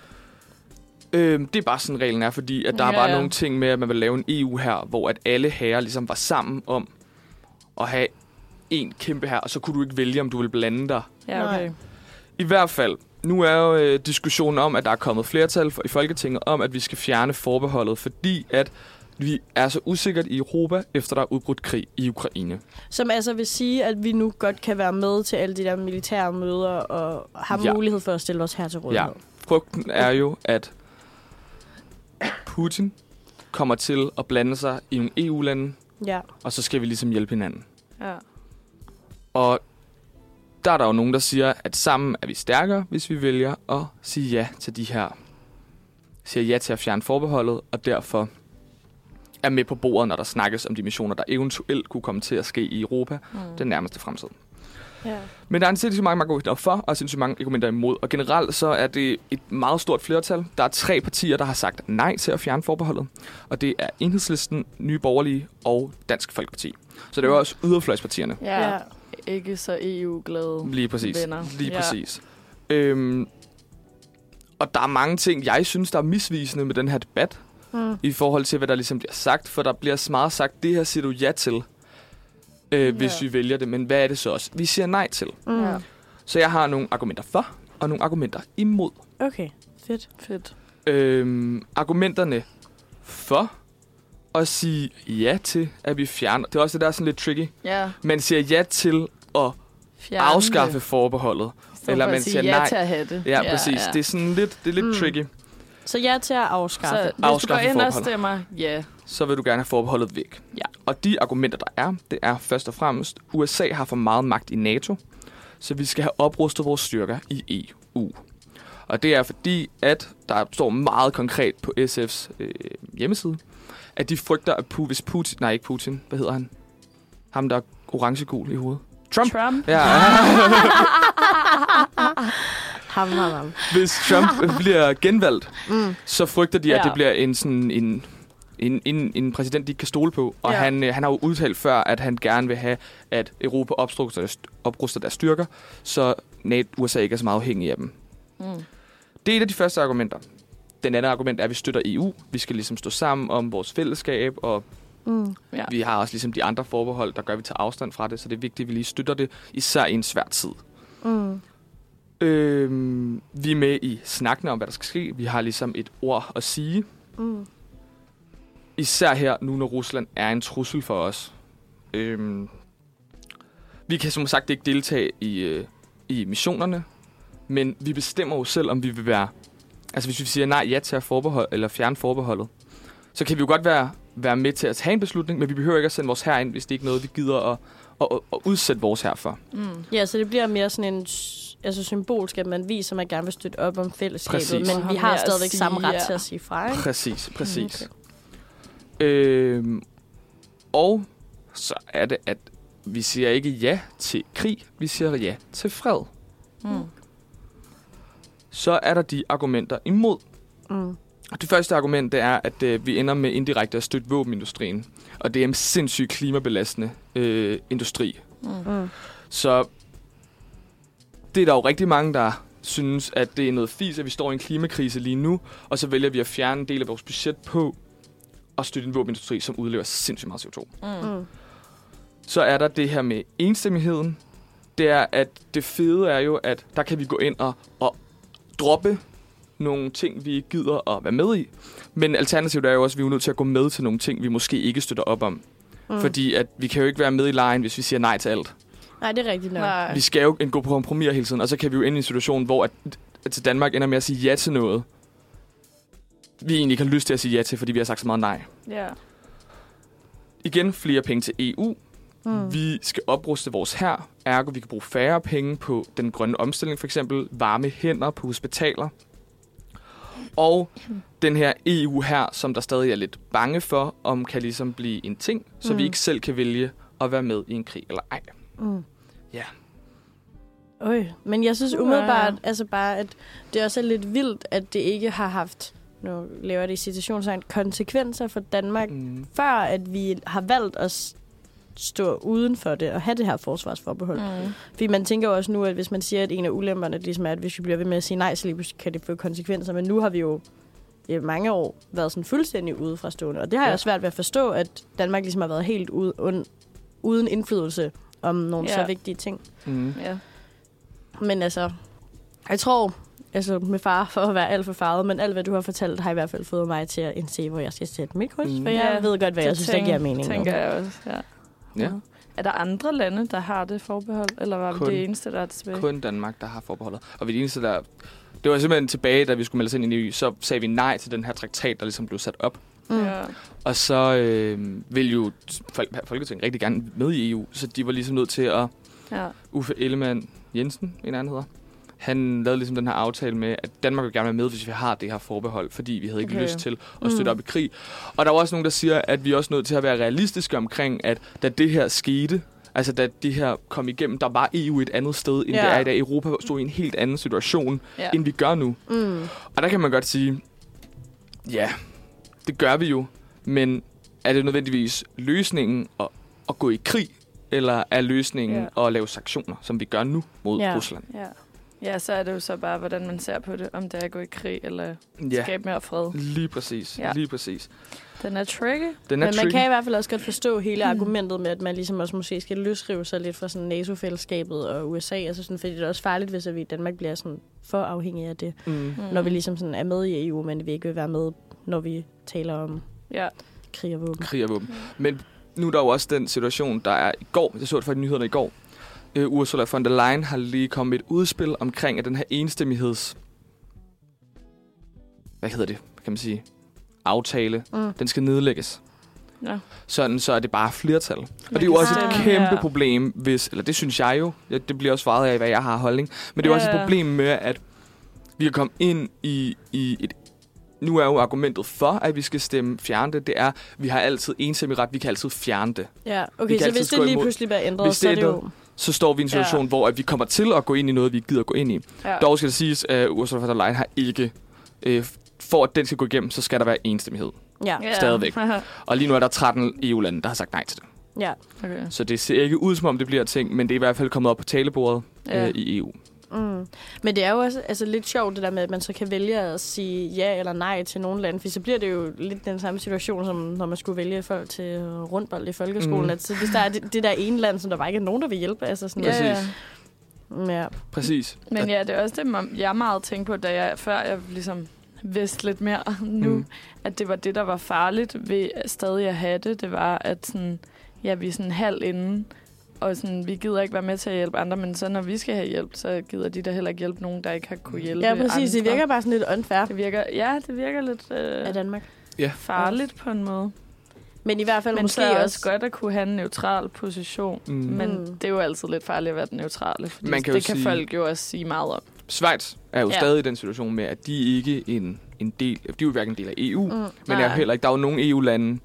[SPEAKER 2] Øhm, det er bare sådan, reglen er, fordi at der
[SPEAKER 3] Ja,
[SPEAKER 2] er bare
[SPEAKER 3] ja.
[SPEAKER 2] nogle ting med, at man vil lave en EU her, hvor at alle herrer ligesom var sammen om at have en kæmpe her, og så kunne du ikke vælge, om du vil blande dig
[SPEAKER 3] Ja, okay.
[SPEAKER 1] Nej.
[SPEAKER 2] i hvert fald, nu er jo øh, diskussionen om, at der er kommet flertal for, i Folketinget om, at vi skal fjerne forbeholdet, fordi at vi er så usikkert i Europa, efter der er udbrudt krig i Ukraine.
[SPEAKER 1] Som altså vil sige, at vi nu godt kan være med til alle de der militære møder og har
[SPEAKER 2] Ja.
[SPEAKER 1] ja. mulighed for at stille os her til rådighed.
[SPEAKER 2] Frugten er jo, at Putin kommer til at blande sig i nogle EU-lande,
[SPEAKER 1] Ja. ja.
[SPEAKER 2] og så skal vi ligesom hjælpe hinanden.
[SPEAKER 3] Ja.
[SPEAKER 2] Og der er der jo nogen, der siger, at sammen er vi stærkere, hvis vi vælger at sige ja til de her. Siger ja til at fjerne forbeholdet, og derfor er med på bordet, når der snakkes om de missioner, der eventuelt kunne komme til at ske i Europa
[SPEAKER 3] Mm.
[SPEAKER 2] den nærmeste fremtid.
[SPEAKER 1] ja.
[SPEAKER 2] Men der er en sindssygt mange argumenter for, og sindssygt mange argumenter imod. Og generelt så er det et meget stort flertal. Der er tre partier, der har sagt nej til at fjerne forbeholdet. Og det er Enhedslisten, Nye Borgerlige og Dansk Folkeparti. Så det er jo også yderfløjspartierne.
[SPEAKER 3] ja. ja. Ikke så E EU-glade.
[SPEAKER 2] Lige præcis.
[SPEAKER 3] venner.
[SPEAKER 2] Lige
[SPEAKER 3] Ja.
[SPEAKER 2] præcis. Øhm, og der er mange ting, jeg synes, der er misvisende med den her debat,
[SPEAKER 1] Mm.
[SPEAKER 2] i forhold til, hvad der ligesom bliver sagt, for der bliver meget sagt, det her siger du ja til, øh, hvis
[SPEAKER 3] Ja.
[SPEAKER 2] vi vælger det, men hvad er det så også? Vi siger nej til.
[SPEAKER 1] Mm.
[SPEAKER 3] Ja.
[SPEAKER 2] Så jeg har nogle argumenter for, og nogle argumenter imod.
[SPEAKER 1] Okay, fedt.
[SPEAKER 3] Fedt.
[SPEAKER 2] Øhm, argumenterne for at sige ja til, at vi fjerner, det er også det, der er sådan lidt tricky,
[SPEAKER 3] Ja.
[SPEAKER 2] man siger ja til at
[SPEAKER 3] Fjerne
[SPEAKER 2] afskaffe forbeholdet.
[SPEAKER 3] det.
[SPEAKER 2] eller
[SPEAKER 3] Så for at
[SPEAKER 2] man
[SPEAKER 3] sige
[SPEAKER 2] siger
[SPEAKER 3] ja
[SPEAKER 2] nej.
[SPEAKER 3] til at have det.
[SPEAKER 2] Ja, ja præcis. Ja. Det er sådan lidt, det er lidt mm.
[SPEAKER 1] Mm.
[SPEAKER 2] tricky.
[SPEAKER 1] Så ja til at afskaffe.
[SPEAKER 3] Så
[SPEAKER 1] Så,
[SPEAKER 3] hvis du går
[SPEAKER 2] Afskaffe
[SPEAKER 3] ind og
[SPEAKER 2] forbeholdet.
[SPEAKER 3] stemmer ja,
[SPEAKER 2] så vil du gerne have forbeholdet væk.
[SPEAKER 3] Ja.
[SPEAKER 2] Og de argumenter, der er, det er først og fremmest, USA har for meget magt i NATO, så vi skal have oprustet vores styrker i EU. Og det er fordi, at der står meget konkret på SF's øh, hjemmeside, at de frygter, at Pu- hvis Putin... Nej, ikke Putin. Hvad hedder han? Ham, der er orange-gul i hovedet. Trump.
[SPEAKER 3] Trump.
[SPEAKER 2] Ja,
[SPEAKER 1] ham, ham, ham.
[SPEAKER 2] hvis
[SPEAKER 3] [LAUGHS]
[SPEAKER 2] Trump bliver genvalgt,
[SPEAKER 1] Mm.
[SPEAKER 2] så frygter de, at
[SPEAKER 3] Ja.
[SPEAKER 2] det bliver en sådan en en, en, en præsident, de ikke kan stole på. Og ja.
[SPEAKER 3] Ja.
[SPEAKER 2] han, øh, han har jo udtalt før, at han gerne vil have, at Europa opruster deres, opruster deres styrker, så NATO, USA ikke er så meget afhængig af dem.
[SPEAKER 3] Mm.
[SPEAKER 2] Det er et af de første argumenter. Den anden argument er, at vi støtter EU. Vi skal ligesom stå sammen om vores fællesskab, og
[SPEAKER 1] Mm.
[SPEAKER 3] Ja.
[SPEAKER 2] vi har også ligesom de andre forbehold, der gør, at vi tager afstand fra det, så det er vigtigt, at vi lige støtter det, især i en svær tid.
[SPEAKER 1] Mm.
[SPEAKER 2] Øhm, vi er med i snakkene om, hvad der skal ske. Vi har ligesom et ord at sige.
[SPEAKER 1] Mm.
[SPEAKER 2] Især her, nu når Rusland er en trussel for os. Øhm, vi kan som sagt ikke deltage i, øh, i missionerne, men vi bestemmer jo selv, om vi vil være... Altså hvis vi siger nej ja til at forbehold, eller fjerne forbeholdet, så kan vi jo godt være, være med til at tage en beslutning, men vi behøver ikke at sende vores her ind, hvis det ikke er noget, vi gider at, at, at, at udsætte vores her for.
[SPEAKER 3] Mm.
[SPEAKER 1] Ja, så det bliver mere sådan en s- altså symbolsk, at man viser, at man gerne vil støtte op om fællesskabet,
[SPEAKER 2] Præcis.
[SPEAKER 3] Og
[SPEAKER 1] men vi
[SPEAKER 3] have
[SPEAKER 1] har
[SPEAKER 3] mere at
[SPEAKER 1] stadigvæk
[SPEAKER 3] sige,
[SPEAKER 1] samme ret
[SPEAKER 3] ja.
[SPEAKER 1] til at sige fra, ikke?
[SPEAKER 2] Præcis, præcis. Okay. Øhm, og så er det, at vi siger ikke ja til krig, vi siger ja til fred.
[SPEAKER 3] Mm.
[SPEAKER 2] Så er der de argumenter imod.
[SPEAKER 1] Mm.
[SPEAKER 2] Og Det første argument det er, at øh, vi ender med indirekte at støtte våbenindustrien. Og det er en sindssygt klimabelastende øh, industri.
[SPEAKER 3] Mm.
[SPEAKER 1] Mm.
[SPEAKER 2] Så det er der jo rigtig mange, der synes, at det er noget fis, at vi står i en klimakrise lige nu, og så vælger vi at fjerne en del af vores budget på at støtte en våbenindustri, som udlever sindssygt meget CO2.
[SPEAKER 3] Mm.
[SPEAKER 1] Mm.
[SPEAKER 2] Så er der det her med enstemmigheden. Det er, at det fede er jo, at der kan vi gå ind og, og droppe nogle ting, vi ikke gider at være med i. Men alternativet er jo også, at vi er nødt til at gå med til nogle ting, vi måske ikke støtter op om. Mm. Fordi at vi kan jo ikke være med i lejen, hvis vi siger nej til alt.
[SPEAKER 1] Nej, det er rigtigt nok.
[SPEAKER 3] Nej.
[SPEAKER 2] Vi skal jo en gå på kompromis hele tiden, og så kan vi jo ende i en situation, hvor at, at Danmark ender med at sige ja til noget, vi egentlig ikke har lyst til at sige ja til, fordi vi har sagt så meget nej.
[SPEAKER 3] Ja.
[SPEAKER 2] Igen flere penge til EU.
[SPEAKER 1] Mm.
[SPEAKER 2] Mm. Vi skal opruste vores her, ergo vi kan bruge færre penge på den grønne omstilling, for eksempel varme hænder på hospitaler. Og den her EU her, som der stadig er lidt bange for, om kan ligesom blive en ting, så mm. vi
[SPEAKER 1] Mm.
[SPEAKER 2] ikke selv kan vælge at være med i en krig eller ej.
[SPEAKER 1] Mm.
[SPEAKER 2] Ja.
[SPEAKER 1] Øj, men jeg synes
[SPEAKER 3] Uha.
[SPEAKER 1] umiddelbart, altså bare, at det også er lidt vildt, at det ikke har haft, nu laver jeg det i citationstegn, konsekvenser for Danmark,
[SPEAKER 2] Mm.
[SPEAKER 1] før at vi har valgt at s- stå uden for det og have det her forsvarsforbehold.
[SPEAKER 3] Mm.
[SPEAKER 1] Fordi man tænker jo også nu, at hvis man siger, at en af ulemperne ligesom er, at hvis vi bliver ved med at sige nej, så lige pludselig kan det få konsekvenser. Men nu har vi jo i mange år været sådan fuldstændig udefrastående. Og det har jeg
[SPEAKER 2] Ja.
[SPEAKER 1] også svært ved at forstå, at Danmark ligesom har været helt ude, un, uden indflydelse om nogle så
[SPEAKER 3] Ja.
[SPEAKER 1] vigtige ting.
[SPEAKER 2] Mm.
[SPEAKER 3] Ja.
[SPEAKER 1] Men altså, jeg tror, altså med far for at være alt for farvet, men alt hvad du har fortalt, har i hvert fald fået mig til at indse, hvor jeg skal sætte mit kryds. Mm.
[SPEAKER 2] Mm.
[SPEAKER 1] For jeg
[SPEAKER 3] Ja,
[SPEAKER 1] ved godt, hvad jeg
[SPEAKER 3] Det
[SPEAKER 1] synes, der giver mening. nu.
[SPEAKER 3] Tænker jeg også, ja. Mm.
[SPEAKER 2] Ja.
[SPEAKER 3] Er der andre lande, der har det forbehold, eller var vi
[SPEAKER 2] Kun-
[SPEAKER 3] det eneste, der er tilbage?
[SPEAKER 2] Kun Danmark, der har forbeholdet. Og vi er de eneste, der... Det var simpelthen tilbage, da vi skulle melde os ind i EU, så sagde vi nej til den her traktat, der ligesom blev sat op.
[SPEAKER 1] Mm.
[SPEAKER 3] Ja.
[SPEAKER 2] Og så øh, ville jo fol- Folketinget rigtig gerne med i EU, så de var ligesom nødt til at...
[SPEAKER 3] ja.
[SPEAKER 2] Uffe Ellemann Jensen, en anden hedder, han lavede ligesom den her aftale med, at Danmark vil gerne være med, hvis vi har det her forbehold, fordi vi havde ikke
[SPEAKER 3] Okay.
[SPEAKER 2] okay. lyst til at støtte
[SPEAKER 1] Mm.
[SPEAKER 2] mm. op i krig. Og der var også nogen, der siger, at vi er også nødt til at være realistiske omkring, at da det her skete, altså da det her kom igennem, der var EU et andet sted, end ja.
[SPEAKER 1] Ja.
[SPEAKER 2] det er i dag. Europa stod i en helt anden situation,
[SPEAKER 3] ja.
[SPEAKER 2] end vi gør nu.
[SPEAKER 1] Mm.
[SPEAKER 2] Og der kan man godt sige, ja, det gør vi jo, men er det nødvendigvis løsningen at, at gå i krig, eller er løsningen ja. at lave sanktioner, som vi gør nu mod
[SPEAKER 1] Ja.
[SPEAKER 2] ja. Rusland?
[SPEAKER 3] ja. Ja, så er det jo så bare, hvordan man ser på det. Om det er at gå i krig, eller ja.
[SPEAKER 2] Ja,
[SPEAKER 3] skabe mere fred.
[SPEAKER 2] lige præcis.
[SPEAKER 3] Ja.
[SPEAKER 2] Ja. Lige præcis.
[SPEAKER 3] Den er tricky.
[SPEAKER 2] Den er
[SPEAKER 1] Men man
[SPEAKER 2] tricky.
[SPEAKER 1] kan i hvert fald også godt forstå hele
[SPEAKER 3] Mm.
[SPEAKER 1] argumentet med, at man ligesom også måske skal løsrive sig lidt fra sådan NATO-fællesskabet og USA, altså sådan, fordi det er også farligt, hvis vi i Danmark bliver sådan for afhængige af det,
[SPEAKER 2] Mm.
[SPEAKER 1] mm. når vi ligesom sådan er med i EU, men vi ikke vil være med, når vi taler om
[SPEAKER 3] Ja.
[SPEAKER 1] krig og våben.
[SPEAKER 2] Krig og våben.
[SPEAKER 1] Mm.
[SPEAKER 2] Men nu er der jo også den situation, der er i går. Jeg så det fra nyhederne i går. Øh, Ursula von der Leyen har lige kommet med et udspil omkring, at den her enstemmigheds... Hvad hedder det, kan man sige? Aftale.
[SPEAKER 1] Mm.
[SPEAKER 2] Den skal nedlægges.
[SPEAKER 3] ja.
[SPEAKER 2] sådan så er det bare flertal. Og det
[SPEAKER 3] Man
[SPEAKER 2] er jo
[SPEAKER 3] kan
[SPEAKER 2] også et
[SPEAKER 3] stemme,
[SPEAKER 2] kæmpe
[SPEAKER 3] ja.
[SPEAKER 2] problem, hvis, eller det synes jeg jo, Ja, det bliver også svaret af, hvad jeg har af holdning, men det er jo også
[SPEAKER 3] Ja,
[SPEAKER 2] et
[SPEAKER 3] ja.
[SPEAKER 2] problem med, at vi kan komme ind i, i et nu er jo argumentet for, at vi skal stemme fjerne det, det er, vi har altid enstemmig ret, vi kan altid fjerne det.
[SPEAKER 1] Ja,
[SPEAKER 2] Vi
[SPEAKER 1] okay,
[SPEAKER 2] kan
[SPEAKER 1] så
[SPEAKER 2] altid
[SPEAKER 1] hvis
[SPEAKER 2] gå
[SPEAKER 1] det lige
[SPEAKER 2] imod-
[SPEAKER 1] pludselig bliver ændret,
[SPEAKER 2] Hvis
[SPEAKER 1] så er det
[SPEAKER 2] det er
[SPEAKER 1] jo...
[SPEAKER 2] Så står vi i en
[SPEAKER 3] Ja.
[SPEAKER 2] situation, ja. hvor at vi kommer til at gå ind i noget, vi ikke gider gå ind i.
[SPEAKER 3] ja.
[SPEAKER 2] Dog skal det siges, at øh, Ursula von der Leyen har ikke, øh, for at den skal gå igennem, så skal der være enstemmighed.
[SPEAKER 1] Ja,
[SPEAKER 3] ja.
[SPEAKER 2] stadigvæk. Og lige nu er der 13 EU-lande, der har sagt nej til det.
[SPEAKER 1] ja.
[SPEAKER 3] [LAUGHS] okay.
[SPEAKER 2] Så det ser ikke ud, som om det bliver ting, men det er i hvert fald kommet op på talebordet
[SPEAKER 3] Ja.
[SPEAKER 2] ja. øh, i EU.
[SPEAKER 1] Mm. Men det er jo også altså, lidt sjovt, det der med, at man så kan vælge at sige ja eller nej til nogle lande, for så bliver det jo lidt den samme situation, som når man skulle vælge folk til rundbold i folkeskolen. Mm.
[SPEAKER 2] Mm.
[SPEAKER 1] At, så hvis der er det, det der ene land, som der bare ikke er nogen, der vil hjælpe, altså sådan
[SPEAKER 3] Ja, ja.
[SPEAKER 2] Præcis.
[SPEAKER 1] Ja.
[SPEAKER 2] Præcis.
[SPEAKER 3] Men
[SPEAKER 2] Men,
[SPEAKER 3] ja, det er også det, man- jeg meget tænkte på, da jeg, før jeg ligesom vidste lidt mere [LAUGHS] nu, mm.
[SPEAKER 2] Mm.
[SPEAKER 3] at det var det, der var farligt ved stadig at have det. Det var, at sådan, ja, vi er sådan halv inden, og sådan, vi gider ikke være med til at hjælpe andre, men så når vi skal have hjælp, så gider de da heller ikke hjælpe nogen, der ikke har kunne hjælpe
[SPEAKER 1] Mm. ja, præcis.
[SPEAKER 3] Andre.
[SPEAKER 1] Det virker bare sådan lidt unfair
[SPEAKER 3] Det virker, ja, det virker lidt
[SPEAKER 1] af
[SPEAKER 3] øh,
[SPEAKER 1] Danmark.
[SPEAKER 3] farligt på en måde.
[SPEAKER 1] Men i hvert fald
[SPEAKER 3] Men
[SPEAKER 1] måske
[SPEAKER 3] så er det
[SPEAKER 1] også...
[SPEAKER 3] også godt at kunne have en neutral position.
[SPEAKER 2] Mm.
[SPEAKER 3] Men
[SPEAKER 1] Mm.
[SPEAKER 3] det er jo altid lidt farligt at være den neutrale, fordi
[SPEAKER 2] Man kan jo
[SPEAKER 3] det kan
[SPEAKER 2] sige-
[SPEAKER 3] folk jo også sige meget om.
[SPEAKER 2] Schweiz er jo
[SPEAKER 3] Ja.
[SPEAKER 2] ja. stadig i den situation med, at de ikke en, en del, de er jo hverken en del af EU, mm.
[SPEAKER 1] Mm.
[SPEAKER 2] men er jo
[SPEAKER 3] nej.
[SPEAKER 2] heller ikke, der er jo nogle EU-lande,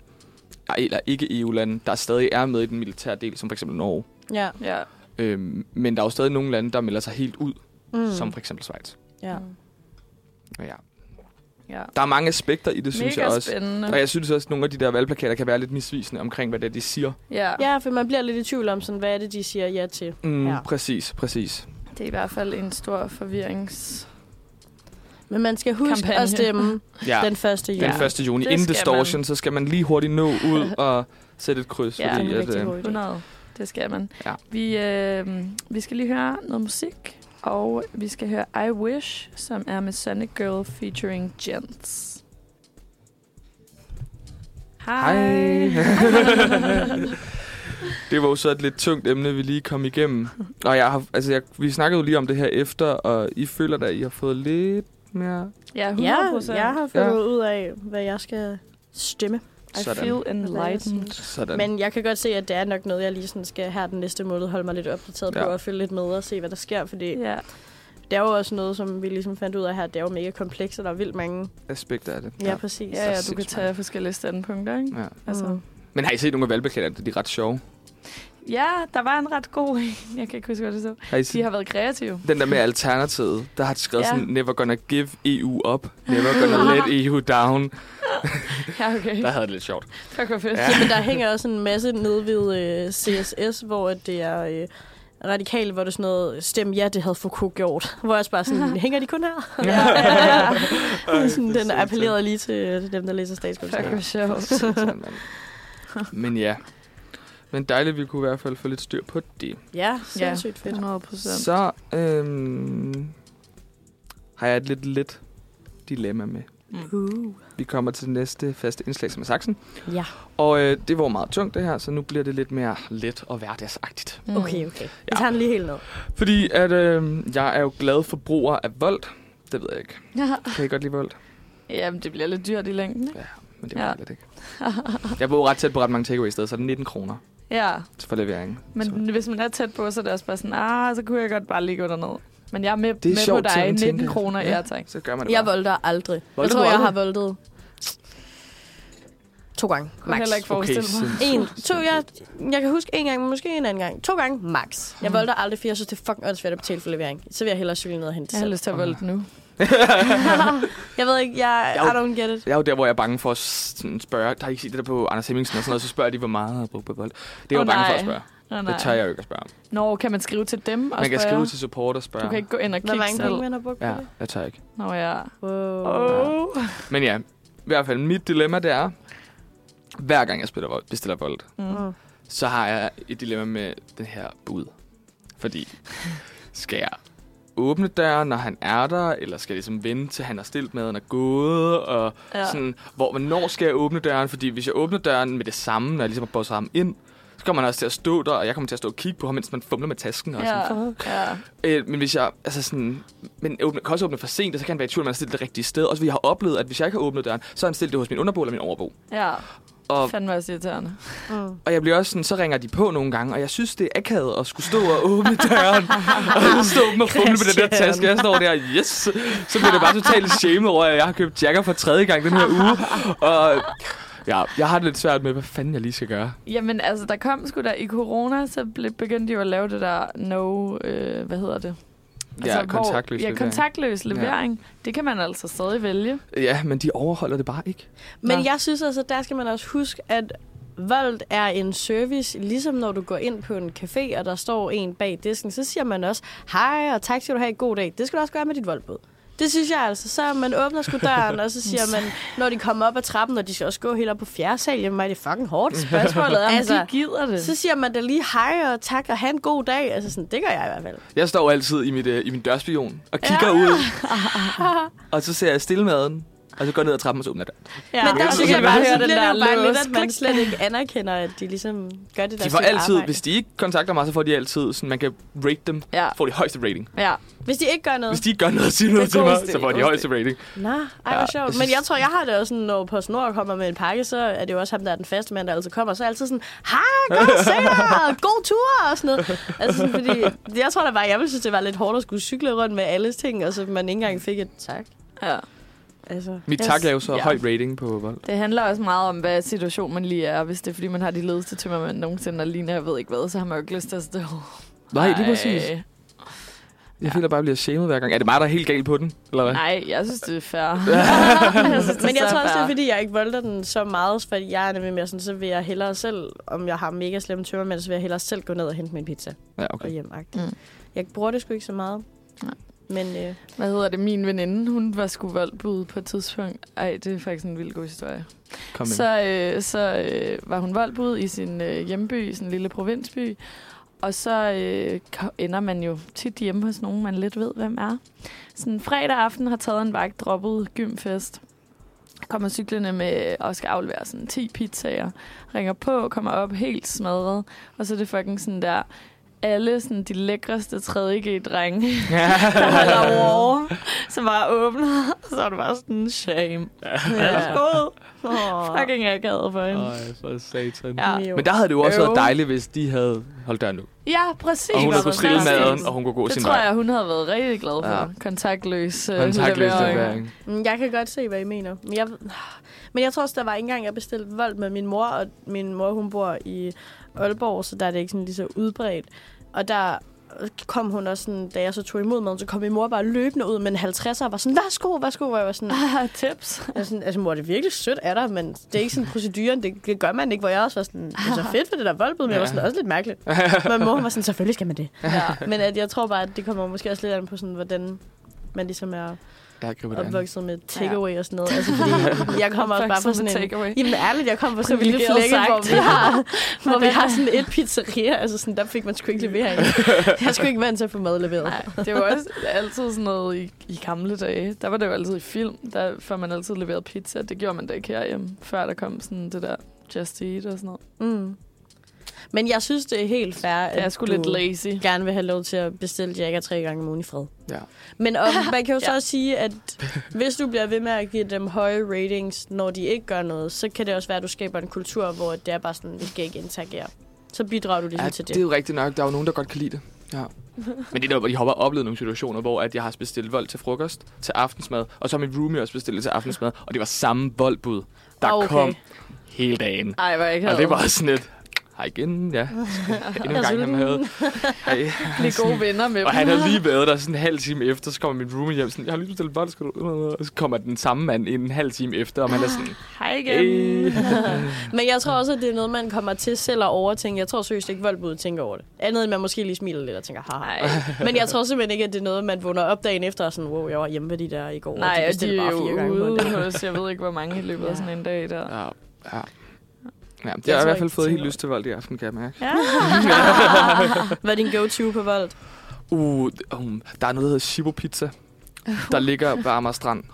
[SPEAKER 2] ej, eller ikke EU-lande, der stadig er med i den militære del, som for eksempel Norge.
[SPEAKER 1] Ja.
[SPEAKER 3] Ja.
[SPEAKER 2] Øhm, men der er jo stadig nogle lande, der melder sig helt ud,
[SPEAKER 1] Mm.
[SPEAKER 2] mm. som for eksempel Schweiz.
[SPEAKER 1] ja.
[SPEAKER 2] Og Ja.
[SPEAKER 3] ja.
[SPEAKER 2] Der er mange aspekter i det, synes
[SPEAKER 3] Mega
[SPEAKER 2] jeg også.
[SPEAKER 3] spændende.
[SPEAKER 2] Og jeg synes også, at nogle af de der valgplakater kan være lidt misvisende omkring, hvad det er, de siger.
[SPEAKER 3] Ja, ja,
[SPEAKER 1] Ja, for man bliver lidt i tvivl om, sådan, hvad er det, de siger ja til.
[SPEAKER 2] Mm,
[SPEAKER 1] Ja.
[SPEAKER 2] ja. Præcis, præcis.
[SPEAKER 3] det er i hvert fald en stor forvirrings...
[SPEAKER 1] Men man skal huske
[SPEAKER 3] Kampagne.
[SPEAKER 1] at stemme
[SPEAKER 2] Ja.
[SPEAKER 1] den første juli.
[SPEAKER 2] den
[SPEAKER 3] Ja.
[SPEAKER 2] 1. juni.
[SPEAKER 3] Det
[SPEAKER 2] Inden
[SPEAKER 3] skal
[SPEAKER 2] distortion,
[SPEAKER 3] man.
[SPEAKER 2] man. så skal man lige hurtigt nå
[SPEAKER 3] [LAUGHS]
[SPEAKER 2] ud og sætte et kryds.
[SPEAKER 3] Ja,
[SPEAKER 2] Ja,
[SPEAKER 1] det
[SPEAKER 2] fordi,
[SPEAKER 1] er en
[SPEAKER 2] at,
[SPEAKER 1] rigtig
[SPEAKER 2] øh,
[SPEAKER 1] god idé.
[SPEAKER 3] 100. Det skal man.
[SPEAKER 2] Ja.
[SPEAKER 3] Vi, øh, vi skal lige høre noget musik, og vi skal høre I Wish, som er med Sonic Girl featuring Gents. Hej.
[SPEAKER 2] Hej. [LAUGHS] det var jo så et lidt tungt emne, vi lige kom igennem. Og jeg har, altså jeg, vi snakkede jo lige om det her efter, og I føler da, at I har fået lidt mere...
[SPEAKER 3] [LAUGHS] ja, 100
[SPEAKER 1] Ja,
[SPEAKER 3] procent.
[SPEAKER 1] jeg har fundet ud af, hvad jeg skal stemme.
[SPEAKER 3] I
[SPEAKER 2] Sådan.
[SPEAKER 3] feel enlightened.
[SPEAKER 2] Sådan.
[SPEAKER 1] Men jeg kan godt se, at det er nok noget, jeg lige sådan skal her den næste måned holde mig lidt opdateret ja.
[SPEAKER 2] Ja.
[SPEAKER 1] på og følge lidt med og se, hvad der sker. Fordi ja.
[SPEAKER 3] Ja,
[SPEAKER 1] det er jo også noget, som vi ligesom fandt ud af her. Det er jo mega komplekst, og der er vildt mange.
[SPEAKER 2] Aspekter af det.
[SPEAKER 1] Ja, ja. præcis.
[SPEAKER 3] ja, ja du kan
[SPEAKER 2] sindssygt.
[SPEAKER 3] tage forskellige standpunkter, ikke?
[SPEAKER 2] ja.
[SPEAKER 3] Altså,
[SPEAKER 1] Mm.
[SPEAKER 2] Men har I set nogle af valgplakaterne? De er ret sjove.
[SPEAKER 3] ja, der var en ret god en. [LAUGHS] Jeg kan ikke huske, hvad det så.
[SPEAKER 2] Har I set
[SPEAKER 3] De har været
[SPEAKER 2] [LAUGHS]
[SPEAKER 3] kreative.
[SPEAKER 2] den der med Alternativet, der har de skrevet
[SPEAKER 3] Ja.
[SPEAKER 2] E
[SPEAKER 3] [LAUGHS]
[SPEAKER 2] ja. sådan, never gonna give EU up, never gonna let EU E down.
[SPEAKER 3] Ja, okay.
[SPEAKER 2] Der havde det lidt sjovt.
[SPEAKER 3] Fuck, hvor fedt.
[SPEAKER 2] Ja.
[SPEAKER 3] Ja.
[SPEAKER 1] Jamen, der hænger også en masse nede ved øh, CSS, hvor at det er øh, radikale, hvor det er sådan noget, stem ja, det havde Foucault gjort. [LAUGHS] Hvor jeg også bare sådan, hænger de kun her?
[SPEAKER 2] Ja. [LAUGHS]
[SPEAKER 1] [LAUGHS] ja. sådan,
[SPEAKER 2] det er
[SPEAKER 1] den
[SPEAKER 2] så
[SPEAKER 1] appellerede lige til øh, dem, der læser
[SPEAKER 3] Fuck,
[SPEAKER 1] statskundskab.
[SPEAKER 3] hvor sjovt.
[SPEAKER 2] Satan, mand. Men ja. Men dejligt, vi kunne i hvert fald få lidt styr på det.
[SPEAKER 1] Ja, sindssygt fedt.
[SPEAKER 3] 100 procent.
[SPEAKER 2] Så øhm, har jeg et lidt let dilemma med.
[SPEAKER 1] Uh.
[SPEAKER 2] Vi kommer til det næste faste indslag, som er saksen.
[SPEAKER 1] Ja.
[SPEAKER 2] Og øh, det var meget tungt det her, så nu bliver det lidt mere let og hverdagsagtigt.
[SPEAKER 1] Okay, okay. Vi tager den lige helt ned.
[SPEAKER 2] Fordi at øh, jeg er jo glad forbruger af vold. Det ved jeg ikke.
[SPEAKER 3] Ja.
[SPEAKER 2] Kan I godt lide vold?
[SPEAKER 3] Jamen, det bliver lidt dyrt i længden, ikke?
[SPEAKER 2] Men det var
[SPEAKER 3] Ja.
[SPEAKER 2] ja. lidt ikke. Jeg bor ret tæt på ret mange takeaway steder, så er det 19 kroner
[SPEAKER 3] Ja.
[SPEAKER 2] for leveringen. Så-
[SPEAKER 3] Men hvis man er tæt på, så er det også bare sådan, ah, så kunne jeg godt bare ligge dernede. Men jeg er med,
[SPEAKER 2] er
[SPEAKER 3] med på
[SPEAKER 2] sjovt,
[SPEAKER 3] dig.
[SPEAKER 2] sådan
[SPEAKER 3] 19
[SPEAKER 2] tænker jeg.
[SPEAKER 3] kroner, ja, tak.
[SPEAKER 2] så gør man det
[SPEAKER 1] Jeg
[SPEAKER 2] bare.
[SPEAKER 1] volder aldrig. jeg
[SPEAKER 2] Volder
[SPEAKER 1] tror,
[SPEAKER 2] du
[SPEAKER 1] jeg
[SPEAKER 2] aldrig?
[SPEAKER 1] har voldet to gange,
[SPEAKER 3] Jeg kan
[SPEAKER 1] max.
[SPEAKER 3] heller ikke
[SPEAKER 2] Okay,
[SPEAKER 3] forestille mig.
[SPEAKER 2] sindssygt.
[SPEAKER 1] En, to, jeg, jeg kan huske en gang, måske en anden gang. To gange, max. Jeg volder aldrig, for jeg synes, det er fucking åndssvagt at betale for levering. Så vil jeg hellere cykle ned og hente
[SPEAKER 3] Jeg
[SPEAKER 1] det
[SPEAKER 3] har
[SPEAKER 1] [LAUGHS] selv.
[SPEAKER 3] lyst til at vælge nu.
[SPEAKER 1] Jeg ved ikke, jeg, I
[SPEAKER 2] Jeg er
[SPEAKER 1] don't get
[SPEAKER 2] [LAUGHS]
[SPEAKER 1] it.
[SPEAKER 2] Jeg er jo der, hvor jeg er bange for at sådan spørge. Der har I ikke set det der på Anders Hemmingsen og sådan noget, så spørger de, hvor meget har brugt på vold. Det er
[SPEAKER 3] Åh,
[SPEAKER 2] jeg jo bange for at
[SPEAKER 3] nej.
[SPEAKER 2] spørge.
[SPEAKER 3] Oh,
[SPEAKER 2] Det tør jeg jo ikke at spørge om.
[SPEAKER 3] Nå, kan man skrive til dem og
[SPEAKER 2] Man kan
[SPEAKER 3] spørge?
[SPEAKER 2] skrive til support og spørge.
[SPEAKER 3] Du kan ikke gå ind og
[SPEAKER 1] Hvor
[SPEAKER 3] kigge
[SPEAKER 1] mange
[SPEAKER 3] selv.
[SPEAKER 1] penge man har brugt på
[SPEAKER 2] Ja,
[SPEAKER 1] det?
[SPEAKER 2] jeg tør ikke.
[SPEAKER 3] Nå ja.
[SPEAKER 1] Wow.
[SPEAKER 3] Oh.
[SPEAKER 2] Men ja, i hvert fald mit dilemma, det er, hver gang jeg spiller vold, bestiller vold,
[SPEAKER 3] Mm.
[SPEAKER 1] Mm.
[SPEAKER 2] så har jeg et dilemma med den her bud. Fordi, skal jeg åbne døren, når han er der, eller skal jeg ligesom vente, til han har stillet maden og gået, og
[SPEAKER 3] Ja.
[SPEAKER 2] ja. sådan, hvor, hvornår skal jeg åbne døren? Fordi hvis jeg åbner døren med det samme, når jeg ligesom har bosset ham ind, så kommer han også til at stå der, og jeg kommer til at stå og kigge på ham, mens man fumler med tasken. Og
[SPEAKER 3] Ja.
[SPEAKER 2] sådan.
[SPEAKER 3] ja.
[SPEAKER 2] Øh, men hvis jeg, altså sådan, men åbne, kan også åbne for sent, og så kan han være i tvivl, om man har stillet det rigtige sted. Også fordi jeg har oplevet, at hvis jeg ikke har åbnet døren, så har han stillet det hos min underbo eller min overbo.
[SPEAKER 3] Ja.
[SPEAKER 2] Og
[SPEAKER 3] Fandme også irriterende.
[SPEAKER 1] Mm.
[SPEAKER 2] og jeg bliver også sådan, så ringer de på nogle gange, og jeg synes, det er akavet at skulle stå og åbne døren, og stå åbne og fumle med den der
[SPEAKER 1] Christian.
[SPEAKER 2] taske. Jeg står der, yes! Så bliver det bare totalt shamed over, at jeg har købt jakker for tredje gang den her uge. Og ja, jeg har det lidt svært med, hvad fanden jeg lige skal gøre.
[SPEAKER 3] Jamen, altså, der kom sgu da i corona, så ble- begyndte de jo at lave det der no, øh, hvad hedder det?
[SPEAKER 2] Altså, ja,
[SPEAKER 3] hvor-
[SPEAKER 2] kontaktløs
[SPEAKER 3] Ja,
[SPEAKER 2] levering.
[SPEAKER 3] kontaktløs
[SPEAKER 2] Ja.
[SPEAKER 3] levering. Det kan man altså stadig vælge.
[SPEAKER 2] Ja, men de overholder det bare ikke.
[SPEAKER 1] Men
[SPEAKER 3] Nå.
[SPEAKER 1] jeg synes altså, der skal man også huske, at Vold er en service, ligesom når du går ind på en café, og der står en bag disken, så siger man også, hej og tak skal du have, god dag. Det skal du også gøre med dit voldbud. Det synes jeg altså. Så man åbner sgu døren, og så
[SPEAKER 2] [LAUGHS]
[SPEAKER 1] siger man, når de kommer op ad trappen, og de skal også gå helt op på fjerde sal, jamen er det fucking hårdt
[SPEAKER 2] Mm.
[SPEAKER 1] spørgsmålet.
[SPEAKER 3] Spørgsmålet er, om altså, de
[SPEAKER 1] altså,
[SPEAKER 3] gider det.
[SPEAKER 1] så siger man da lige hej og tak og have en god dag. Altså sådan, det gør jeg i hvert fald.
[SPEAKER 2] Jeg står altid i, mit, øh, i min dørspion og kigger ja. ud, og så ser jeg stille maden, og så går jeg ned ad trappen og så åbner døren.
[SPEAKER 1] Ja, men der
[SPEAKER 2] så
[SPEAKER 1] synes
[SPEAKER 2] kan
[SPEAKER 1] jeg
[SPEAKER 2] vi
[SPEAKER 1] bare,
[SPEAKER 2] høre
[SPEAKER 3] den
[SPEAKER 1] så bliver det
[SPEAKER 3] der
[SPEAKER 1] jo bare lidt,
[SPEAKER 3] lås.
[SPEAKER 1] at man slet ikke anerkender, at de ligesom gør det der
[SPEAKER 2] De får
[SPEAKER 1] stykke
[SPEAKER 2] altid,
[SPEAKER 1] arbejde.
[SPEAKER 2] hvis de ikke kontakter mig, så får de altid, sådan, man kan rate dem,
[SPEAKER 3] Ja,
[SPEAKER 2] får de højeste rating.
[SPEAKER 3] ja.
[SPEAKER 1] Hvis de ikke gør noget.
[SPEAKER 2] Hvis de ikke gør noget og siger noget
[SPEAKER 3] Det er
[SPEAKER 2] til mig,
[SPEAKER 3] god stil,
[SPEAKER 2] så får de
[SPEAKER 3] god
[SPEAKER 2] højeste rating.
[SPEAKER 1] Nå, ej, hvor
[SPEAKER 2] Ja,
[SPEAKER 1] sjovt.
[SPEAKER 2] jeg
[SPEAKER 1] Men
[SPEAKER 2] synes-
[SPEAKER 1] jeg tror, jeg har det også sådan, når PostNord kommer med en pakke, så er det jo også ham, der er den faste mand, der altid kommer. Så er jeg altid sådan, hej, godt
[SPEAKER 2] [LAUGHS]
[SPEAKER 1] sælger, god tur og sådan noget. Altså sådan, fordi, jeg tror da bare, jeg ville synes, det var lidt hårdt at skulle cykle rundt med alles ting, og så man ikke engang fik et tak.
[SPEAKER 3] ja.
[SPEAKER 1] Altså,
[SPEAKER 2] Mit
[SPEAKER 3] Jeg
[SPEAKER 1] [LAUGHS]
[SPEAKER 2] [LAUGHS] tak er jo
[SPEAKER 3] s-
[SPEAKER 2] så
[SPEAKER 3] ja.
[SPEAKER 2] høj rating på vold.
[SPEAKER 3] Det handler også meget om, hvad situation man lige er. Hvis det er, fordi man har de ledeste tømmermænd nogensinde, og ligner, jeg ved ikke hvad, så har man jo ikke lyst til at stå.
[SPEAKER 2] Nej, lige præcis.
[SPEAKER 3] Ej.
[SPEAKER 2] Jeg føler bare, at jeg bliver shamed hver gang. Er det mig, der er helt galt på den? Eller hvad?
[SPEAKER 3] Nej, jeg synes, det er fair. jeg synes, det
[SPEAKER 1] Men jeg
[SPEAKER 3] så
[SPEAKER 1] tror også, det
[SPEAKER 3] fair.
[SPEAKER 1] er, fordi jeg ikke volder den så meget, fordi jeg er nemlig mere sådan, så vil jeg hellere selv, om jeg har mega slemme tømmermænd, så vil jeg hellere selv gå ned og hente min pizza
[SPEAKER 2] Ja,
[SPEAKER 1] og
[SPEAKER 2] okay.
[SPEAKER 1] hjem. Mm.
[SPEAKER 3] Mm.
[SPEAKER 1] Jeg bruger det sgu ikke så meget.
[SPEAKER 3] Nej.
[SPEAKER 1] Men
[SPEAKER 2] [LAUGHS]
[SPEAKER 1] øh,
[SPEAKER 3] Hvad hedder det? Min veninde, hun var sgu voldbud på et tidspunkt. Ej, det er faktisk en vild god historie.
[SPEAKER 2] Kom ind.
[SPEAKER 3] Så, øh, så øh, var hun voldbud i sin øh, hjemby, i sin lille provinsby. Og så øh, ko- ender man jo tit hjemme hos nogen, man lidt ved, hvem er. Sådan fredag aften har taget en vagt, droppet gymfest. Kommer cyklerne med og skal aflevere sådan 10 pizzaer. Ringer på, kommer op helt smadret. Og så er det fucking sådan der, alle sådan de lækreste
[SPEAKER 2] [LAUGHS]
[SPEAKER 3] 3G-drenge [LAUGHS] der holder warm, som bare åbner, så er det bare sådan en shame.
[SPEAKER 1] ja.
[SPEAKER 3] Værsgo.
[SPEAKER 1] Åh.
[SPEAKER 3] Fucking akavet for hende.
[SPEAKER 2] Ej, for satan.
[SPEAKER 3] Ja.
[SPEAKER 2] Men der havde det jo også
[SPEAKER 3] Øv.
[SPEAKER 2] været dejligt, hvis de havde holdt døren nu.
[SPEAKER 3] Ja, præcis.
[SPEAKER 2] Og hun havde
[SPEAKER 3] havde
[SPEAKER 2] kunne trille maden, og hun kunne gå
[SPEAKER 3] Det
[SPEAKER 2] sin
[SPEAKER 3] tror
[SPEAKER 2] vej.
[SPEAKER 3] jeg, hun havde været rigtig glad for.
[SPEAKER 2] Ja.
[SPEAKER 3] Ja. Kontaktløs. øh,
[SPEAKER 2] Kontaktløs
[SPEAKER 3] levering.
[SPEAKER 2] levering.
[SPEAKER 1] Mm, Jeg kan godt se, hvad I mener. Men jeg, men jeg tror også, der var engang, jeg bestilte vold med min mor, og min mor, hun bor i Aalborg, så der er det ikke sådan lige så udbredt. Og der kom hun også sådan, da jeg så tog imod maden, så kom min mor bare løbende ud med en 50'er og var sådan, værsgo, værsgo, hvor jeg var sådan,
[SPEAKER 3] [LAUGHS] Ah, tips.
[SPEAKER 1] jeg er sådan, altså mor, det er virkelig sødt af dig, men det er ikke sådan proceduren, det, det gør man ikke, hvor jeg også var sådan, det er så fedt for det der voldbud, men ja. jeg var sådan, også lidt mærkeligt. Men mor var sådan, selvfølgelig skal man det.
[SPEAKER 3] [LAUGHS]
[SPEAKER 1] Ja. Men at jeg tror bare, at det kommer måske også lidt an på sådan, hvordan man ligesom er
[SPEAKER 2] Jeg griber det an.
[SPEAKER 1] opvokset med takeaway og sådan noget. Altså,
[SPEAKER 3] [LAUGHS]
[SPEAKER 1] fordi jeg kommer også bare fra
[SPEAKER 3] Opvokset med
[SPEAKER 1] sådan en...
[SPEAKER 3] takeaway.
[SPEAKER 1] Jamen ærligt, jeg kom fra sådan en lille
[SPEAKER 3] Privilegeret
[SPEAKER 1] flække, hvor
[SPEAKER 3] sagt.
[SPEAKER 1] vi
[SPEAKER 3] [LAUGHS]
[SPEAKER 1] har, hvor vi har sådan et pizzeria. Altså sådan, der fik man sgu ikke levering. Jeg skulle ikke vant til at få mad leveret.
[SPEAKER 3] Nej, det var også altid sådan noget i, i gamle dage. Der var det jo altid i film, der får man altid leveret pizza. Det gjorde man da ikke herhjemme, før der kom sådan det der Just Eat og sådan noget.
[SPEAKER 1] Mm. Men jeg synes, det er helt fair, at
[SPEAKER 3] Det er sgu
[SPEAKER 1] du
[SPEAKER 3] lidt lazy.
[SPEAKER 1] gerne vil have lov til at bestille jakker tre gange om ugen i fred.
[SPEAKER 2] Ja.
[SPEAKER 3] [LAUGHS]
[SPEAKER 1] Men og man kan jo så
[SPEAKER 3] Ja.
[SPEAKER 1] også sige, at hvis du bliver ved med at give dem høje ratings, når de ikke gør noget, så kan det også være, at du skaber en kultur, hvor det er bare sådan, vi skal ikke interagere. Så bidrager du ligesom
[SPEAKER 2] Ja,
[SPEAKER 1] ja, til
[SPEAKER 2] det
[SPEAKER 1] det.
[SPEAKER 2] er jo rigtigt nok. Der er jo nogen, der godt kan lide det. Ja. Men det er der, hvor de hopper oplevet nogle situationer, hvor at jeg har bestilt vold til frokost, til aftensmad, og så har min roomie også bestilt det til aftensmad, og det var samme voldbud, der
[SPEAKER 1] Ah, okay.
[SPEAKER 2] okay. kom hele dagen.
[SPEAKER 3] Ej, var jeg ikke
[SPEAKER 2] Og det var også sådan et, hej
[SPEAKER 3] [LAUGHS]
[SPEAKER 2] igen, ja. Endnu en gang, han havde. Hej.
[SPEAKER 3] Blive gode venner med
[SPEAKER 2] Og
[SPEAKER 3] dem.
[SPEAKER 2] han havde lige været der sådan en halv time efter, så kommer min roomie hjem sådan, jeg har lige bestilt vold, skal du... Og så kommer den samme mand ind en halv time efter, og man er
[SPEAKER 3] [GASPS]
[SPEAKER 2] sådan,
[SPEAKER 3] Hej igen.
[SPEAKER 2] hey.
[SPEAKER 1] Men jeg tror også, at det er noget, man kommer til selv at overtænke. Jeg tror seriøst ikke, voldbud tænker over det. Andet end man måske lige smiler lidt og tænker, haha.
[SPEAKER 3] Nej,
[SPEAKER 1] Men jeg tror simpelthen ikke, at det er noget, man vågner op dagen efter og sådan, wow, jeg var hjemme ved de der i går,
[SPEAKER 3] nej
[SPEAKER 1] og de
[SPEAKER 3] og de
[SPEAKER 1] bestilte
[SPEAKER 3] er
[SPEAKER 1] bare fire gange
[SPEAKER 3] jo
[SPEAKER 1] på
[SPEAKER 3] [LAUGHS]
[SPEAKER 1] en dag."
[SPEAKER 3] ude hos, jeg ved ikke, hvor mange i løbet af sådan en dag der. [LAUGHS]
[SPEAKER 2] Ja, ja. Ja, det
[SPEAKER 1] Jeg
[SPEAKER 2] har
[SPEAKER 1] tror
[SPEAKER 2] i hvert fald
[SPEAKER 1] ikke,
[SPEAKER 2] fået
[SPEAKER 1] det
[SPEAKER 2] helt
[SPEAKER 1] tænker
[SPEAKER 2] lyst til vold i aften, kan jeg mærke.
[SPEAKER 3] Ja.
[SPEAKER 1] Hvad er din go-to på vold?
[SPEAKER 2] Uh, d- um, der er noget, der hedder Shibo Pizza,
[SPEAKER 3] [LAUGHS]
[SPEAKER 2] der ligger ved Amager Strand.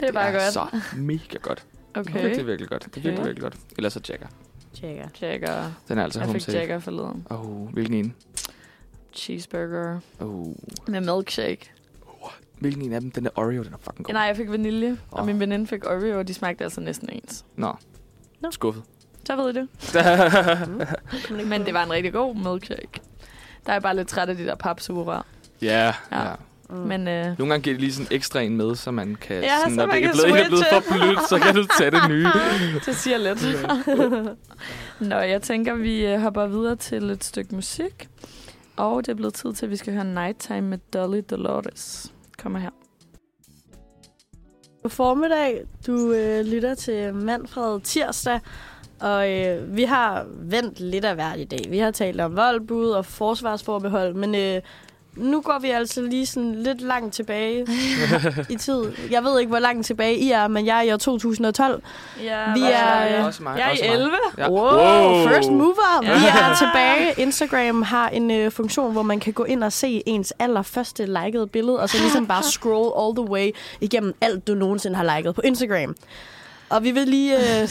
[SPEAKER 3] Det er bare
[SPEAKER 2] det er
[SPEAKER 3] godt.
[SPEAKER 2] så mega godt. Okay. Det er
[SPEAKER 3] Okay.
[SPEAKER 2] virkelig godt. Det er virkelig,
[SPEAKER 3] Okay.
[SPEAKER 2] virkelig godt. Ellers er Jagger.
[SPEAKER 1] Tjekker.
[SPEAKER 3] Jacker.
[SPEAKER 2] Den er altså
[SPEAKER 3] Jeg
[SPEAKER 2] home
[SPEAKER 3] fik
[SPEAKER 2] safe.
[SPEAKER 3] Jacker forleden.
[SPEAKER 2] Oh, hvilken en?
[SPEAKER 3] Cheeseburger
[SPEAKER 2] Oh.
[SPEAKER 3] med milkshake.
[SPEAKER 2] Hvilken en af dem? Den der Oreo, den er fucking god.
[SPEAKER 3] Nej, jeg fik vanilje, og
[SPEAKER 2] Åh.
[SPEAKER 3] min veninde fik Oreo, og de smagte altså næsten ens.
[SPEAKER 2] Nå.
[SPEAKER 1] Nå.
[SPEAKER 2] Skuffet.
[SPEAKER 3] Så ved I det. Men det var en rigtig god milkshake. Der er jeg bare lidt træt af de der
[SPEAKER 2] [LAUGHS]
[SPEAKER 3] papsugerør.
[SPEAKER 2] Ja.
[SPEAKER 3] Ja.
[SPEAKER 2] ja.
[SPEAKER 1] Mm.
[SPEAKER 3] Men øh,
[SPEAKER 2] Nogle gange giver de lige sådan en ekstra en med, så man kan...
[SPEAKER 3] Ja,
[SPEAKER 2] sådan,
[SPEAKER 3] så
[SPEAKER 2] når
[SPEAKER 3] man
[SPEAKER 2] det ikke
[SPEAKER 3] kan
[SPEAKER 2] er blevet, ikke er
[SPEAKER 3] [LAUGHS]
[SPEAKER 2] blevet for
[SPEAKER 3] switche.
[SPEAKER 2] blødt, så kan du tage det nye.
[SPEAKER 3] [LAUGHS] det siger lidt. [LAUGHS] Nå, jeg tænker, vi øh, hopper videre til et stykke musik. Og det er blevet tid til, at vi skal høre Nighttime med Dolly Dolores. Kommer her.
[SPEAKER 1] God formiddag. Du øh, lytter til Manfred Tirsdag, og øh, vi har vendt lidt af hvert i dag. Vi har talt om voldbud og forsvarsforbehold, men øh, nu går vi altså lige sådan lidt langt tilbage i tid. Jeg ved ikke, hvor langt tilbage I er, men jeg er i år 2012.
[SPEAKER 3] Ja,
[SPEAKER 1] Vi
[SPEAKER 3] også
[SPEAKER 1] er-
[SPEAKER 3] mig.
[SPEAKER 2] Også mig,
[SPEAKER 3] øh, Jeg er
[SPEAKER 2] også
[SPEAKER 3] i
[SPEAKER 2] mig.
[SPEAKER 3] 11.
[SPEAKER 2] Ja.
[SPEAKER 1] Wow, first mover! Vi er tilbage. Instagram har en øh, funktion, hvor man kan gå ind og se ens allerførste likede billede, og så ligesom bare scroll all the way igennem alt, du nogensinde har liket på Instagram. Og vi vil lige øh,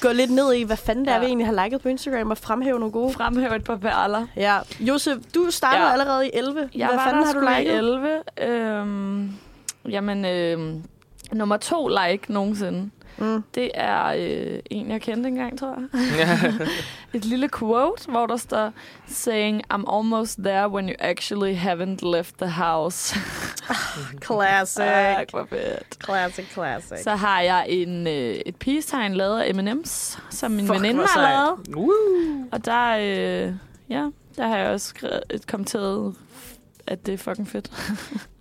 [SPEAKER 1] gå lidt ned i, hvad fanden det er,
[SPEAKER 3] Ja.
[SPEAKER 1] vi egentlig har liket på Instagram, og fremhæve nogle gode.
[SPEAKER 3] Fremhæver et par perler.
[SPEAKER 1] Ja, Josef, du starter
[SPEAKER 3] Ja.
[SPEAKER 1] ja. allerede i 11.
[SPEAKER 3] Jeg
[SPEAKER 1] hvad
[SPEAKER 3] var
[SPEAKER 1] fanden
[SPEAKER 3] der
[SPEAKER 1] har du
[SPEAKER 3] sgu i
[SPEAKER 1] liket?
[SPEAKER 3] 11. Øhm, jamen, øhm, nummer to like nogensinde.
[SPEAKER 1] Mm.
[SPEAKER 3] Det er øh, en, jeg kendte engang, tror jeg.
[SPEAKER 1] [LAUGHS]
[SPEAKER 3] [LAUGHS] Et lille quote, hvor der står, saying, I'm almost there when you actually haven't left the house.
[SPEAKER 1] Classic.
[SPEAKER 3] Tak, hvor fedt.
[SPEAKER 1] Classic, classic.
[SPEAKER 3] Så har jeg en, øh, et peace-tegn lavet af M&M's, som min
[SPEAKER 1] Fuck,
[SPEAKER 3] veninde
[SPEAKER 1] hvor
[SPEAKER 3] har
[SPEAKER 1] sejt.
[SPEAKER 3] lavet.
[SPEAKER 2] Woo.
[SPEAKER 3] Og der, øh, ja, der har jeg også skrevet, et kommenteret, at det er fucking
[SPEAKER 1] [LAUGHS]
[SPEAKER 3] fedt.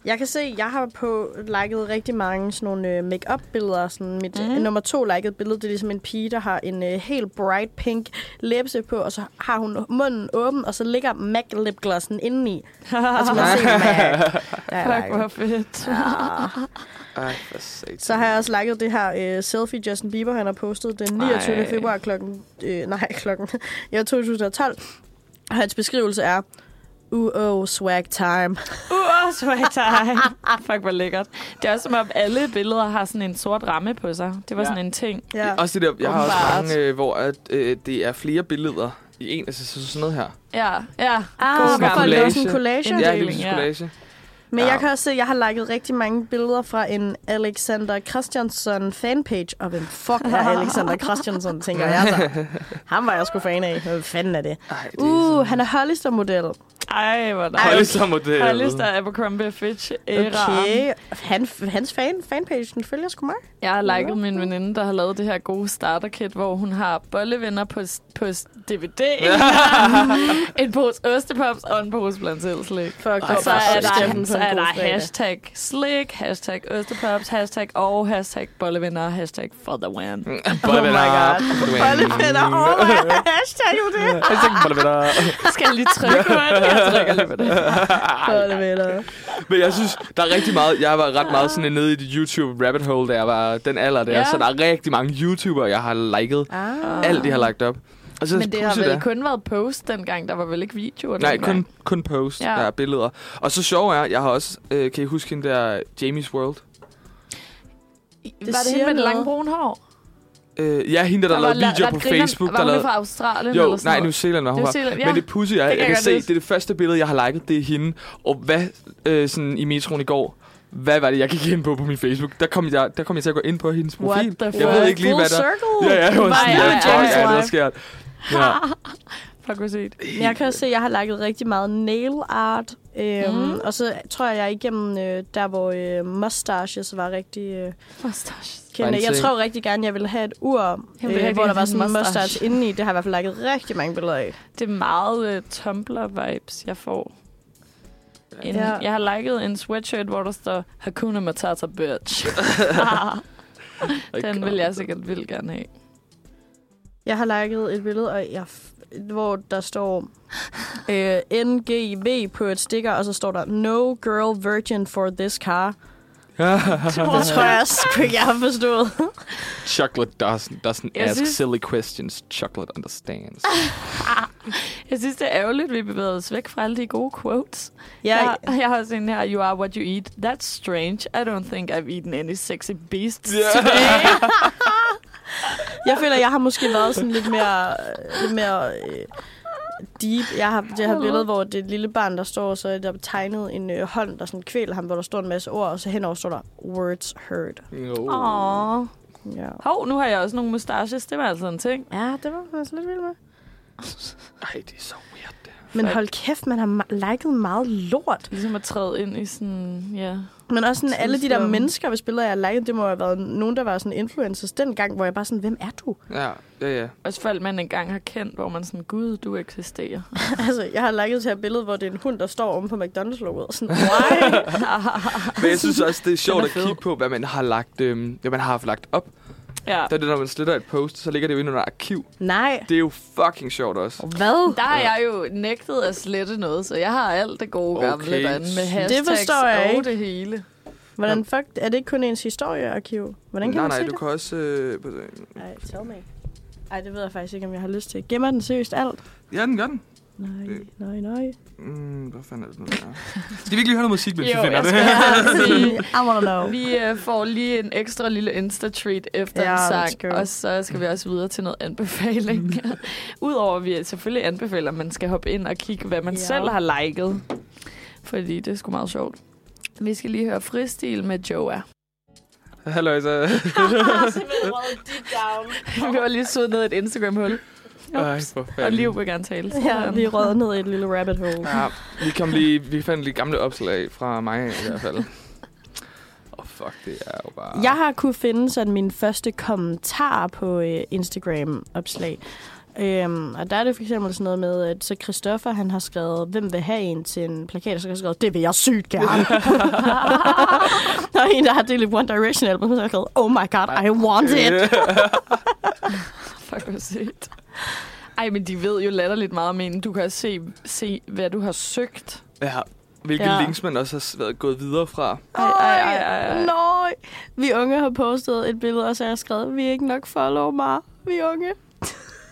[SPEAKER 1] Jeg kan se, jeg har på liket rigtig mange sådan nogle øh, make-up billeder. Sådan mit
[SPEAKER 3] Mhm.
[SPEAKER 1] mm. nummer to liket billede, det er ligesom en pige, der har en øh, helt bright pink læbse på, og så har hun munden åben, og så ligger MAC lipglossen indeni. Og så man
[SPEAKER 3] [LAUGHS]
[SPEAKER 1] se MAC. Der er
[SPEAKER 3] Fuck, hvor
[SPEAKER 1] liket.
[SPEAKER 3] fedt.
[SPEAKER 1] Ja.
[SPEAKER 2] Ej, for satan.
[SPEAKER 1] Så har jeg også liket det her øh, selfie, Justin Bieber han har postet den 29.
[SPEAKER 3] Ej.
[SPEAKER 1] Ej. februar klokken... Øh, nej, klokken... [LAUGHS] Jeg 2012. Og hans beskrivelse er... Uh-oh, swag time.
[SPEAKER 3] Uh, swag time. [LAUGHS] Fuck, hvor lækkert. Det er også som om alle billeder har sådan en sort ramme på sig. Det var
[SPEAKER 2] Ja.
[SPEAKER 3] sådan en ting.
[SPEAKER 1] Ja.
[SPEAKER 2] Også det der, jeg har også
[SPEAKER 3] Åbenbart.
[SPEAKER 2] mange, øh, hvor at, øh, det er flere billeder i en, altså så- sådan noget her.
[SPEAKER 3] Ja, ja.
[SPEAKER 1] Ah,
[SPEAKER 3] God
[SPEAKER 1] hvorfor er det
[SPEAKER 2] gammel
[SPEAKER 1] også
[SPEAKER 2] collage.
[SPEAKER 1] en collage?
[SPEAKER 3] En
[SPEAKER 2] Ja, det
[SPEAKER 3] Inddeling,
[SPEAKER 2] er
[SPEAKER 3] ja.
[SPEAKER 2] collage.
[SPEAKER 1] Men
[SPEAKER 2] Ja.
[SPEAKER 1] ja. jeg kan også se, at jeg har lagt rigtig mange billeder fra en Alexander Christiansen fanpage. Og hvem fuck er Alexander Christiansen, tænker jeg så. Ham var jeg sgu fan af. Hvad fanden er det?
[SPEAKER 2] Ej, det
[SPEAKER 1] Uh, han er Hollister-model.
[SPEAKER 3] Ej, hvor
[SPEAKER 2] er
[SPEAKER 3] dejligt.
[SPEAKER 2] så model.
[SPEAKER 3] Hollister Abercrombie Fitch æra.
[SPEAKER 1] Okay. Han, hans fan, fanpage, den følger sgu mig.
[SPEAKER 3] Jeg har liket min veninde, der har lavet det her gode starterkit, hvor hun har bollevenner på, på DVD, [LAUGHS] en pose ostepops og en pose blandt selv slik.
[SPEAKER 1] For at
[SPEAKER 3] Og så er der,
[SPEAKER 1] stemmen
[SPEAKER 3] så
[SPEAKER 1] på en
[SPEAKER 3] er
[SPEAKER 1] god
[SPEAKER 3] der
[SPEAKER 1] fredag.
[SPEAKER 3] hashtag slik, hashtag ostepops, hashtag og hashtag bollevenner, hashtag for the win.
[SPEAKER 2] Bolle venner.
[SPEAKER 1] Oh god. Bolle venner.
[SPEAKER 2] [LAUGHS]
[SPEAKER 1] Oh my god. Hashtag jo det.
[SPEAKER 2] Hashtag bolle venner.
[SPEAKER 3] Skal jeg lige trykke på det? Jeg trykker lige på det.
[SPEAKER 1] Bolle venner.
[SPEAKER 2] Men jeg synes, der er rigtig meget... Jeg var ret meget sådan nede i det YouTube-rabbit hole, da jeg var den alder der.
[SPEAKER 3] Ja.
[SPEAKER 2] Så der er rigtig mange YouTubere, jeg har liket.
[SPEAKER 1] Ah.
[SPEAKER 2] Alt, de har lagt op. Og så
[SPEAKER 3] Men det har
[SPEAKER 2] pludselig
[SPEAKER 3] vel
[SPEAKER 2] der-
[SPEAKER 3] kun været post dengang, der var vel ikke video?
[SPEAKER 2] Nej,
[SPEAKER 3] dengang?
[SPEAKER 2] kun, kun post,
[SPEAKER 3] Ja.
[SPEAKER 2] ja. der er billeder. Og så sjov er, jeg har også... Øh, kan I huske hende der, Jamie's World?
[SPEAKER 3] var det hende
[SPEAKER 1] siger
[SPEAKER 3] med det lange
[SPEAKER 1] noget.
[SPEAKER 3] brune hår?
[SPEAKER 2] Øh, ja, hende, der, der lavede
[SPEAKER 3] var la-
[SPEAKER 2] videoer
[SPEAKER 3] ret
[SPEAKER 2] på
[SPEAKER 3] grineren.
[SPEAKER 2] Facebook.
[SPEAKER 3] Var
[SPEAKER 2] der
[SPEAKER 3] hun lige
[SPEAKER 2] lavede...
[SPEAKER 3] fra Australien
[SPEAKER 2] Jo,
[SPEAKER 3] eller sådan
[SPEAKER 2] nej,
[SPEAKER 3] noget?
[SPEAKER 2] New Zealand var hun
[SPEAKER 3] New
[SPEAKER 2] fra.
[SPEAKER 3] Zealand, ja.
[SPEAKER 2] Men det pudsige er,
[SPEAKER 3] Det
[SPEAKER 2] jeg,
[SPEAKER 3] kan
[SPEAKER 2] jeg kan
[SPEAKER 3] jeg godt
[SPEAKER 2] se,
[SPEAKER 3] huske.
[SPEAKER 2] det er det første billede, jeg har liket, det er hende. Og hvad, øh, sådan i metroen i går, hvad var det, jeg gik ind på på min Facebook? Der kom jeg, der kom jeg til at gå ind på hendes profil.
[SPEAKER 3] What the fuck?
[SPEAKER 2] jeg ved ikke lige, hvad der...
[SPEAKER 1] Circle.
[SPEAKER 2] Ja, ja, jeg var
[SPEAKER 3] Var
[SPEAKER 2] sådan,
[SPEAKER 3] jeg-
[SPEAKER 2] ja, fuck,
[SPEAKER 3] James
[SPEAKER 2] er det, der
[SPEAKER 1] Wife?
[SPEAKER 2] sker.
[SPEAKER 3] [LAUGHS]
[SPEAKER 2] Ja.
[SPEAKER 3] Fuck, hvor sygt.
[SPEAKER 1] Men Jeg kan også se, at jeg har lagt rigtig meget nail art. Øhm,
[SPEAKER 3] Mm.
[SPEAKER 1] mm. Og så tror jeg, jeg er igennem øh, der, hvor øh, mustaches var rigtig øh,
[SPEAKER 3] Mustache.
[SPEAKER 1] kendte. Jeg
[SPEAKER 2] ting.
[SPEAKER 1] tror rigtig gerne, jeg ville have et ur,
[SPEAKER 3] vil
[SPEAKER 1] øh,
[SPEAKER 3] rigtig
[SPEAKER 1] hvor der
[SPEAKER 3] gerne
[SPEAKER 1] var sådan en
[SPEAKER 3] have en
[SPEAKER 1] mustache.
[SPEAKER 3] mustache.
[SPEAKER 1] indeni. Det har jeg i hvert fald lagt rigtig mange billeder af.
[SPEAKER 3] Det er meget uh, Tumblr-vibes, jeg får. En,
[SPEAKER 1] Ja.
[SPEAKER 3] Jeg har liket en sweatshirt, hvor der står Hakuna Matata
[SPEAKER 2] [LAUGHS]
[SPEAKER 3] bitch. Ah, Den vil jeg sikkert vildt gerne have.
[SPEAKER 1] Jeg har lagt et billede, og jeg f- hvor der står øh, NGV på et stikker, og så står der No girl virgin for this car. Det tror jeg sgu ikke, jeg har forstået.
[SPEAKER 2] Chocolate doesn't, doesn't
[SPEAKER 3] Jeg
[SPEAKER 2] ask
[SPEAKER 3] synes-
[SPEAKER 2] silly questions. Chocolate
[SPEAKER 3] [LAUGHS]
[SPEAKER 2] understands.
[SPEAKER 3] Jeg synes, det er ærgerligt, at vi bevæger os væk fra alle de gode quotes.
[SPEAKER 1] Jeg,
[SPEAKER 3] Jeg, jeg har også en her, you are what you eat. That's strange. I don't think I've eaten any sexy beasts
[SPEAKER 2] Ja. [LAUGHS]
[SPEAKER 3] today.
[SPEAKER 1] Jeg føler, jeg har måske været sådan lidt mere, lidt mere øh, deep. Jeg har det her billede, hvor det er et lille barn, der står, og så er der tegnet en øh, hånd, der sådan kvæler ham, hvor der står en masse ord, og så henover står der, words heard.
[SPEAKER 2] Oh.
[SPEAKER 3] Aww.
[SPEAKER 1] Ja,
[SPEAKER 3] Hov, nu har jeg også nogle mustaches. Det var altså en ting.
[SPEAKER 1] ja det var jeg altså lidt vildt med.
[SPEAKER 2] Ej, det er så weird. det.
[SPEAKER 1] Men hold kæft, man har ma- liket meget lort.
[SPEAKER 3] Ligesom at træde ind i sådan, ja.
[SPEAKER 1] Men også sådan, alle de der
[SPEAKER 3] Tidslomme.
[SPEAKER 1] mennesker, hvis billeder jeg har liket, det må have været nogen, der var sådan influencers dengang, hvor jeg bare sådan, hvem er du? [LAUGHS]
[SPEAKER 2] Ja, ja,
[SPEAKER 3] [LAUGHS]
[SPEAKER 2] ja.
[SPEAKER 3] Også folk, man engang har kendt, hvor man sådan, gud, du eksisterer.
[SPEAKER 1] altså, jeg har liket det her billede, hvor det er en hund, der står omme på McDonald's-logoet. og Sådan, why?
[SPEAKER 2] Men jeg synes også, det er sjovt
[SPEAKER 3] Den er
[SPEAKER 2] at
[SPEAKER 3] fed.
[SPEAKER 2] kigge på, hvad man har lagt, øhm, hvad man har haft lagt op.
[SPEAKER 3] [LAUGHS] ja.
[SPEAKER 2] Der er det, når man sletter et post, så ligger det jo inde under arkiv.
[SPEAKER 1] [LAUGHS] Nej.
[SPEAKER 2] Det er jo fucking sjovt også.
[SPEAKER 1] Hvad?
[SPEAKER 3] Der har jeg jo nægtet at slette noget, så jeg har alt det gode
[SPEAKER 2] Okay.
[SPEAKER 3] gamle derinde med hashtags
[SPEAKER 1] forstår jeg
[SPEAKER 3] og
[SPEAKER 1] ikke.
[SPEAKER 3] det hele.
[SPEAKER 1] Hvordan fuck, er det ikke kun ens historiearkiv? Hvordan kan
[SPEAKER 2] nej,
[SPEAKER 1] man
[SPEAKER 2] nej,
[SPEAKER 1] se
[SPEAKER 2] du
[SPEAKER 1] det?
[SPEAKER 2] kan også... Øh,
[SPEAKER 1] Nej, tell me. Ej, det ved jeg faktisk ikke, om jeg har lyst til. Gemmer den seriøst alt?
[SPEAKER 2] ja, den gør den.
[SPEAKER 1] Nej,
[SPEAKER 2] Øh.
[SPEAKER 1] nej, nej.
[SPEAKER 2] Mm, hvad fanden er det nu, der er? Skal vi ikke lige høre noget musik, mens vi
[SPEAKER 3] Jo,
[SPEAKER 2] finder
[SPEAKER 3] jeg
[SPEAKER 2] det?
[SPEAKER 3] skal
[SPEAKER 2] [LAUGHS]
[SPEAKER 3] bare sige,
[SPEAKER 1] I wanna know.
[SPEAKER 3] [LAUGHS] vi øh, får lige en ekstra lille Insta-treat efter
[SPEAKER 1] Ja,
[SPEAKER 3] ja, en
[SPEAKER 1] let's
[SPEAKER 3] sang,
[SPEAKER 1] go.
[SPEAKER 3] og så skal vi også videre til noget
[SPEAKER 1] [LAUGHS]
[SPEAKER 3] anbefaling. Udover at vi selvfølgelig anbefaler, at man skal hoppe ind og kigge, hvad man
[SPEAKER 1] Ja.
[SPEAKER 3] ja. selv har liket. Fordi det er sgu meget sjovt. Vi skal lige høre fristil med Joa.
[SPEAKER 2] Hallo, altså. så...
[SPEAKER 3] Vi var lige sødt ned i et Instagram-hul.
[SPEAKER 2] Ej, for
[SPEAKER 3] Og
[SPEAKER 2] fanden.
[SPEAKER 3] Liv vil gerne tale.
[SPEAKER 1] Ja, vi rød ned i et lille rabbit hole.
[SPEAKER 2] Ja, vi, kom lige, vi fandt lige gamle opslag fra mig i hvert [LAUGHS] fald. Åh, oh, fuck, det er jo bare...
[SPEAKER 1] Jeg har kunne finde sådan min første kommentar på øh, Instagram-opslag. Øhm, og der er det for eksempel sådan noget med, at så Christoffer han har skrevet, hvem vil have en til en plakat, og så har jeg skrevet, det vil jeg
[SPEAKER 3] [LAUGHS]
[SPEAKER 1] sygt gerne. og en, der har delt et One Direction album, så har jeg skrevet, oh my god, I want it.
[SPEAKER 3] Fuck, hvor sygt. Ej, men de ved jo latterligt meget om en. Du kan også se, se hvad du har søgt.
[SPEAKER 2] [LAUGHS] Ja, hvilke
[SPEAKER 1] Ja.
[SPEAKER 2] ja. links man også har været gået videre fra.
[SPEAKER 3] Ej, ej, ej, ej, ej.
[SPEAKER 1] Nej. Vi unge har postet et billede, og så har jeg skrevet, vi er ikke nok follow mig. Vi er unge.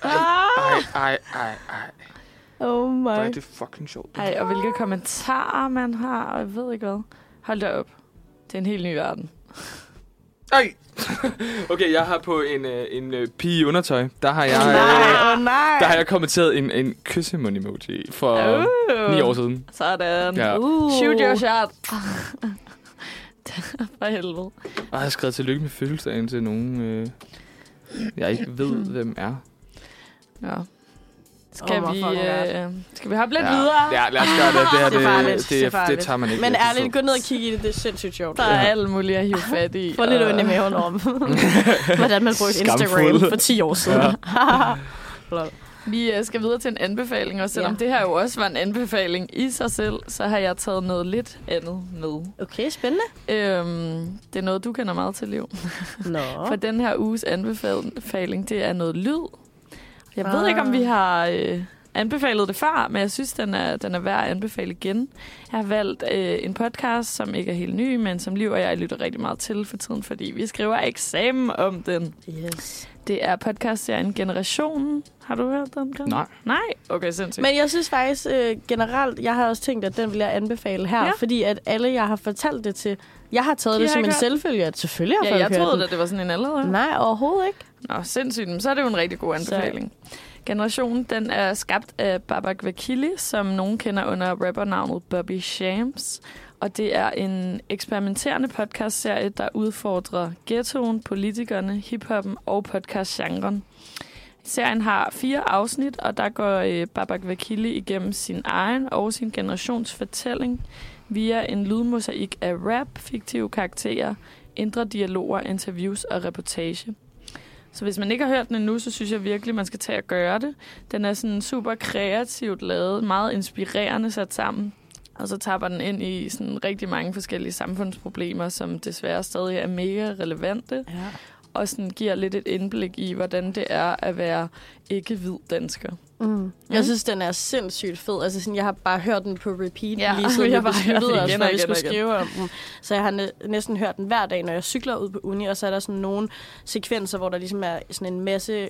[SPEAKER 1] Ah,
[SPEAKER 2] Ej, ej, ej, ej.
[SPEAKER 1] Oh
[SPEAKER 2] Hvor er
[SPEAKER 1] my.
[SPEAKER 2] det fucking sjovt.
[SPEAKER 3] Ej, og
[SPEAKER 1] Ah.
[SPEAKER 3] hvilke kommentarer man har, og jeg ved ikke hvad. Hold da op. Det er en helt ny verden.
[SPEAKER 2] Ej! [LAUGHS] okay, jeg har på en, øh, en øh, pige i undertøj, der har jeg, øh,
[SPEAKER 1] Nej, oh, nej.
[SPEAKER 2] der har jeg kommenteret en, en kyssemon-emoji for
[SPEAKER 3] Uh.
[SPEAKER 2] ni år siden.
[SPEAKER 3] Sådan.
[SPEAKER 2] Ja.
[SPEAKER 3] Uh. Shoot your shot.
[SPEAKER 1] [LAUGHS]
[SPEAKER 3] For helvede.
[SPEAKER 2] Og jeg har skrevet tillykke med fødselsdagen til nogen, øh, jeg ikke ved,
[SPEAKER 1] [LAUGHS]
[SPEAKER 2] hvem er.
[SPEAKER 3] Ja. Skal,
[SPEAKER 1] my
[SPEAKER 3] vi,
[SPEAKER 1] fucking
[SPEAKER 3] øh, skal vi hoppe lidt
[SPEAKER 2] ja.
[SPEAKER 3] videre?
[SPEAKER 2] Ja, lad os gøre det. Det, her,
[SPEAKER 1] Det er farligt.
[SPEAKER 2] det,
[SPEAKER 1] Det
[SPEAKER 2] det,
[SPEAKER 1] er
[SPEAKER 2] det,
[SPEAKER 1] farligt.
[SPEAKER 2] det tager man ikke.
[SPEAKER 1] Men
[SPEAKER 2] Jeg kan
[SPEAKER 1] ærligt,
[SPEAKER 2] forstå.
[SPEAKER 1] gå ned og kig i det. Det er sindssygt sjovt.
[SPEAKER 3] Der er alt muligt
[SPEAKER 1] [LAUGHS]
[SPEAKER 3] at hive fat i.
[SPEAKER 1] Få lidt
[SPEAKER 3] og-
[SPEAKER 1] ondt i maven om,
[SPEAKER 2] [LAUGHS]
[SPEAKER 1] hvordan man brugte Instagram
[SPEAKER 2] Skamfuld.
[SPEAKER 1] for 10 år siden.
[SPEAKER 3] Vi øh, skal videre til en anbefaling, og selvom ja. det
[SPEAKER 1] Ja.
[SPEAKER 3] her jo også var en anbefaling i sig selv, så har jeg taget noget lidt andet med.
[SPEAKER 1] [LAUGHS] Okay, spændende.
[SPEAKER 3] Øhm, det er noget, du kender meget til, Liv.
[SPEAKER 1] Nå.
[SPEAKER 3] For den her uges anbefaling, det er noget lyd. Jeg ved
[SPEAKER 1] Ah.
[SPEAKER 3] ikke, om vi har øh, anbefalet det før, men jeg synes, den er, den er værd at anbefale igen. Jeg har valgt øh, en podcast, som ikke er helt ny, men som Liv og jeg lytter rigtig meget til for tiden, fordi vi skriver eksamen om den.
[SPEAKER 1] Yes.
[SPEAKER 3] Det er podcastserien Generationen. Har du hørt den? Karen?
[SPEAKER 2] Nej.
[SPEAKER 3] Nej? Okay, sindssygt.
[SPEAKER 1] Men jeg synes faktisk øh, generelt, jeg har også tænkt, at den vil jeg anbefale her,
[SPEAKER 3] Ja.
[SPEAKER 1] ja. fordi at alle, jeg har fortalt det til, jeg har taget
[SPEAKER 3] De
[SPEAKER 1] det
[SPEAKER 3] har
[SPEAKER 1] som
[SPEAKER 3] ikke
[SPEAKER 1] en
[SPEAKER 3] hørt-
[SPEAKER 1] selvfølge, at selvfølgelig har
[SPEAKER 3] Ja,
[SPEAKER 1] folk
[SPEAKER 3] jeg
[SPEAKER 1] hørt
[SPEAKER 3] troede
[SPEAKER 1] den.
[SPEAKER 3] da, det var sådan en allerede.
[SPEAKER 1] Nej, overhovedet ikke.
[SPEAKER 3] Nå, sindssygt. Men så er det jo en rigtig god
[SPEAKER 1] Så-
[SPEAKER 3] anbefaling. Generationen, den er skabt af Babak Vakili, som nogen kender under rappernavnet Bobby Shams. Og det er en eksperimenterende podcastserie, der udfordrer ghettoen, politikerne, hiphoppen og podcastgenren. Serien har fire afsnit, og der går øh, Babak Vakili igennem sin egen og sin generations fortælling via en lydmosaik af rap, fiktive karakterer, indre dialoger, interviews og reportage. Så hvis man ikke har hørt den endnu, så synes jeg virkelig, man skal tage og gøre det. Den er sådan super kreativt lavet, meget inspirerende sat sammen. Og så tapper den ind i sådan rigtig mange forskellige samfundsproblemer, som desværre stadig er mega relevante.
[SPEAKER 1] Ja.
[SPEAKER 3] Og sådan giver lidt et indblik i, hvordan det er at være ikke-hvid dansker.
[SPEAKER 1] Mm.
[SPEAKER 4] Jeg synes, den er sindssygt fed. Altså, sådan, jeg har bare hørt den på repeat,
[SPEAKER 3] Ja,
[SPEAKER 4] ja, lige siden
[SPEAKER 3] [LAUGHS] jeg
[SPEAKER 4] jeg
[SPEAKER 3] har
[SPEAKER 4] vi
[SPEAKER 3] bare hørt
[SPEAKER 4] besluttede
[SPEAKER 3] den
[SPEAKER 4] os,
[SPEAKER 3] igen
[SPEAKER 4] for,
[SPEAKER 3] og
[SPEAKER 4] at vi
[SPEAKER 3] igen og
[SPEAKER 4] skulle
[SPEAKER 3] igen.
[SPEAKER 4] skrive om den.
[SPEAKER 1] Så jeg har næ- næsten hørt den hver dag, når jeg cykler ud på uni, og så er der sådan nogle sekvenser, hvor der ligesom er sådan en masse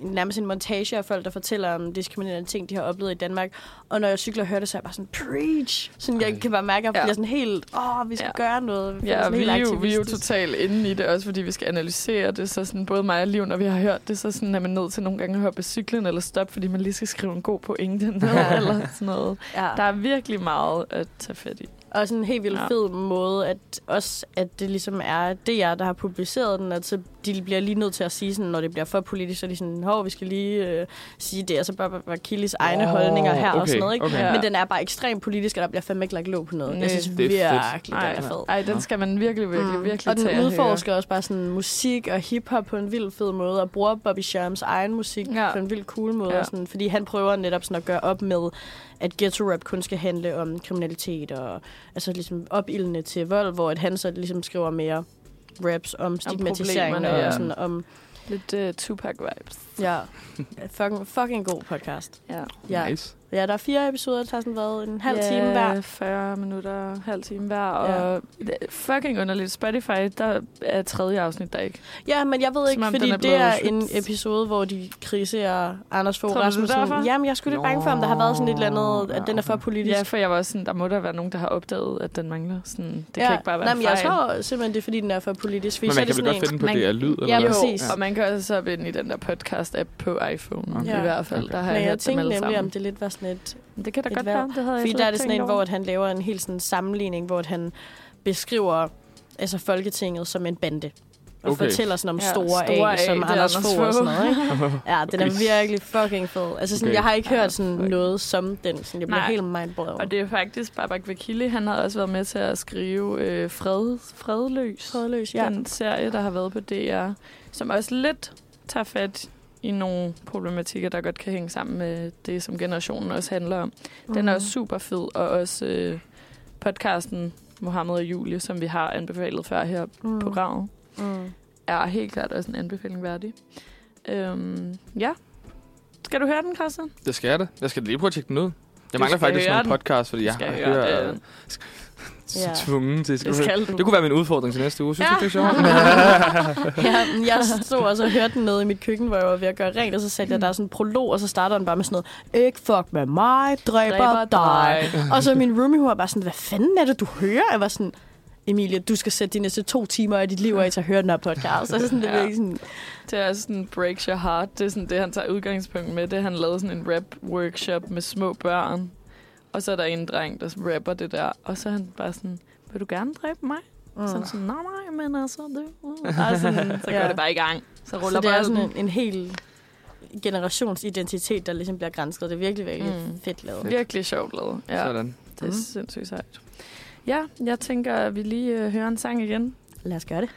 [SPEAKER 1] nærmest en montage af folk, der fortæller om diskriminerende ting, de har oplevet i Danmark. Og når jeg cykler og hører det, så er jeg bare sådan, preach! Sådan, jeg
[SPEAKER 2] Ej.
[SPEAKER 1] kan bare mærke, at jeg
[SPEAKER 3] Ja.
[SPEAKER 1] bliver sådan helt, åh, vi skal
[SPEAKER 3] Ja.
[SPEAKER 1] ja. gøre noget.
[SPEAKER 3] Ja,
[SPEAKER 1] sådan
[SPEAKER 3] vi
[SPEAKER 1] helt
[SPEAKER 3] er, jo, vi er jo
[SPEAKER 1] aktivistisk.
[SPEAKER 3] totalt inde i det, også fordi vi skal analysere det. Så sådan, både mig og Liv, når vi har hørt det, så sådan, er man nødt til nogle gange at hoppe af cyklen eller stoppe, fordi man lige skal skrive en god pointe ned
[SPEAKER 1] [LAUGHS]
[SPEAKER 3] eller sådan noget.
[SPEAKER 1] Ja.
[SPEAKER 3] Der er virkelig meget at tage fat i.
[SPEAKER 1] Og sådan en helt vildt
[SPEAKER 3] Ja.
[SPEAKER 1] ja. fed måde, at også at det ligesom er DR, der har publiceret den, at så de bliver lige nødt til at sige sådan, når det bliver for politisk, så er de sådan, hov, vi skal lige øh, sige det, og så bare, bare, bare Killis egne
[SPEAKER 2] Åh,
[SPEAKER 1] holdninger her og
[SPEAKER 2] okay,
[SPEAKER 1] sådan noget, ikke?
[SPEAKER 2] okay. Mm.
[SPEAKER 3] Ja.
[SPEAKER 1] Men den er bare ekstremt politisk, og der bliver fandme ikke lagt låg på noget.
[SPEAKER 3] Næ.
[SPEAKER 1] Jeg synes
[SPEAKER 2] Det er
[SPEAKER 1] virkelig,
[SPEAKER 2] fedt.
[SPEAKER 1] den er fed.
[SPEAKER 3] Ej, den skal man virkelig, virkelig,
[SPEAKER 1] Mm.
[SPEAKER 3] virkelig
[SPEAKER 1] Og
[SPEAKER 3] tage
[SPEAKER 1] den
[SPEAKER 3] at
[SPEAKER 1] udforsker også bare sådan musik og hiphop på en vild fed måde, og bruger Bobby Shams egen musik
[SPEAKER 3] Ja.
[SPEAKER 1] ja. på en vild cool måde.
[SPEAKER 3] Ja.
[SPEAKER 1] Ja. Sådan, fordi han prøver netop sådan at gøre op med, at ghetto rap kun skal handle om kriminalitet og altså ligesom opildende til vold, hvor at han så ligesom skriver mere raps om stigmatisering
[SPEAKER 3] problemerne,
[SPEAKER 1] og
[SPEAKER 2] ja.
[SPEAKER 1] sådan om...
[SPEAKER 3] høre. Lidt uh, Tupac-vibes. [LAUGHS]
[SPEAKER 1] Ja, fucking, fucking god podcast.
[SPEAKER 3] Ja.
[SPEAKER 1] Ja.
[SPEAKER 2] Nice.
[SPEAKER 1] ja, der er fire episoder, der tager sådan været en halv yeah. time hver.
[SPEAKER 3] 40 minutter, halv time hver. Og ja. fucking underligt. Spotify, der er tredje afsnit, der ikke.
[SPEAKER 1] Ja, men jeg ved
[SPEAKER 3] Som
[SPEAKER 1] ikke,
[SPEAKER 3] om
[SPEAKER 1] fordi
[SPEAKER 3] den er
[SPEAKER 1] er det er
[SPEAKER 3] blevet
[SPEAKER 1] en
[SPEAKER 3] slut.
[SPEAKER 1] episode, hvor de kritiserer Anders Fogh
[SPEAKER 3] Tror du, det er
[SPEAKER 1] Rasmussen.
[SPEAKER 3] derfor?
[SPEAKER 1] Jamen, jeg skulle lidt bange for, om der har været sådan et eller andet, at den er for politisk.
[SPEAKER 3] Ja, for jeg var også sådan, der må der være nogen, der har opdaget, at den mangler. Sådan, det ja. kan ikke bare være
[SPEAKER 1] Nej,
[SPEAKER 3] en
[SPEAKER 1] men
[SPEAKER 3] fejl.
[SPEAKER 1] jeg tror simpelthen, det er, fordi den er for politisk. fordi
[SPEAKER 2] Men
[SPEAKER 1] så
[SPEAKER 2] man
[SPEAKER 1] er
[SPEAKER 2] kan
[SPEAKER 1] det
[SPEAKER 2] vel
[SPEAKER 1] sådan
[SPEAKER 2] godt finde på
[SPEAKER 3] man-
[SPEAKER 2] det af lyd? Eller
[SPEAKER 1] Ja,
[SPEAKER 2] hvad?
[SPEAKER 1] præcis. [LAUGHS]
[SPEAKER 3] Og man kan også så ind i den der podcast-app på iPhone, okay.
[SPEAKER 2] Okay.
[SPEAKER 3] i
[SPEAKER 1] Ja.
[SPEAKER 3] hvert fald.
[SPEAKER 2] Okay.
[SPEAKER 3] Der har jeg
[SPEAKER 1] en... Men jeg
[SPEAKER 3] hørt dem
[SPEAKER 1] tænkte
[SPEAKER 3] alle
[SPEAKER 1] nemlig,
[SPEAKER 3] sammen.
[SPEAKER 1] om det lidt var sådan et...
[SPEAKER 3] Det kan da
[SPEAKER 1] et
[SPEAKER 3] godt
[SPEAKER 1] værv.
[SPEAKER 3] være, det havde jeg
[SPEAKER 1] Fordi
[SPEAKER 3] slet
[SPEAKER 1] der er
[SPEAKER 3] ikke
[SPEAKER 1] det sådan
[SPEAKER 3] tænkt
[SPEAKER 1] en,
[SPEAKER 3] over.
[SPEAKER 1] hvor at han laver en helt sådan sammenligning, hvor at han beskriver altså Folketinget som en bande. Og
[SPEAKER 2] Okay.
[SPEAKER 1] okay. fortæller sådan om
[SPEAKER 3] Ja,
[SPEAKER 1] ja, store,
[SPEAKER 3] store
[SPEAKER 1] A,
[SPEAKER 3] A,
[SPEAKER 1] A, som
[SPEAKER 3] det er
[SPEAKER 1] Anders
[SPEAKER 3] Anders
[SPEAKER 1] Fogh og sådan
[SPEAKER 3] Fogh.
[SPEAKER 1] noget. Ikke? Ja,
[SPEAKER 2] [LAUGHS]
[SPEAKER 1] den
[SPEAKER 2] Okay.
[SPEAKER 1] er virkelig fucking fed. Altså sådan,
[SPEAKER 2] Okay.
[SPEAKER 1] okay. jeg har ikke
[SPEAKER 3] Ja,
[SPEAKER 1] hørt sådan
[SPEAKER 3] fuck.
[SPEAKER 1] noget som den. Sådan, jeg bliver
[SPEAKER 3] Nej.
[SPEAKER 1] helt mindblown.
[SPEAKER 3] Og det er faktisk Babak Vakili, han har også været med til at skrive øh, Fred, Fredløs,
[SPEAKER 1] Trådløs,
[SPEAKER 3] ja.
[SPEAKER 1] ja.
[SPEAKER 3] den serie, der har været på DR, som også lidt tager fat i nogle problematikker, der godt kan hænge sammen med det, som generationen også handler om. Den er også super fed, og også øh, podcasten Mohammed og Julie, som vi har anbefalet før her
[SPEAKER 1] mm.
[SPEAKER 3] på Raven,
[SPEAKER 1] Mm.
[SPEAKER 3] er helt klart også en anbefaling værdig. Øhm, ja. Skal du høre den, Christian?
[SPEAKER 2] Det skal jeg da. Jeg skal lige prøve at tjekke den ud.
[SPEAKER 3] Du
[SPEAKER 2] Jeg mangler
[SPEAKER 3] skal
[SPEAKER 2] faktisk
[SPEAKER 3] høre
[SPEAKER 2] nogle
[SPEAKER 3] den.
[SPEAKER 2] podcasts, fordi jeg øh, har
[SPEAKER 3] skal
[SPEAKER 2] hørt øh,
[SPEAKER 3] den.
[SPEAKER 1] Ja.
[SPEAKER 2] tvungen til. Skal
[SPEAKER 3] Det
[SPEAKER 2] du høre-
[SPEAKER 3] skal du.
[SPEAKER 2] Det kunne være min udfordring til næste uge. Synes
[SPEAKER 3] Ja.
[SPEAKER 2] du, det er
[SPEAKER 3] [LAUGHS]
[SPEAKER 2] sjovt?
[SPEAKER 1] [LAUGHS] Ja, men jeg stod også og hørte den nede i mit køkken, hvor jeg var ved at gøre rent, og så satte jeg, der er sådan en prolog, og så starter den bare med sådan noget, ikke fuck med mig, dræber,
[SPEAKER 3] Dræber
[SPEAKER 1] dig. og så min roomie, hun var bare sådan, hvad fanden er det, du hører? Jeg var sådan, Emilie, du skal sætte de næste to timer af dit liv af til at høre den her podcast. Altså sådan, det er
[SPEAKER 3] Ja.
[SPEAKER 1] virkelig sådan,
[SPEAKER 3] Det er sådan breaks your heart. Det er sådan det, han tager udgangspunkt med. Det er, han lavede sådan en rap-workshop med små børn. Og så er der en dreng, der rapper det der. Og så er han bare sådan, vil du gerne dræbe mig? Mm. Så er han sådan, nej, nej, men altså, det... [LAUGHS] Uh. Og sådan, så går
[SPEAKER 1] Ja.
[SPEAKER 3] det bare i gang. Så ruller
[SPEAKER 1] så det er
[SPEAKER 3] bolden.
[SPEAKER 1] sådan en, en hel generationsidentitet, der ligesom bliver grænsket. Det er virkelig, virkelig
[SPEAKER 3] Mm.
[SPEAKER 1] mm. fedt lavet.
[SPEAKER 3] Virkelig sjovt lavet. Ja,
[SPEAKER 2] [LAUGHS] Sådan.
[SPEAKER 3] det er sindssygt sejt. Ja, jeg tænker, at vi lige øh, hører en sang igen.
[SPEAKER 1] Lad os gøre det.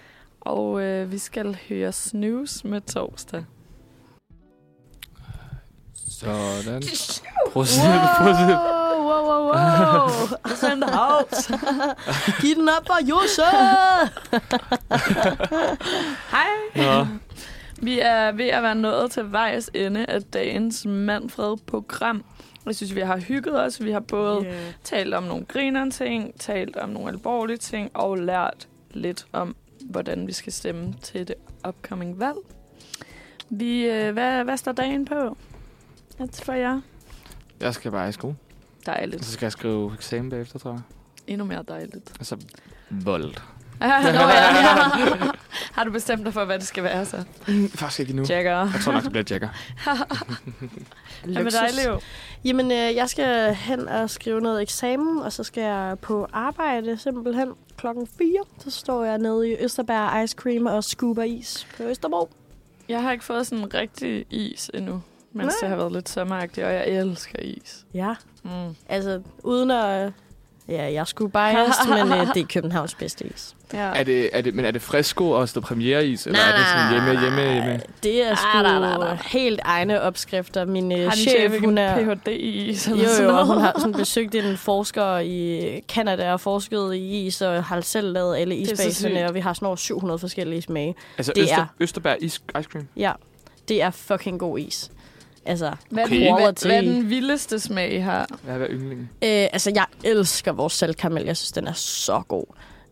[SPEAKER 3] Og øh, vi skal høre Snooze med torsdag.
[SPEAKER 2] Sådan. Prosit, prosit.
[SPEAKER 1] Wow, wow, wow, wow.
[SPEAKER 3] It's in the house.
[SPEAKER 1] Giv den op for Jose!
[SPEAKER 3] [LAUGHS] Hej.
[SPEAKER 2] Nå.
[SPEAKER 3] Vi er ved at være nået til vejs ende af dagens Manfred-program. Jeg synes, vi har hygget os. Vi har både yeah.
[SPEAKER 1] Yeah.
[SPEAKER 3] talt om nogle grinerne ting, talt om nogle alvorlige ting og lært lidt om, hvordan vi skal stemme til det upcoming valg. Vi, øh, hvad, hvad står dagen på? Hvad for jer?
[SPEAKER 2] Jeg skal bare i skole.
[SPEAKER 3] Dejligt.
[SPEAKER 2] Så skal jeg skrive eksamen bagefter, tror jeg.
[SPEAKER 3] Endnu mere dejligt.
[SPEAKER 2] Altså, vold.
[SPEAKER 3] Nå, ja, ja. [LAUGHS] Har du bestemt dig for, hvad det skal være så?
[SPEAKER 2] Faktisk ikke endnu.
[SPEAKER 3] Jacker.
[SPEAKER 2] Jeg tror nok, det bliver Jacker.
[SPEAKER 3] Hvad med dig, Leo?
[SPEAKER 1] Jamen, øh, jeg skal hen og skrive noget eksamen, og så skal jeg på arbejde simpelthen klokken 4. Så står jeg nede i Østerberg Ice Cream og scuba is på Østerbro.
[SPEAKER 3] Jeg har ikke fået sådan en rigtig is endnu, mens Nej.
[SPEAKER 1] Nej.
[SPEAKER 3] det har været lidt sommeragtigt, og jeg elsker is.
[SPEAKER 1] Ja,
[SPEAKER 3] Mm.
[SPEAKER 1] altså uden at... Ja, jeg skulle
[SPEAKER 3] [LAUGHS]
[SPEAKER 1] biased, men øh, det er Københavns bedste is.
[SPEAKER 3] Ja.
[SPEAKER 2] Er det, er det, men er det fresco og stå premiere is, eller
[SPEAKER 1] Nej,
[SPEAKER 2] er det sådan
[SPEAKER 1] nej,
[SPEAKER 2] hjemme,
[SPEAKER 1] nej,
[SPEAKER 2] hjemme,
[SPEAKER 1] nej.
[SPEAKER 2] hjemme?
[SPEAKER 1] Det er sgu
[SPEAKER 3] Ah, da, da, da.
[SPEAKER 1] helt egne opskrifter. Min øh,
[SPEAKER 3] har din
[SPEAKER 1] chef, hun er...
[SPEAKER 3] PhD i is eller
[SPEAKER 1] Jo,
[SPEAKER 3] sådan
[SPEAKER 1] jo, og
[SPEAKER 3] noget?
[SPEAKER 1] hun har sådan besøgt en forsker i Kanada og forsket i is, og har selv lavet alle
[SPEAKER 3] er så sygt.
[SPEAKER 1] isbaserne, og vi har sådan over 700 forskellige smage.
[SPEAKER 2] Altså
[SPEAKER 1] Det
[SPEAKER 2] Øster,
[SPEAKER 1] er-
[SPEAKER 2] Østerberg is, ice cream.
[SPEAKER 1] Ja, det er fucking god is. Altså,
[SPEAKER 3] Hvad, er
[SPEAKER 2] Okay.
[SPEAKER 3] den, hvad,
[SPEAKER 1] Quality.
[SPEAKER 3] hvad er den vildeste smag, I har?
[SPEAKER 2] Hvad er yndlingen?
[SPEAKER 1] øh, altså jeg elsker vores saltkaramel. Jeg synes, den er så god.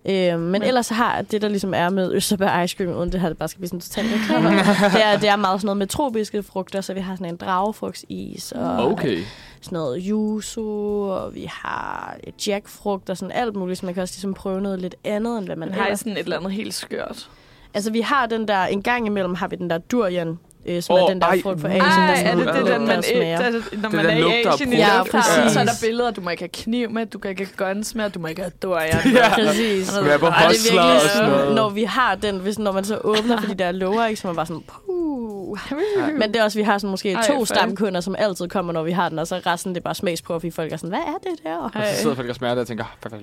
[SPEAKER 1] Øh, men, men ellers så har jeg det, der ligesom er med Østerberg Ice Cream, uden det her, det bare skal blive sådan totalt
[SPEAKER 3] [LAUGHS]
[SPEAKER 1] reklamer. det, er, det er meget sådan noget med tropiske frugter, så vi har sådan en dragefrugtsis, og
[SPEAKER 2] Okay.
[SPEAKER 1] sådan noget yuzu, og vi har jackfrugt og sådan alt muligt, så man kan også ligesom prøve noget lidt andet, end hvad man
[SPEAKER 3] Man har I
[SPEAKER 1] ellers
[SPEAKER 3] sådan et eller andet helt skørt.
[SPEAKER 1] Altså, vi har den der, en gang imellem har vi den der durian, øh, som
[SPEAKER 2] Åh,
[SPEAKER 1] er den der
[SPEAKER 2] ej,
[SPEAKER 1] frugt fra
[SPEAKER 2] nej.
[SPEAKER 1] Asien, der
[SPEAKER 3] Ej,
[SPEAKER 1] sådan
[SPEAKER 3] er det det,
[SPEAKER 2] lugter,
[SPEAKER 3] den, man
[SPEAKER 1] der
[SPEAKER 3] ikke...
[SPEAKER 1] smager.
[SPEAKER 3] Altså, når
[SPEAKER 2] Det
[SPEAKER 3] man
[SPEAKER 2] der
[SPEAKER 3] er i
[SPEAKER 2] lugter af
[SPEAKER 3] Asien i
[SPEAKER 2] brød.
[SPEAKER 1] Ja,
[SPEAKER 3] lufthavnen, så er der
[SPEAKER 1] præcis.
[SPEAKER 3] billeder, du må ikke have kniv med, du kan ikke have guns med, og du må ikke have dorian.
[SPEAKER 2] [LAUGHS] Ja.
[SPEAKER 1] Præcis.
[SPEAKER 2] Skal være på
[SPEAKER 1] Og det er
[SPEAKER 2] hustler
[SPEAKER 1] virkelig
[SPEAKER 2] og sådan
[SPEAKER 1] sådan,
[SPEAKER 2] noget.
[SPEAKER 1] Når vi har den, hvis, når man så åbner for de der låger, ikke, så er man bare sådan, puh. Men det er også, vi har sådan måske
[SPEAKER 3] Ej,
[SPEAKER 1] Ej, to
[SPEAKER 3] fuck.
[SPEAKER 1] stamkunder, som altid kommer, når vi har den, og så resten, det er bare smagsprøver, fordi folk er sådan, hvad er det der?
[SPEAKER 2] Og så
[SPEAKER 3] Ej.
[SPEAKER 2] sidder folk og smager det og tænker, fuck, jeg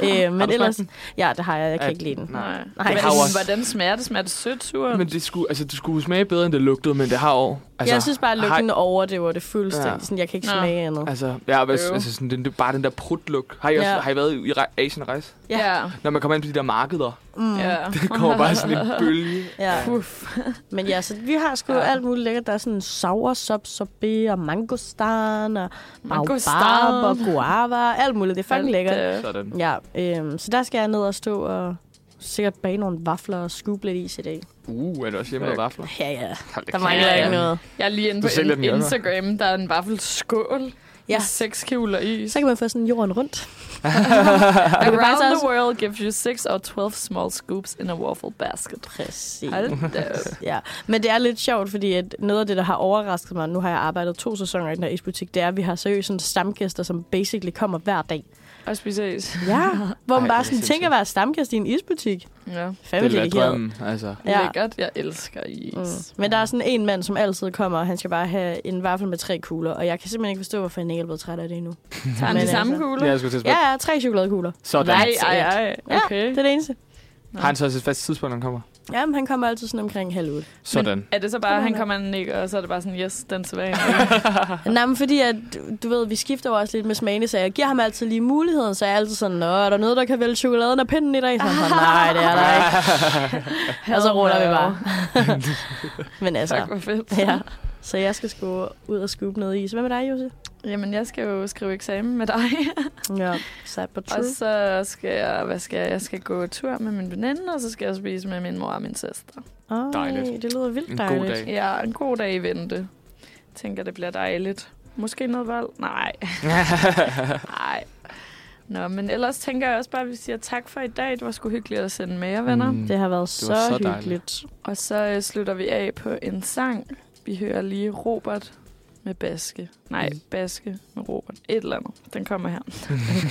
[SPEAKER 1] Ja. Øh, men
[SPEAKER 2] smagt
[SPEAKER 1] ellers, ja, det har jeg, jeg kan
[SPEAKER 2] Ja.
[SPEAKER 1] ikke lide den.
[SPEAKER 3] Nej.
[SPEAKER 1] Nej.
[SPEAKER 3] Men
[SPEAKER 2] Det har jo også-
[SPEAKER 3] Hvordan smager det? Smager det sødt, surt?
[SPEAKER 2] Men det skulle, altså, det skulle smage bedre, end det lugtede, men det har over. Altså,
[SPEAKER 1] Altså, jeg synes bare, at
[SPEAKER 2] har-
[SPEAKER 1] lugten over, det var det fuldstændig.
[SPEAKER 2] Ja.
[SPEAKER 1] Ja. Sådan, jeg kan ikke
[SPEAKER 3] Nå.
[SPEAKER 1] smage andet.
[SPEAKER 2] Altså, ja, hvad,
[SPEAKER 3] Øv.
[SPEAKER 2] altså sådan, den, det, er bare den der prutlugt. Har I, også,
[SPEAKER 1] Ja.
[SPEAKER 2] har I været i re- Asien og rejse?
[SPEAKER 1] Ja.
[SPEAKER 3] Ja.
[SPEAKER 2] Når man kommer ind på de der markeder, [LAUGHS]
[SPEAKER 1] Mm. Ja.
[SPEAKER 3] ja.
[SPEAKER 2] det
[SPEAKER 1] [LAUGHS]
[SPEAKER 2] kommer bare sådan en bølge.
[SPEAKER 1] ja.
[SPEAKER 3] Uff.
[SPEAKER 1] [LAUGHS] Men ja, så vi har sgu
[SPEAKER 3] Ja.
[SPEAKER 1] ja. alt muligt lækkert. Der er sådan sauersop, sorbet og mangostan og
[SPEAKER 3] Mangostan.
[SPEAKER 1] baobab og guava og alt muligt. Det er fucking
[SPEAKER 3] Alt,
[SPEAKER 1] lækkert.
[SPEAKER 3] øh,
[SPEAKER 2] Sådan.
[SPEAKER 1] Ja, øhm, så der skal jeg ned og stå og sikkert bage nogle vafler og skube lidt is i dag.
[SPEAKER 2] Uh, er det også hjemme med vafler?
[SPEAKER 1] Ja, ja.
[SPEAKER 2] Hold da
[SPEAKER 1] Der
[SPEAKER 2] kæft.
[SPEAKER 1] mangler
[SPEAKER 3] ja.
[SPEAKER 1] ikke noget.
[SPEAKER 3] Jeg er lige inde
[SPEAKER 2] Du
[SPEAKER 3] på
[SPEAKER 2] sælger den i
[SPEAKER 3] in-
[SPEAKER 2] Aalborg.
[SPEAKER 3] Instagram, der er en vaffelskål ja.
[SPEAKER 1] Ja.
[SPEAKER 3] med seks kugler i.
[SPEAKER 1] Så kan man få sådan jorden rundt. kan
[SPEAKER 3] Around
[SPEAKER 1] faktisk
[SPEAKER 3] the
[SPEAKER 1] også-
[SPEAKER 3] world gives you six or 12 small scoops in a waffle basket.
[SPEAKER 1] Præcis.
[SPEAKER 3] Hold da
[SPEAKER 1] [LAUGHS]
[SPEAKER 3] op.
[SPEAKER 1] Ja, men det er lidt sjovt, fordi at noget af det, der har overrasket mig, nu har jeg arbejdet to sæsoner i den her isbutik, det er, at vi har seriøst sådan stamgæster, som basically kommer hver dag.
[SPEAKER 3] Og spises.
[SPEAKER 1] Ja. Hvor
[SPEAKER 2] Ej,
[SPEAKER 1] man
[SPEAKER 2] det er
[SPEAKER 1] bare sådan
[SPEAKER 2] sindssygt.
[SPEAKER 1] tænker at være stamgæst i en isbutik.
[SPEAKER 3] Ja.
[SPEAKER 1] Fandme
[SPEAKER 2] Det er da
[SPEAKER 1] dedikeret.
[SPEAKER 2] drømmen, altså.
[SPEAKER 1] Ja.
[SPEAKER 3] ja. Lækkert. Jeg elsker is.
[SPEAKER 1] Mm. Men der er sådan en mand, som altid kommer, og han skal bare have en vaffel med tre kugler, og jeg kan simpelthen ikke forstå, hvorfor han ikke er blevet træt af det endnu.
[SPEAKER 3] Tager han
[SPEAKER 1] Men
[SPEAKER 3] de samme
[SPEAKER 1] altså-
[SPEAKER 3] kugler?
[SPEAKER 2] Ja, jeg skulle til at spørge.
[SPEAKER 1] Ja, ja, tre chokoladekugler.
[SPEAKER 2] Sådan.
[SPEAKER 3] Nej,
[SPEAKER 1] That's
[SPEAKER 3] ej,
[SPEAKER 1] it.
[SPEAKER 3] ej.
[SPEAKER 1] Ja,
[SPEAKER 3] Okay.
[SPEAKER 1] det er det eneste.
[SPEAKER 2] Har han så også et fast tidspunkt, han kommer?
[SPEAKER 1] Jamen, han kommer altid sådan omkring halv otte.
[SPEAKER 2] [LAUGHS] Sådan.
[SPEAKER 3] Men er det så bare, at han kommer og nikker, og så er det bare sådan, yes, den sædvanlige.
[SPEAKER 1] Nej, men fordi, at, du ved, vi skifter jo også lidt med smagene, så jeg giver ham altid lige muligheden, så jeg er altid sådan, Nå, er der noget, der kan vælge chokoladen og pinden i dag? Så han sådan, nej, det er der ikke. Og så ruller vi bare. Men altså,
[SPEAKER 3] Tak, hvor fedt.
[SPEAKER 1] [LAUGHS] ja. Så jeg skal sgu ud og skubbe noget i. Så hvad med dig, Jose?
[SPEAKER 3] Jamen, jeg skal jo skrive eksamen med dig.
[SPEAKER 1] Ja, sat på true.
[SPEAKER 3] Og så skal jeg, hvad skal jeg, jeg skal gå tur med min veninde, og så skal jeg spise med min mor og min søster.
[SPEAKER 1] Ej,
[SPEAKER 2] Dejligt.
[SPEAKER 1] det lyder vildt
[SPEAKER 2] En
[SPEAKER 1] dejligt.
[SPEAKER 2] god dag.
[SPEAKER 3] Ja, en god dag i vente. Tænker, det bliver dejligt. Måske noget vold? Nej. Nej. Nå, men ellers tænker jeg også bare, at vi siger tak for i dag. Det var sgu hyggeligt at sende med jer, venner. Mm.
[SPEAKER 5] Det har været
[SPEAKER 2] Det
[SPEAKER 5] så,
[SPEAKER 2] var så
[SPEAKER 5] så
[SPEAKER 2] dejligt.
[SPEAKER 5] hyggeligt.
[SPEAKER 3] Og så øh, slutter vi af på en sang. Vi hører lige Robert med Baske. Nej, Baske med Robert. Et eller andet. Den kommer her.